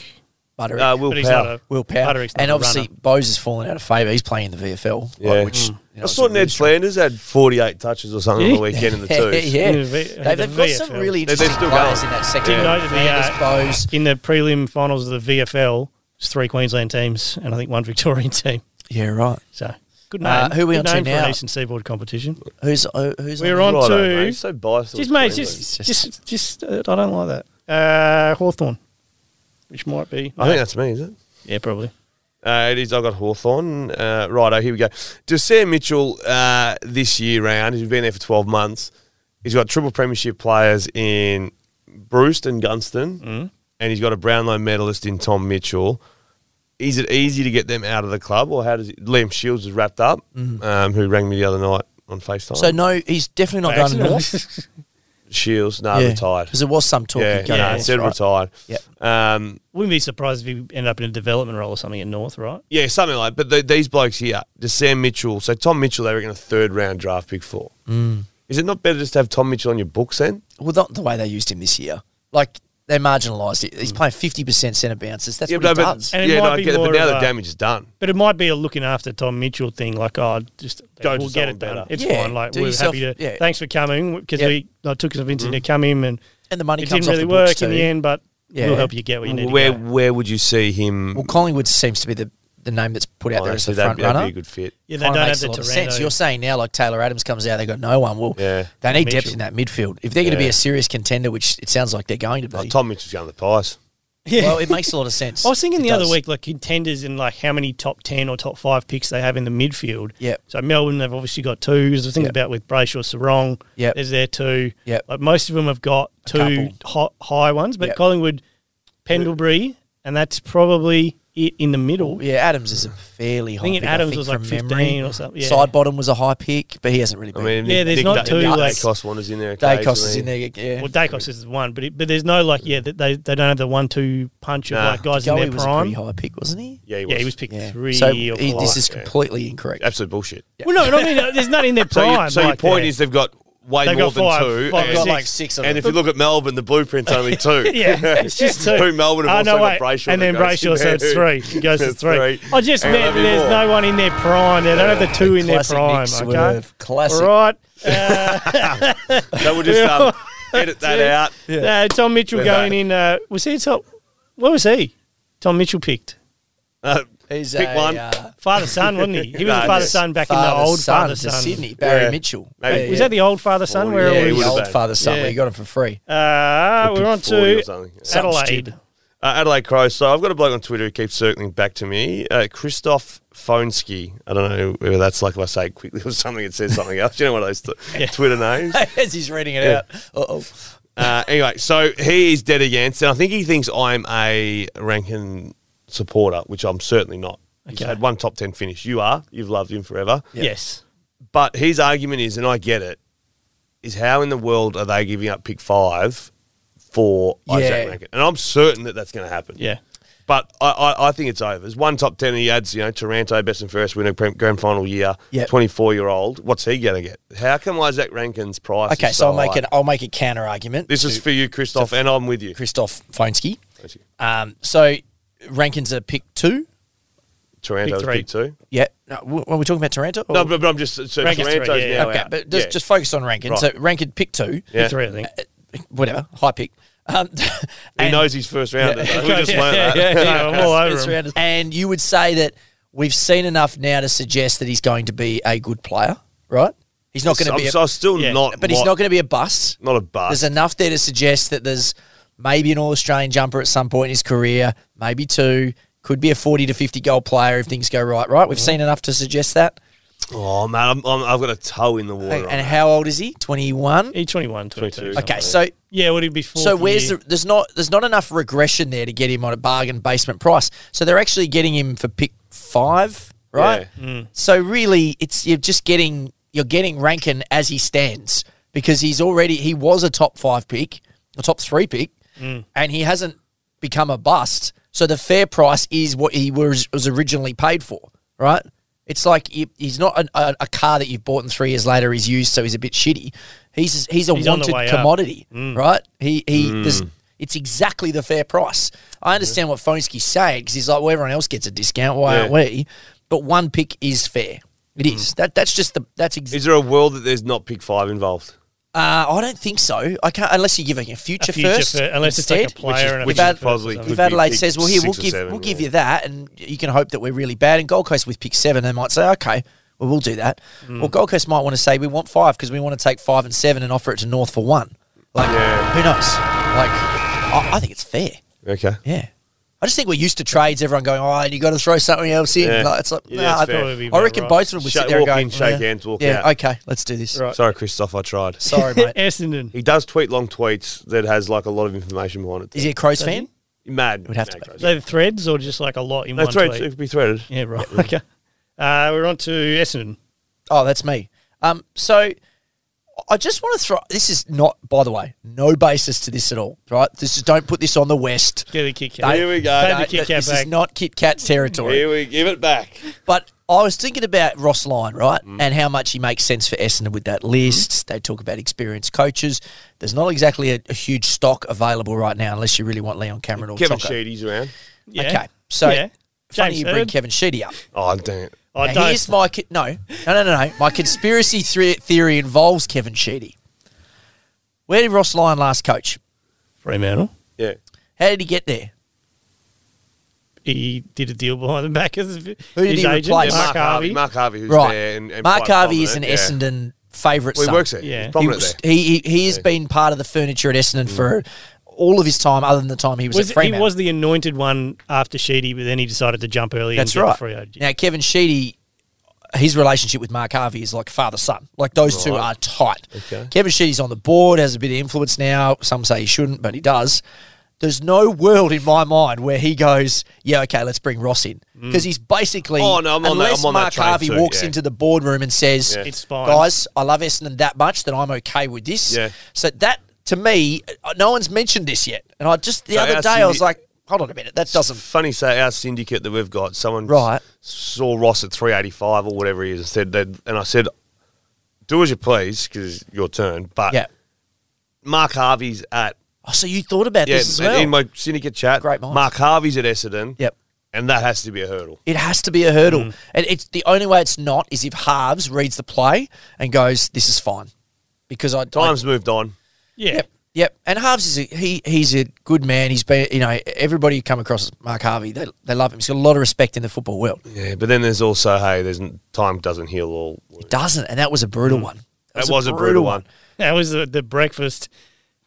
Speaker 2: Butterick.
Speaker 1: Uh, Will
Speaker 3: But he's not
Speaker 1: Power.
Speaker 3: a.
Speaker 2: Will Power.
Speaker 3: Butterick's not
Speaker 2: And
Speaker 3: a
Speaker 2: obviously,
Speaker 3: runner.
Speaker 2: Bose has fallen out of favour. He's playing in the VFL. like,
Speaker 1: Yeah.
Speaker 2: which,
Speaker 3: Mm.
Speaker 2: you know,
Speaker 1: I
Speaker 2: is
Speaker 1: saw
Speaker 2: a really
Speaker 1: Ned
Speaker 2: strong-
Speaker 1: Flanders had 48 touches or something on the weekend in the
Speaker 2: yeah,
Speaker 1: twos.
Speaker 2: yeah.
Speaker 3: Yeah, V-
Speaker 2: They-
Speaker 3: the
Speaker 2: They've got some
Speaker 3: VFL.
Speaker 2: really
Speaker 1: They- they've
Speaker 2: interesting
Speaker 1: still got
Speaker 2: players
Speaker 1: it.
Speaker 2: in that second.
Speaker 1: Yeah.
Speaker 2: row.
Speaker 1: You know
Speaker 3: that the,
Speaker 2: Flanders,
Speaker 3: uh,
Speaker 2: Bose.
Speaker 3: In the prelim finals of the VFL, it's three Queensland teams and I think one Victorian team.
Speaker 2: Yeah, right.
Speaker 3: So good name.
Speaker 2: Uh, who are we
Speaker 3: good
Speaker 2: on to
Speaker 3: name for
Speaker 2: now?
Speaker 3: an Eastern Seaboard competition.
Speaker 2: Who's uh, who's
Speaker 3: We're
Speaker 2: on?
Speaker 3: on
Speaker 1: Righto,
Speaker 3: to-
Speaker 1: mate. So biased.
Speaker 3: Just
Speaker 1: towards
Speaker 3: mate,
Speaker 1: Queensland.
Speaker 3: just just just uh, I don't like that. Uh, Hawthorne, which might be.
Speaker 1: I think that's me, is it?
Speaker 3: yeah, probably.
Speaker 1: Uh, it is. I've got Hawthorn. Uh, righto, here we go. Sam Mitchell uh, this year round, he's been there for 12 months. He's got triple premiership players in Bruce and Gunston,
Speaker 2: Mm.
Speaker 1: and he's got a Brownlow medalist in Tom Mitchell. Is it easy to get them out of the club, or how does it, Liam Shields is wrapped up, um, who rang me the other night on FaceTime?
Speaker 2: Mm. So no, he's definitely not
Speaker 3: By
Speaker 2: going to North.
Speaker 3: accident.
Speaker 1: Shields, no, retired.
Speaker 2: because there was some talk.
Speaker 1: Yeah,
Speaker 2: he'd go
Speaker 1: yeah,
Speaker 2: to
Speaker 1: no,
Speaker 2: North,
Speaker 1: it said
Speaker 2: right?
Speaker 1: retired.
Speaker 2: Yep.
Speaker 1: Um,
Speaker 3: Wouldn't be surprised if he ended up in a development role or something at North, right?
Speaker 1: Yeah, something like. But th these blokes here, the Sam Mitchell. So Tom Mitchell, they reckon a third round draft pick for. Mm. Is it not better just to have Tom Mitchell on your books then?
Speaker 2: Well, not the way they used him this year. Like they marginalised it. He's playing fifty percent centre bounces. That's what he
Speaker 1: no, but,
Speaker 2: does.
Speaker 3: And it
Speaker 1: yeah,
Speaker 3: might
Speaker 1: no, I
Speaker 3: be
Speaker 1: get it,
Speaker 3: more
Speaker 1: but now
Speaker 3: of
Speaker 1: the
Speaker 3: a-
Speaker 1: damage is done.
Speaker 3: But it might be a looking after Tom Mitchell thing, like, oh, just
Speaker 1: Go
Speaker 3: we'll
Speaker 1: to
Speaker 3: get
Speaker 1: someone
Speaker 3: it done.
Speaker 1: better.
Speaker 3: It's
Speaker 2: Yeah,
Speaker 3: fine. Like
Speaker 2: do
Speaker 3: we're
Speaker 2: yourself-
Speaker 3: happy to.
Speaker 2: yeah.
Speaker 3: Thanks for coming because
Speaker 2: Yep.
Speaker 3: we I took some Vincent to come in and
Speaker 2: And the money
Speaker 3: it
Speaker 2: comes off
Speaker 3: didn't really
Speaker 2: the
Speaker 3: work
Speaker 2: books
Speaker 3: in
Speaker 2: too.
Speaker 3: the end, but
Speaker 2: Yeah.
Speaker 3: we'll help you get what you need. to
Speaker 1: Where
Speaker 3: get.
Speaker 1: where would you see him?
Speaker 2: Well, Collingwood seems to be the the name that's put out there as the
Speaker 1: Honestly,
Speaker 2: front
Speaker 1: that'd, that'd
Speaker 2: runner.
Speaker 1: be a good fit.
Speaker 3: yeah, they
Speaker 2: Kinda
Speaker 3: don't have
Speaker 2: makes
Speaker 3: the
Speaker 2: a lot of
Speaker 3: Torando.
Speaker 2: sense. You're saying now, like Taylor Adams comes out, they got no one. Well,
Speaker 1: Yeah.
Speaker 2: they need depth
Speaker 3: Mitchell.
Speaker 2: in that midfield if they're going to be
Speaker 1: Yeah.
Speaker 2: a serious contender, which it sounds like they're going to be.
Speaker 1: Oh, Tom Mitchell's going to the Pies.
Speaker 3: yeah.
Speaker 2: Well, it makes a lot of sense.
Speaker 3: I was thinking
Speaker 2: It
Speaker 3: the other
Speaker 2: does.
Speaker 3: week, like contenders and like how many top ten or top five picks they have in the midfield.
Speaker 2: Yep.
Speaker 3: So Melbourne, they've obviously got two. There's the thing
Speaker 2: Yep.
Speaker 3: about with Brayshaw, Sarong.
Speaker 2: Yep.
Speaker 3: There's their two.
Speaker 2: Yep.
Speaker 3: Like most of them have got two hi- high ones, but
Speaker 2: Yep.
Speaker 3: Collingwood, Pendlebury, and that's probably it in the middle.
Speaker 2: Oh, Yeah, Adams is a fairly high.
Speaker 3: think
Speaker 2: pick,
Speaker 3: Adams
Speaker 2: think,
Speaker 3: was like
Speaker 2: from
Speaker 3: 15
Speaker 2: memory.
Speaker 3: or something, yeah.
Speaker 2: Side bottom was a high pick, but he hasn't really
Speaker 1: I
Speaker 2: been.
Speaker 1: mean,
Speaker 3: Yeah,
Speaker 1: Nick-
Speaker 3: there's
Speaker 1: Nick-
Speaker 3: not two,
Speaker 1: Nick
Speaker 2: like-
Speaker 1: Dacos wanders in there.
Speaker 2: Dacos is
Speaker 1: occasionally.
Speaker 2: in there. Yeah,
Speaker 3: Well, Dacos is one, but it, but there's no like yeah that they, they don't have the one two punch of
Speaker 1: Nah.
Speaker 3: like guys in
Speaker 2: Goey
Speaker 3: their
Speaker 2: was a pretty
Speaker 3: prime.
Speaker 2: high pick, wasn't he?
Speaker 1: Yeah, he was.
Speaker 3: yeah, he was picked
Speaker 2: Yeah.
Speaker 3: three
Speaker 2: so
Speaker 3: or
Speaker 2: he-
Speaker 3: four.
Speaker 2: this is
Speaker 1: yeah.
Speaker 2: completely incorrect.
Speaker 1: absolute bullshit.
Speaker 3: well, no, no, I mean uh, there's none in their
Speaker 1: So,
Speaker 3: prime.
Speaker 1: you, so your
Speaker 3: like,
Speaker 1: point
Speaker 3: yeah.
Speaker 1: is they've got way
Speaker 3: They've
Speaker 1: more
Speaker 3: got
Speaker 1: than
Speaker 3: five-
Speaker 1: two.
Speaker 3: five
Speaker 1: and-
Speaker 3: or
Speaker 2: Got
Speaker 3: six.
Speaker 2: like six of
Speaker 1: And
Speaker 2: them.
Speaker 1: if you look at Melbourne, the blueprint's only two.
Speaker 3: Yeah, it's just two.
Speaker 1: Who Melbourne have
Speaker 3: Oh,
Speaker 1: also
Speaker 3: no,
Speaker 1: got
Speaker 3: wait.
Speaker 1: Brayshaw
Speaker 3: And then
Speaker 1: that goes in
Speaker 3: Brayshaw, so
Speaker 1: there.
Speaker 3: it's three. He goes to
Speaker 1: It's
Speaker 3: three.
Speaker 1: three.
Speaker 3: I just
Speaker 1: And
Speaker 3: meant
Speaker 1: maybe
Speaker 3: there's
Speaker 1: more.
Speaker 3: no one in their prime. They don't have the two in their
Speaker 2: Classic Nick
Speaker 3: prime. Okay.
Speaker 2: Swerve. Classic.
Speaker 3: All right. Uh,
Speaker 1: So we'll just um, edit that out.
Speaker 3: uh, Tom Mitchell
Speaker 1: We're
Speaker 3: going
Speaker 1: back.
Speaker 3: in. Uh, was he top? What was he? Tom Mitchell picked.
Speaker 1: Uh,
Speaker 2: He's
Speaker 1: Pick
Speaker 2: a,
Speaker 1: one.
Speaker 2: uh,
Speaker 3: Father son, wasn't he? He was
Speaker 1: No,
Speaker 3: the father
Speaker 1: yes.
Speaker 3: son back in the
Speaker 2: father
Speaker 3: old
Speaker 2: son
Speaker 3: father
Speaker 2: to
Speaker 3: son.
Speaker 2: Sydney, Barry
Speaker 1: Yeah.
Speaker 2: Mitchell.
Speaker 1: Maybe.
Speaker 2: Yeah,
Speaker 3: Was
Speaker 2: yeah.
Speaker 3: that the old father son?
Speaker 1: Oh,
Speaker 3: where
Speaker 1: yeah,
Speaker 3: it
Speaker 1: he
Speaker 2: the
Speaker 1: would've
Speaker 3: was?
Speaker 2: old
Speaker 1: been.
Speaker 2: father son
Speaker 3: Yeah.
Speaker 2: where you got him for free?
Speaker 3: Uh, we're on
Speaker 1: pick 40
Speaker 3: to
Speaker 1: or something. Yeah.
Speaker 2: Something
Speaker 3: Adelaide.
Speaker 2: stupid.
Speaker 1: Uh, Adelaide Crow. So I've got a bloke on Twitter who keeps circling back to me. Uh, Christoph Fonsky. I don't know whether that's like if I say it quickly or something, it says something else. You know one of those t- Twitter names.
Speaker 2: As he's reading it out. Uh-oh.
Speaker 1: Uh, anyway, so he is dead against, and I think he thinks I'm a Rankin supporter, which I'm certainly not. He's
Speaker 3: Okay.
Speaker 1: had one top 10 finish. You are. You've loved him forever.
Speaker 3: Yes.
Speaker 1: But his argument is, and I get it, is how in the world are they giving up pick five for
Speaker 2: Yeah.
Speaker 1: Isaac Rankin? And I'm certain that that's going to happen.
Speaker 3: Yeah.
Speaker 1: But I, I, I think it's over. There's one top 10 and he adds, you know, Toronto, best and first winner, prem- grand final year,
Speaker 2: Yep.
Speaker 1: 24 year old. What's he going to get? How come Isaac Rankin's price
Speaker 2: Okay,
Speaker 1: is
Speaker 2: so
Speaker 1: so
Speaker 2: I'll make
Speaker 1: high?
Speaker 2: an I'll make a counter argument.
Speaker 1: This is for you, Christoph, and I'm with you.
Speaker 2: Christoph Fonsky.
Speaker 1: Thank you.
Speaker 2: Um, so Rankin's a pick two.
Speaker 1: Toronto
Speaker 3: Pick
Speaker 1: was pick two.
Speaker 2: Yeah. No, w- were we talking about Toronto? or-
Speaker 1: No, but, but I'm just, so
Speaker 3: Rankin's three,
Speaker 1: Toronto's
Speaker 3: yeah, yeah.
Speaker 1: now
Speaker 2: okay,
Speaker 1: out.
Speaker 2: but just,
Speaker 1: Yeah.
Speaker 2: just focus on Rankin.
Speaker 1: Right.
Speaker 2: So Rankin pick two.
Speaker 1: Yeah.
Speaker 3: Three, I think.
Speaker 2: Uh, whatever, high pick. Um,
Speaker 1: He
Speaker 2: and-
Speaker 1: knows his first round. We just
Speaker 3: yeah,
Speaker 1: learned
Speaker 3: yeah,
Speaker 1: that.
Speaker 3: yeah, yeah. I'm all over
Speaker 2: First
Speaker 3: him.
Speaker 2: round. And you would say that we've seen enough now to suggest that he's going to be a good player, right? He's not going
Speaker 1: So
Speaker 2: to
Speaker 1: I'm,
Speaker 2: be, a,
Speaker 1: so I'm still
Speaker 3: Yeah.
Speaker 1: not.
Speaker 2: but he's
Speaker 1: what-
Speaker 2: not going to be a bust.
Speaker 1: Not a bust.
Speaker 2: There's enough there to suggest that there's maybe an All Australian jumper at some point in his career, maybe two. Could be a 40 to 50 goal player if things go right, right? We've
Speaker 1: Mm-hmm.
Speaker 2: seen enough to suggest that.
Speaker 1: Oh man, I'm, I'm, I've got a toe in the water. on
Speaker 2: and
Speaker 1: that.
Speaker 2: how old is he? 21?
Speaker 3: E twenty one, twenty two.
Speaker 1: 22.
Speaker 2: Okay, so
Speaker 3: Yeah, would it be four?
Speaker 2: so where's the, there's not there's not enough regression there to get him on a bargain basement price. So they're actually getting him for pick 5, right?
Speaker 1: Yeah.
Speaker 3: Mm.
Speaker 2: So really it's you're just getting you're getting Rankin as he stands because he's already he was a top 5 pick, a top 3 pick
Speaker 3: Mm.
Speaker 2: and he hasn't become a bust. So the fair price is what he was was originally paid for, right? It's like he, he's not an, a, a car that you've bought and three years later is used, so he's a bit shitty. He's he's a
Speaker 3: He's on the
Speaker 2: wanted
Speaker 3: way up.
Speaker 2: commodity, right? He he there's It's exactly the fair price. I understand what Fonsky's saying because he's like, well, everyone else gets a discount. Why aren't
Speaker 1: Yeah.
Speaker 2: we? But one pick is fair. It is. That that's just the that's exactly.
Speaker 1: Is there a world that there's not pick five involved?
Speaker 2: Uh, I don't think so. I can't unless you're giving a future,
Speaker 3: A future
Speaker 2: first.
Speaker 3: fir- unless it's like a
Speaker 2: instead.
Speaker 3: player
Speaker 1: Which is-
Speaker 3: and a
Speaker 1: which
Speaker 3: future
Speaker 2: is
Speaker 3: first or
Speaker 1: probably
Speaker 3: something.
Speaker 1: good.
Speaker 2: If Adelaide
Speaker 1: pick
Speaker 2: says, "Well, here
Speaker 1: six
Speaker 2: we'll
Speaker 1: or
Speaker 2: give
Speaker 1: seven,
Speaker 2: we we'll
Speaker 1: yeah.
Speaker 2: give you that," and you can hope that we're really bad, and Gold Coast with pick seven, they might say, "Okay, well, we'll do that." Well, Gold Coast might want to say, "We want five because we want to take five and seven and offer it to North for one." Like,
Speaker 1: Yeah.
Speaker 2: who knows? Like, I, I think it's fair.
Speaker 1: Okay.
Speaker 2: Yeah. I just think we're used to trades. Everyone going, oh, you got to throw something else in.
Speaker 1: Yeah.
Speaker 2: Like, it's like,
Speaker 1: Yeah,
Speaker 2: nah,
Speaker 1: that's
Speaker 2: I,
Speaker 1: fair.
Speaker 3: Probably be
Speaker 2: I reckon
Speaker 3: about right.
Speaker 2: both of them would
Speaker 1: Shake-
Speaker 2: sit there and
Speaker 1: walk
Speaker 2: go,
Speaker 1: in, shake
Speaker 2: yeah,
Speaker 1: hands, walk
Speaker 2: yeah,
Speaker 1: out.
Speaker 2: okay, let's do this.
Speaker 3: Right.
Speaker 1: Sorry, Christoph, I tried.
Speaker 2: Sorry, mate.
Speaker 3: Essendon.
Speaker 1: He does tweet long tweets that has like a lot of information behind it.
Speaker 2: Is he a Crows fan?
Speaker 1: Mad.
Speaker 2: would have
Speaker 1: mad
Speaker 2: to be.
Speaker 1: crazy.
Speaker 3: They the threads or just like a lot in
Speaker 1: No,
Speaker 3: one
Speaker 1: threads. It
Speaker 3: tweet?
Speaker 1: could be threaded.
Speaker 3: Yeah, right. Okay. Uh, we're on to Essendon.
Speaker 2: Oh, that's me. Um, so I just want to throw. This is not, by the way, no basis to this at all. Right? This is don't put this on the West.
Speaker 3: Get a kick
Speaker 1: Here
Speaker 3: out.
Speaker 1: we go.
Speaker 3: Pay
Speaker 1: Don't-
Speaker 3: the
Speaker 2: No,
Speaker 3: Kit Kat
Speaker 2: this
Speaker 3: back.
Speaker 2: is not Kit Kat territory.
Speaker 1: Here we give it back.
Speaker 2: But I was thinking about Ross Lyon, right, and how much he makes sense for Essendon with that list. They talk about experienced coaches. There's not exactly a, a huge stock available right now, unless you really want Leon Cameron or
Speaker 1: Kevin
Speaker 2: Tocco.
Speaker 1: Sheedy's around.
Speaker 3: Yeah.
Speaker 2: Okay, so
Speaker 3: Yeah.
Speaker 2: funny
Speaker 3: James
Speaker 2: you bring
Speaker 3: Heard.
Speaker 2: Kevin Sheedy up.
Speaker 1: Oh dang it!
Speaker 3: I
Speaker 2: Now,
Speaker 3: don't.
Speaker 2: here's my co- no, no, no, no, no. My conspiracy thre- theory involves Kevin Sheedy. Where did Ross Lyon last coach?
Speaker 3: Fremantle.
Speaker 1: Yeah.
Speaker 2: How did he get there?
Speaker 3: He did a deal behind the back of his,
Speaker 2: Who did
Speaker 3: his
Speaker 2: he
Speaker 3: agent,
Speaker 2: replace?
Speaker 3: Mark Harvey.
Speaker 1: Mark Harvey, who's
Speaker 2: right,
Speaker 1: there. And, and
Speaker 2: Mark
Speaker 1: quite
Speaker 2: Harvey is an
Speaker 1: prominent, yeah.
Speaker 2: Essendon favourite.
Speaker 1: Well, he
Speaker 2: son.
Speaker 1: works there.
Speaker 3: Yeah.
Speaker 1: He's
Speaker 2: He,
Speaker 1: prominent
Speaker 2: was-
Speaker 1: there. Mm.
Speaker 2: he, he he has been part of the furniture at Essendon for all of his time, other than the time he was,
Speaker 3: Was
Speaker 2: at
Speaker 3: it- he
Speaker 2: Fremantle.
Speaker 3: was the anointed one after Sheedy, but then he decided to jump early
Speaker 2: That's
Speaker 3: and get
Speaker 2: right.
Speaker 3: the free agent.
Speaker 2: Now Kevin Sheedy, his relationship with Mark Harvey is like father son. Like those two are tight.
Speaker 1: Okay.
Speaker 2: Kevin Sheedy's on the board, has a bit of influence now. Some say he shouldn't, but he does. There's no world in my mind where he goes, yeah, okay, let's bring Ross in because he's basically.
Speaker 1: Mm. Oh, no, I'm on that-
Speaker 2: unless
Speaker 1: I'm on that
Speaker 2: Mark
Speaker 1: train
Speaker 2: Harvey
Speaker 1: too,
Speaker 2: walks
Speaker 1: yeah.
Speaker 2: into the boardroom and says,
Speaker 1: Yeah.
Speaker 3: It's fine.
Speaker 2: guys, I love Essendon that much that I'm okay with this.
Speaker 1: Yeah.
Speaker 2: So that to me, uh, no one's mentioned this yet, and I just the
Speaker 1: So
Speaker 2: other
Speaker 1: our
Speaker 2: day I was
Speaker 1: Cindy-
Speaker 2: like, hold on a minute, that doesn't
Speaker 1: Funny say our syndicate that we've got, someone
Speaker 2: Right.
Speaker 1: s- saw Ross at three eighty five or whatever he is, and said that, and I said, "Do as you please, because your turn." But
Speaker 2: yeah.
Speaker 1: Mark Harvey's at
Speaker 2: Oh, so you thought about
Speaker 1: yeah,
Speaker 2: this as well?
Speaker 1: in my syndicate chat.
Speaker 2: Great minds.
Speaker 1: Mark Harvey's at Essendon.
Speaker 2: Yep.
Speaker 1: and that has to be a hurdle.
Speaker 2: it has to be a hurdle,
Speaker 1: Mm.
Speaker 2: and it's the only way it's not is if Harves reads the play and goes, "This is fine," because I
Speaker 1: Times moved on.
Speaker 3: yeah.
Speaker 2: Yep. Yep. And Harves is a, he he's a good man. He's been you know everybody who come across Mark Harvey they, they love him. He's got a lot of respect in the football world.
Speaker 1: Yeah, but then there's also hey, there's n- time doesn't heal all.
Speaker 2: It doesn't, and that was a brutal one.
Speaker 1: Mm. That was a brutal one.
Speaker 3: That was the, the breakfast.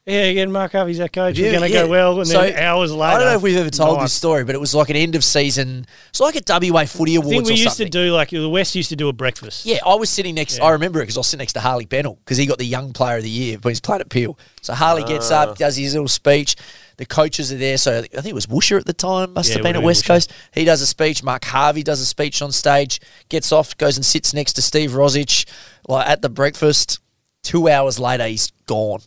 Speaker 3: Yeah, again, Mark Harvey's our coach. We're
Speaker 2: Yeah,
Speaker 3: going to
Speaker 2: yeah.
Speaker 3: go well. And
Speaker 2: So,
Speaker 3: then hours later.
Speaker 2: I don't know if we've ever told
Speaker 3: night.
Speaker 2: this story, but it was like an end of season. It's like a WA Footy
Speaker 3: I
Speaker 2: Awards.
Speaker 3: think we
Speaker 2: or
Speaker 3: used
Speaker 2: something.
Speaker 3: to do, like, the West used to do a breakfast.
Speaker 2: Yeah, I was sitting next. I remember it because I was sitting next to Harley Bennell because he got the Young Player of the Year when he's playing at Peel. So Harley gets up, does his little speech. The coaches are there. So I think it was Woosher at the time. Must
Speaker 3: Yeah,
Speaker 2: have been at
Speaker 3: it would've
Speaker 2: West
Speaker 3: been
Speaker 2: Coast. He does a speech. Mark Harvey does a speech on stage. Gets off, goes and sits next to Steve Rosic, like at the breakfast. Two hours later, he's gone.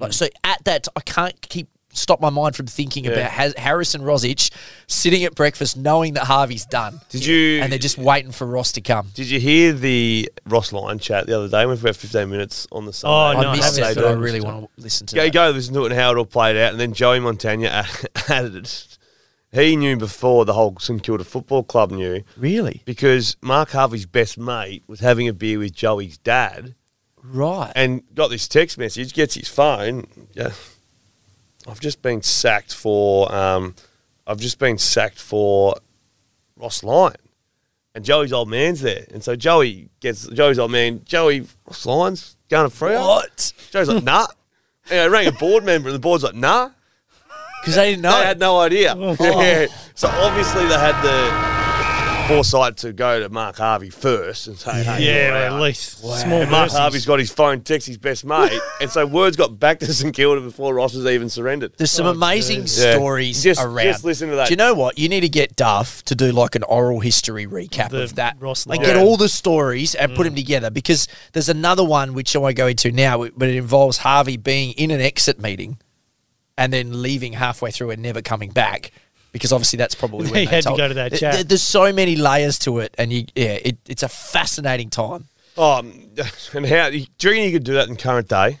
Speaker 2: Like, so at that, I can't keep stop my mind from thinking about Has- Harrison Rosic sitting at breakfast, knowing that Harvey's done.
Speaker 1: Did you-
Speaker 2: And they're just waiting for Ross to come.
Speaker 1: Did you hear the Ross Lyon chat the other day? We've about 15 minutes on the Sunday.
Speaker 3: Oh, no,
Speaker 2: I
Speaker 3: I
Speaker 2: missed it,
Speaker 3: haven't.
Speaker 2: but I really want to listen to
Speaker 1: Go,
Speaker 2: that.
Speaker 1: go listen to it and how it all played out. And then Joey Montagna add- added it. He knew before the whole St Kilda Football Club knew
Speaker 2: Really?
Speaker 1: because Mark Harvey's best mate was having a beer with Joey's dad
Speaker 2: Right.
Speaker 1: and got this text message, gets his phone. Yeah. I've just been sacked for, um, I've just been sacked for Ross Lyon. And Joey's old man's there. And so Joey gets, Joey's old man, Joey, Ross Lyon's going to free.
Speaker 2: what?
Speaker 1: Joe's like, nah. And I rang a board member, and the board's like, nah.
Speaker 2: Because they didn't know.
Speaker 1: They had no idea.
Speaker 3: Oh,
Speaker 1: Yeah. So obviously they had the foresight to go to Mark Harvey first and say, hey,
Speaker 3: Yeah,
Speaker 1: you're
Speaker 3: at
Speaker 1: out.
Speaker 3: least. Small
Speaker 1: And Mark
Speaker 3: mercies.
Speaker 1: Harvey's got his phone, text his best mate, and so words got back to St Kilda before Ross was even surrendered.
Speaker 2: There's some amazing
Speaker 1: Yeah.
Speaker 2: stories
Speaker 1: Just-
Speaker 2: around.
Speaker 1: just listen to that.
Speaker 2: Do you know what? You need to get Duff to do like an oral history recap
Speaker 3: The
Speaker 2: of that.
Speaker 3: Ross
Speaker 2: like
Speaker 3: Lyon.
Speaker 2: get all the stories and put them together because there's another one which I won't go into now, but it involves Harvey being in an exit meeting and then leaving halfway through and never coming back. Because obviously that's probably when
Speaker 3: They
Speaker 2: they
Speaker 3: had to
Speaker 2: told-
Speaker 3: go to that
Speaker 2: There-
Speaker 3: chat.
Speaker 2: there- There's so many layers to it, and you, yeah, it, it's a fascinating time.
Speaker 1: Um, and how do you reckon you could do that in current day?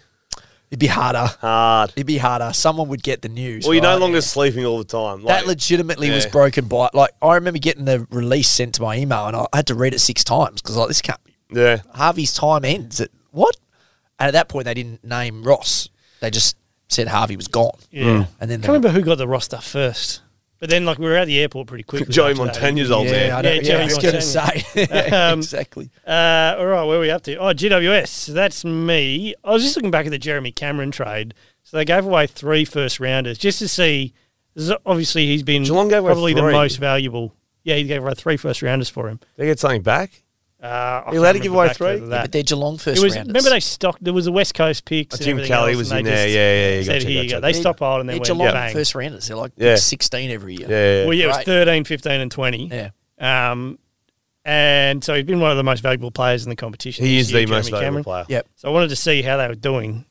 Speaker 2: It'd be harder.
Speaker 1: Hard.
Speaker 2: It'd be harder. Someone would get the news.
Speaker 1: Well, you're no
Speaker 2: right?
Speaker 1: longer sleeping all the time.
Speaker 2: That
Speaker 1: Like,
Speaker 2: legitimately was
Speaker 1: Yeah.
Speaker 2: broken by like I remember getting the release sent to my email and I had to read it six times because like this can't be
Speaker 1: yeah.
Speaker 2: Harvey's time ends at what? And at that point they didn't name Ross. They just said Harvey was gone.
Speaker 1: Mm.
Speaker 3: Yeah. Mm.
Speaker 2: And then they-
Speaker 3: I can't remember who got the roster first. But then, like, we were at the airport pretty quick.
Speaker 1: Joey Montana's old
Speaker 2: yeah,
Speaker 1: man.
Speaker 2: I know,
Speaker 3: Yeah,
Speaker 2: yeah,
Speaker 3: Jerry
Speaker 2: I was
Speaker 3: Montana.
Speaker 2: going to say
Speaker 3: Um,
Speaker 2: exactly.
Speaker 3: Uh, all right, where are we up to? Oh, GWS. So that's me. I was just looking back at the Jeremy Cameron trade. So they gave away three first rounders just to see. this is- Obviously, he's been
Speaker 1: Geelong gave away
Speaker 3: probably the
Speaker 1: three.
Speaker 3: most valuable. Yeah, he gave away three first rounders for him.
Speaker 1: They get something back.
Speaker 3: Uh, I
Speaker 1: You allowed to
Speaker 3: can't
Speaker 1: give
Speaker 3: remember
Speaker 1: away
Speaker 3: back
Speaker 1: three?
Speaker 3: over
Speaker 2: Yeah,
Speaker 3: that.
Speaker 2: but they're Geelong first
Speaker 3: It was,
Speaker 2: rounders.
Speaker 3: remember they stocked. There was the West Coast picks. and
Speaker 1: Oh, Jim
Speaker 3: everything
Speaker 1: Kelly
Speaker 3: else,
Speaker 1: was
Speaker 3: and
Speaker 1: in
Speaker 3: they
Speaker 1: there.
Speaker 3: just
Speaker 1: Yeah, yeah, you gotta
Speaker 3: said
Speaker 1: check
Speaker 3: here
Speaker 1: that
Speaker 3: you go.
Speaker 1: out.
Speaker 3: They
Speaker 2: They're-
Speaker 3: stockpiled and they
Speaker 2: they're
Speaker 3: went
Speaker 2: Geelong
Speaker 3: bang.
Speaker 2: first rounders. They're like
Speaker 1: Yeah.
Speaker 2: 16 every year.
Speaker 1: Yeah.
Speaker 3: Well, yeah, it was
Speaker 2: Right.
Speaker 3: 13, 15, and 20.
Speaker 2: Yeah.
Speaker 3: Um, and so he's been one of the most valuable players in the competition.
Speaker 1: he
Speaker 3: this
Speaker 1: is
Speaker 3: year,
Speaker 1: the most
Speaker 3: Jeremy
Speaker 1: valuable
Speaker 3: Cameron.
Speaker 1: player.
Speaker 2: Yep.
Speaker 3: So I wanted to see how they were doing.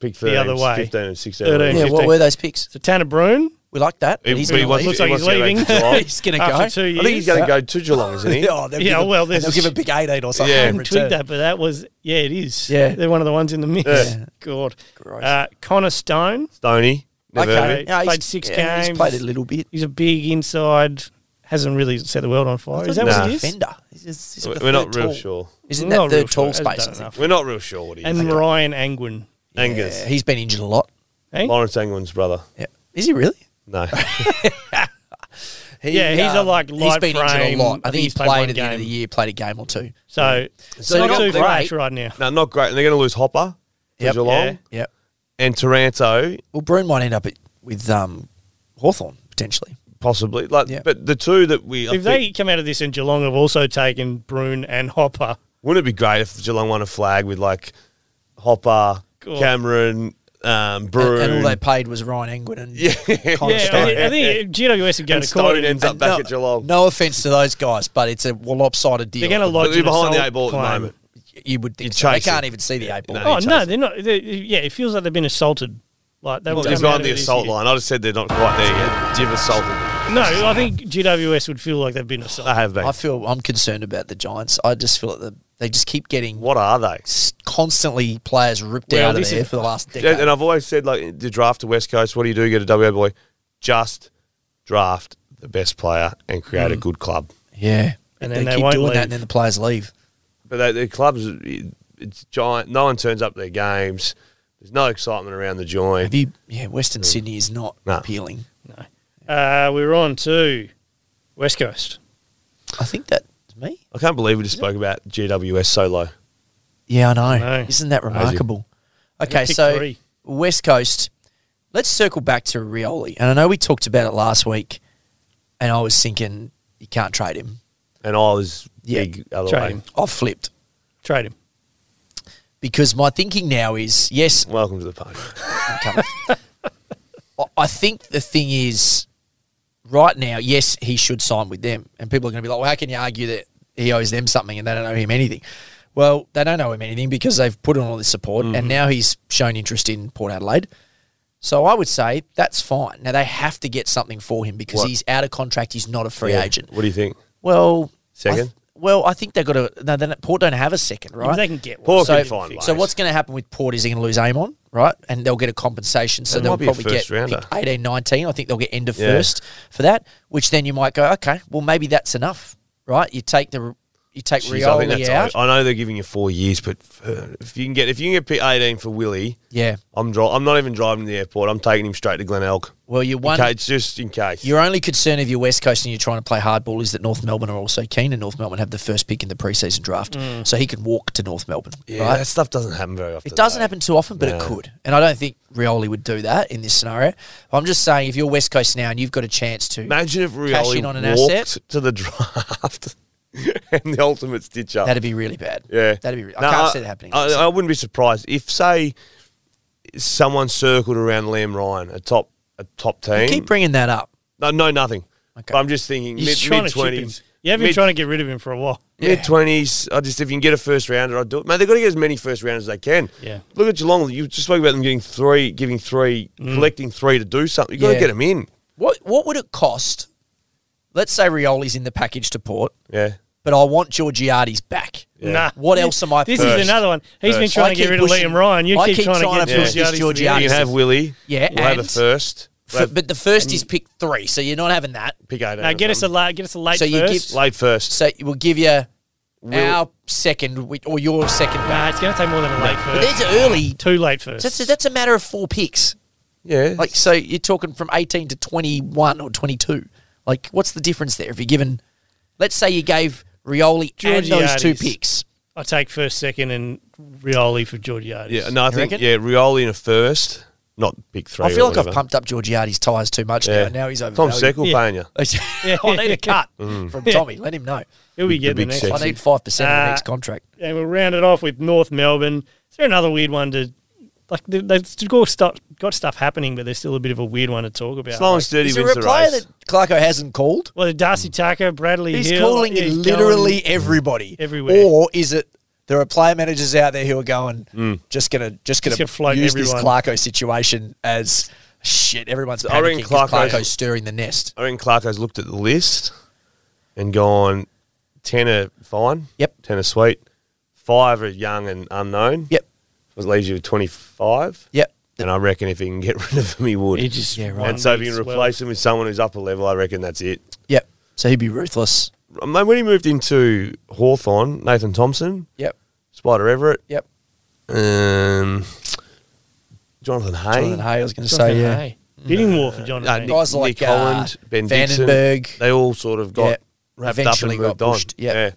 Speaker 1: Pick
Speaker 3: The
Speaker 1: 13,
Speaker 3: other way.
Speaker 1: 15 and 16.
Speaker 3: 13.
Speaker 2: Yeah, what
Speaker 3: 15.
Speaker 2: were those picks?
Speaker 3: So Tanner Brune,
Speaker 2: We like that.
Speaker 1: He-
Speaker 2: He's
Speaker 1: but he
Speaker 2: gonna
Speaker 1: wants-
Speaker 2: leave.
Speaker 3: looks like
Speaker 1: wants
Speaker 3: he's
Speaker 1: to go back to
Speaker 3: leaving.
Speaker 1: Geelong.
Speaker 2: He's gonna
Speaker 3: After
Speaker 2: go.
Speaker 3: two years.
Speaker 1: I think he's going to go to Geelong, isn't he?
Speaker 2: Oh, they'll
Speaker 3: Yeah,
Speaker 2: give him-
Speaker 3: well,
Speaker 2: and
Speaker 3: there's
Speaker 2: they'll
Speaker 3: a
Speaker 2: give
Speaker 3: sh-
Speaker 2: a big eight eight or something.
Speaker 1: Yeah.
Speaker 3: I
Speaker 2: in
Speaker 1: didn't
Speaker 3: hadn't twigged
Speaker 2: return.
Speaker 3: that, but that was yeah, it is.
Speaker 2: Yeah.
Speaker 3: they're one of the ones in the mix.
Speaker 1: Yeah.
Speaker 3: God,
Speaker 2: Gross.
Speaker 3: uh, Connor Stone,
Speaker 1: Stoney. Never heard of
Speaker 3: Okay.
Speaker 1: him.
Speaker 2: Yeah, he's-
Speaker 3: Played six
Speaker 2: yeah,
Speaker 3: games.
Speaker 2: He's played a little bit.
Speaker 3: he's a big inside, hasn't really set the world on fire. Oh, Is that
Speaker 1: he
Speaker 3: what
Speaker 1: was
Speaker 3: it
Speaker 1: a
Speaker 3: is?
Speaker 2: Defender. He's just- he's like the
Speaker 1: We're not
Speaker 2: third
Speaker 1: real
Speaker 2: tall.
Speaker 1: sure.
Speaker 2: Isn't
Speaker 3: Not
Speaker 2: that
Speaker 3: real
Speaker 2: the tall
Speaker 3: sure. Hasn't
Speaker 2: space? I
Speaker 3: done
Speaker 2: think?
Speaker 3: enough.
Speaker 1: We're not real sure what he is.
Speaker 3: And Ryan Angwin. eh?
Speaker 1: Angus.
Speaker 2: Yeah, he's been injured a lot. Hey?
Speaker 1: Lawrence Angwin's brother.
Speaker 2: Yeah. Is he really?
Speaker 1: No.
Speaker 2: He, um,
Speaker 3: Yeah, he's a, like,
Speaker 2: he's
Speaker 3: light
Speaker 2: been injured
Speaker 3: frame.
Speaker 2: a lot. I
Speaker 3: I think
Speaker 2: think he's
Speaker 3: he's played one
Speaker 2: played at the end of the
Speaker 3: game.
Speaker 2: year, played a game or two.
Speaker 3: So,
Speaker 2: So
Speaker 3: not
Speaker 2: not
Speaker 3: too
Speaker 2: great.
Speaker 3: fresh right now.
Speaker 1: no, not great. And they're going to lose Hopper to
Speaker 2: Yep.
Speaker 1: Geelong.
Speaker 3: Yeah.
Speaker 2: Yep.
Speaker 1: And Taranto,
Speaker 2: Well, Brune might end up at, with um, Hawthorn potentially.
Speaker 1: possibly. Like,
Speaker 2: Yeah.
Speaker 1: But the two that we. I
Speaker 3: If they
Speaker 1: think,
Speaker 3: come out of this and Geelong have also taken Brune and Hopper,
Speaker 1: wouldn't it be great if Geelong won a flag with like Hopper,
Speaker 3: God.
Speaker 1: Cameron, um, Brew.
Speaker 2: And, and all they paid was Ryan England and yeah,
Speaker 3: yeah, I think, I think GWS would go
Speaker 1: and
Speaker 3: to court.
Speaker 1: Stone
Speaker 3: and-
Speaker 1: ends up back at Geelong.
Speaker 2: No offense to those guys, but it's a lopsided deal.
Speaker 3: They're going to lodge
Speaker 1: They're
Speaker 3: an
Speaker 1: behind the
Speaker 3: assault
Speaker 1: eight ball at the
Speaker 3: claim.
Speaker 1: moment.
Speaker 2: you would think
Speaker 1: You'd
Speaker 2: so. They
Speaker 1: chase it.
Speaker 2: can't even see the eight ball.
Speaker 1: no,
Speaker 3: Oh
Speaker 1: Chase
Speaker 3: no,
Speaker 1: it.
Speaker 3: they're not. they yeah, it feels like they've been assaulted. Like they
Speaker 1: They've gone the assault line. I just said they're not quite there yet. You've assaulted them.
Speaker 3: No, I think GWS would feel like they've been assaulted.
Speaker 1: I have been.
Speaker 2: I feel I'm concerned about the Giants. I just feel that the, they just keep getting
Speaker 1: what are they?
Speaker 2: s- constantly players ripped
Speaker 1: Well,
Speaker 2: out of
Speaker 1: this
Speaker 2: there
Speaker 1: is-
Speaker 2: for the last decade.
Speaker 1: And, and I've always said, like, the draft to West Coast, what do you do? You Get a WA boy. Just draft the best player and create
Speaker 2: Mm.
Speaker 1: a good club.
Speaker 2: yeah, and
Speaker 3: And
Speaker 2: they,
Speaker 3: then they
Speaker 2: keep
Speaker 3: won't
Speaker 2: doing
Speaker 3: leave.
Speaker 2: that, and then the players leave.
Speaker 1: But they, the clubs, it's giant. No one turns up to their games. There's no excitement around the joint.
Speaker 2: Have you? Yeah, Western Sydney is not
Speaker 1: No.
Speaker 2: appealing.
Speaker 1: Uh-huh.
Speaker 3: Uh, we're on to West Coast.
Speaker 2: I think that's me.
Speaker 1: I can't believe we just spoke about GWS so low.
Speaker 2: Yeah, I know.
Speaker 3: know.
Speaker 2: Isn't that remarkable? Okay,
Speaker 3: pick
Speaker 2: so
Speaker 3: three.
Speaker 2: West Coast. Let's circle back to Rioli, and I know we talked about it last week, and I was thinking you can't trade him.
Speaker 1: And I was
Speaker 2: Yeah.
Speaker 1: big other
Speaker 3: Trade
Speaker 1: way.
Speaker 3: him.
Speaker 2: I flipped
Speaker 3: Trade him.
Speaker 2: because my thinking now is yes,
Speaker 1: Welcome to the party.
Speaker 2: I'm coming. I- I think the thing is, right now, yes, he should sign with them, and people are going to be like, "Well, how can you argue that he owes them something and they don't owe him anything?" Well, they don't owe him anything because they've put on all this support,
Speaker 1: Mm-hmm.
Speaker 2: and now he's shown interest in Port Adelaide. So I would say that's fine. Now they have to get something for him because
Speaker 1: What?
Speaker 2: he's out of contract. He's not a free
Speaker 1: Yeah.
Speaker 2: agent.
Speaker 1: What do you think?
Speaker 2: Well, I
Speaker 1: Second?
Speaker 2: th- well, I think they've got to. No, they don't- Port don't have a second, right?
Speaker 3: If they can get one.
Speaker 1: Poor
Speaker 2: So,
Speaker 1: can find
Speaker 2: so
Speaker 1: ways.
Speaker 2: what's going to happen with Port is they're going to lose Amon, right? And they'll get a compensation. So
Speaker 1: That
Speaker 2: they'll
Speaker 1: might be a
Speaker 2: probably
Speaker 1: first
Speaker 2: get
Speaker 1: rounder.
Speaker 2: pick 18, 19. I think they'll get end of
Speaker 1: Yeah.
Speaker 2: first for that, which then you might go, okay, well, maybe that's enough, right? You take the you take
Speaker 1: Jeez, I, think
Speaker 2: Rioli
Speaker 1: that's
Speaker 2: out.
Speaker 1: I know they're giving you four years, but uh, if you can get if you can get pick eighteen for Willie,
Speaker 2: Yeah.
Speaker 1: I'm dri- I'm not even driving to the airport. I'm taking him straight to Glen Elk.
Speaker 2: Well, you
Speaker 1: In
Speaker 2: one,
Speaker 1: case, just in case.
Speaker 2: your only concern if you're West Coast and you're trying to play hardball is that North Melbourne are also keen, and North Melbourne have the first pick in the preseason draft,
Speaker 3: Mm.
Speaker 2: so he can walk to North Melbourne.
Speaker 1: yeah,
Speaker 2: right?
Speaker 1: that stuff doesn't happen very often.
Speaker 2: It doesn't
Speaker 1: though.
Speaker 2: happen too often, but it
Speaker 1: No.
Speaker 2: could. And I don't think Rioli would do that in this scenario. I'm just saying, if you're West Coast now and you've got a chance to,
Speaker 1: Imagine if
Speaker 2: Cash
Speaker 1: Rioli
Speaker 2: in on an
Speaker 1: walked
Speaker 2: asset.
Speaker 1: to the draft and the ultimate stitch up.
Speaker 2: that'd be really bad.
Speaker 1: yeah,
Speaker 2: That'd be really.
Speaker 1: No,
Speaker 2: I can't see that happening.
Speaker 1: I, I wouldn't be surprised if, say, someone circled around Liam Ryan, a top a top team.
Speaker 2: You keep bringing that up.
Speaker 1: no, no, nothing.
Speaker 2: Okay.
Speaker 1: But I'm just thinking
Speaker 3: He's
Speaker 1: mid
Speaker 3: trying to chip him.
Speaker 1: twenties.
Speaker 3: You have been trying to get rid of him for a while.
Speaker 2: Yeah.
Speaker 1: Mid twenties, I just if you can get a first rounder, I'd do it. Man, they've got to get as many first rounders as they can.
Speaker 3: Yeah.
Speaker 1: Look at Geelong. You just spoke about them getting three, giving three, collecting three to do something. You got
Speaker 2: Mm. Yeah.
Speaker 1: to get them in.
Speaker 2: What What would it cost? Let's say Rioli's in the package to Port.
Speaker 1: Yeah.
Speaker 2: but I want Georgiades back.
Speaker 3: Nah.
Speaker 2: What else am I?
Speaker 3: This
Speaker 2: pushing?
Speaker 3: is another one. He's been
Speaker 1: First.
Speaker 3: trying
Speaker 2: I
Speaker 3: to get
Speaker 2: keep
Speaker 3: rid
Speaker 2: pushing-
Speaker 3: of Liam Ryan. You
Speaker 2: I
Speaker 3: keep,
Speaker 2: keep
Speaker 3: trying,
Speaker 2: trying
Speaker 3: to
Speaker 2: to
Speaker 3: get
Speaker 2: push this
Speaker 3: Georgiades.
Speaker 1: You
Speaker 2: Georgiades.
Speaker 1: can have Willie.
Speaker 2: Yeah,
Speaker 1: we'll have a
Speaker 2: and-
Speaker 1: first.
Speaker 2: F- but the first
Speaker 1: mm.
Speaker 2: is pick three, so you're not having that.
Speaker 1: pick eight.
Speaker 3: No, get us a la- get us a late
Speaker 2: So you give-
Speaker 3: first.
Speaker 1: late first.
Speaker 2: So we'll give you
Speaker 1: Will-
Speaker 2: our second we- or your second
Speaker 3: nah,
Speaker 2: back.
Speaker 3: it's going to take more than a late
Speaker 2: But
Speaker 3: first.
Speaker 2: there's early.
Speaker 3: Too late first.
Speaker 2: That's a, that's a matter of four picks.
Speaker 1: Yeah,
Speaker 2: Like so, you're talking from 18 to 21 or 22. Like, what's the difference there? If you're given, let's say you gave Rioli and those two
Speaker 3: Georgiades.
Speaker 2: picks.
Speaker 3: I take first, second, and Rioli for Georgiades.
Speaker 1: yeah. No, I think
Speaker 2: reckon?
Speaker 1: yeah. Rioli in a first, not pick three.
Speaker 2: I feel
Speaker 1: or
Speaker 2: like I've
Speaker 1: whatever.
Speaker 2: pumped up Georgiades' tyres too much
Speaker 1: Yeah.
Speaker 2: now. Now he's over.
Speaker 1: Tom Seckle Mm.
Speaker 3: Yeah.
Speaker 1: paying you.
Speaker 2: I need a cut from Tommy. Let him know.
Speaker 3: He'll be
Speaker 1: Big- the
Speaker 3: getting the
Speaker 1: big
Speaker 3: next
Speaker 1: six.
Speaker 3: one.
Speaker 2: I need five percent of
Speaker 3: Uh,
Speaker 2: the next contract.
Speaker 3: And we'll round it off with North Melbourne. Is there another weird one to like? they- They've still got stuff, got stuff happening, but there's still a bit of a weird one to talk about.
Speaker 1: Slow
Speaker 3: Like,
Speaker 1: and sturdy
Speaker 2: Is there
Speaker 1: wins
Speaker 2: a
Speaker 1: the
Speaker 2: player
Speaker 1: race.
Speaker 2: that Clarko hasn't called?
Speaker 3: well,
Speaker 1: Hmm.
Speaker 3: Darcy Tucker, Bradley
Speaker 2: He's
Speaker 3: Hill,
Speaker 2: calling
Speaker 3: yeah,
Speaker 2: in literally everybody,
Speaker 3: Everywhere.
Speaker 2: Or is it there are player managers out there who are going just gonna just gonna,
Speaker 3: Mm. gonna float
Speaker 2: use this
Speaker 3: everyone.
Speaker 2: Clarko situation as shit? Everyone's
Speaker 1: I reckon
Speaker 2: panicking because
Speaker 1: Clarko's-
Speaker 2: Clarko's stirring the nest.
Speaker 1: I reckon Clarko's looked at the list and gone ten are fine.
Speaker 2: Yep.
Speaker 1: Ten are sweet. Five are young and unknown.
Speaker 2: Yep,
Speaker 1: It leaves you with twenty five.
Speaker 2: yep.
Speaker 1: And I reckon if he can get rid of them, he would.
Speaker 3: He just
Speaker 2: Yeah, right.
Speaker 3: one
Speaker 1: and so if you
Speaker 3: week's
Speaker 1: can
Speaker 3: worth.
Speaker 1: replace him with someone who's up a level, I reckon that's it.
Speaker 2: Yep. So he'd be ruthless.
Speaker 1: I mean, when he moved into Hawthorn, Nathan Thompson,
Speaker 2: Yep.
Speaker 1: Spider Everett,
Speaker 2: Yep.
Speaker 1: um, Jonathan Hay,
Speaker 2: Jonathan Hay, I was going to
Speaker 3: Jonathan
Speaker 2: say, yeah.
Speaker 3: Hay. bidding war for Jonathan.
Speaker 1: uh,
Speaker 3: Hay.
Speaker 1: Nick,
Speaker 2: Guys like,
Speaker 1: Nick Holland,
Speaker 2: uh,
Speaker 1: Ben
Speaker 2: Vandenberg.
Speaker 1: Dixon, they all sort of got
Speaker 2: Yeah.
Speaker 1: wrapped
Speaker 2: Eventually
Speaker 1: up and
Speaker 2: got
Speaker 1: moved on.
Speaker 2: pushed, yep.
Speaker 1: Yeah,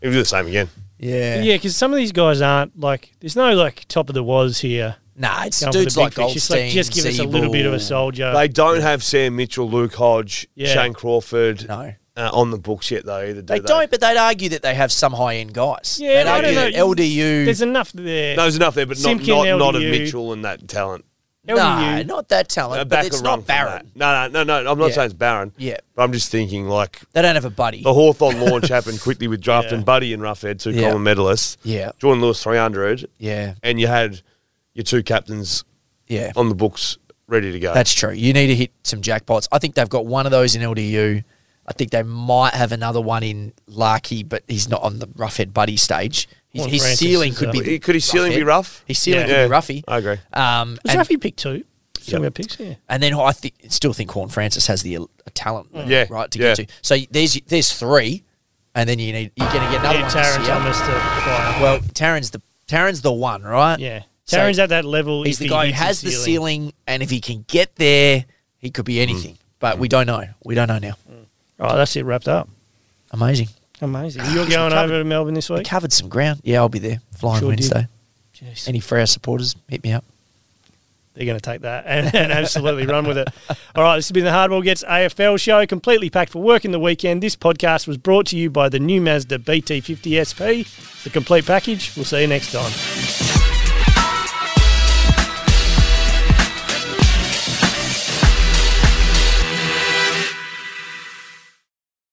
Speaker 1: he'll do the same again.
Speaker 2: Yeah.
Speaker 3: Yeah, because some of these guys aren't like. There's no like top of the was here.
Speaker 2: Nah, it's
Speaker 3: Going for the
Speaker 2: dudes
Speaker 3: big
Speaker 2: like
Speaker 3: fish.
Speaker 2: Goldstein.
Speaker 3: It's like, just give us a little bit of a
Speaker 2: Zeeble.
Speaker 3: soldier.
Speaker 1: They don't have Sam Mitchell, Luke Hodge,
Speaker 3: Yeah.
Speaker 1: Shane Crawford
Speaker 2: No.
Speaker 1: uh, on the books yet, though. Either do
Speaker 2: They don't, but they'd argue that they have some high end guys.
Speaker 3: Yeah,
Speaker 2: they'd
Speaker 3: I
Speaker 2: argue
Speaker 3: don't
Speaker 2: that
Speaker 3: know.
Speaker 2: LDU.
Speaker 3: There's enough there.
Speaker 1: There's enough there, but not
Speaker 3: Simkin,
Speaker 1: not, not of
Speaker 3: LDU.
Speaker 1: Mitchell and that talent.
Speaker 2: nah,
Speaker 3: LDU.
Speaker 2: not that
Speaker 1: A
Speaker 2: talent. But
Speaker 1: back
Speaker 2: it's
Speaker 1: a run
Speaker 2: not
Speaker 1: from
Speaker 2: Barron.
Speaker 1: that. No, no, no, no. I'm not
Speaker 2: Yeah.
Speaker 1: saying it's Barron.
Speaker 2: Yeah.
Speaker 1: but I'm just thinking like
Speaker 2: They don't have a buddy.
Speaker 1: The Hawthorn launch happened quickly with Draft
Speaker 3: Yeah.
Speaker 1: and Buddy and Roughhead, two
Speaker 2: Yeah.
Speaker 1: common medalists.
Speaker 2: Yeah.
Speaker 1: Jordan Lewis, 300.
Speaker 2: Yeah,
Speaker 1: And you had your two captains
Speaker 2: yeah.
Speaker 1: on the books ready to go.
Speaker 2: That's true. You need to hit some jackpots. I think they've got one of those in LDU. I think they might have another one in Larky, but he's not on the roughhead buddy stage. His,
Speaker 3: Well,
Speaker 2: his
Speaker 3: Francis
Speaker 2: ceiling
Speaker 3: is
Speaker 2: could
Speaker 3: a-
Speaker 2: be
Speaker 1: But he- could his ceiling be
Speaker 2: roughhead.
Speaker 1: rough?
Speaker 2: His ceiling
Speaker 1: Yeah.
Speaker 2: could be roughy.
Speaker 1: I agree.
Speaker 2: Um,
Speaker 3: Was
Speaker 2: and,
Speaker 3: Rafi pick two? Some of our picks, yeah.
Speaker 2: and then I thi- still think Horn Francis has the uh, talent,
Speaker 3: Mm.
Speaker 2: level,
Speaker 1: Yeah,
Speaker 2: right to
Speaker 1: yeah.
Speaker 2: get to. So there's there's three, and then you need you're going to get another
Speaker 3: yeah,
Speaker 2: one.
Speaker 3: Taron
Speaker 2: this year.
Speaker 3: Thomas to fire.
Speaker 2: Well, Taryn's the Taryn's the one, right?
Speaker 3: yeah.
Speaker 2: So-
Speaker 3: Taron's at that level.
Speaker 2: He's
Speaker 3: if
Speaker 2: the
Speaker 3: he
Speaker 2: guy who
Speaker 3: hits his
Speaker 2: has the ceiling, Hmm. and if he can get there, he could be anything. But we don't know. We don't know now.
Speaker 3: Oh, that's it wrapped up.
Speaker 2: Amazing.
Speaker 3: Amazing. You're
Speaker 2: He's
Speaker 3: going
Speaker 2: recovered.
Speaker 3: over to Melbourne this
Speaker 2: We
Speaker 3: week?
Speaker 2: covered some ground. Yeah, I'll be there flying
Speaker 3: Sure did.
Speaker 2: Wednesday.
Speaker 3: Jeez.
Speaker 2: Any Freo supporters, hit me up.
Speaker 3: They're going to take that and, and absolutely run with it. All right, this has been the Hardball Gets AFL show, completely packed for work in the weekend. This podcast was brought to you by the new Mazda BT50 SP, the complete package. We'll see you next time.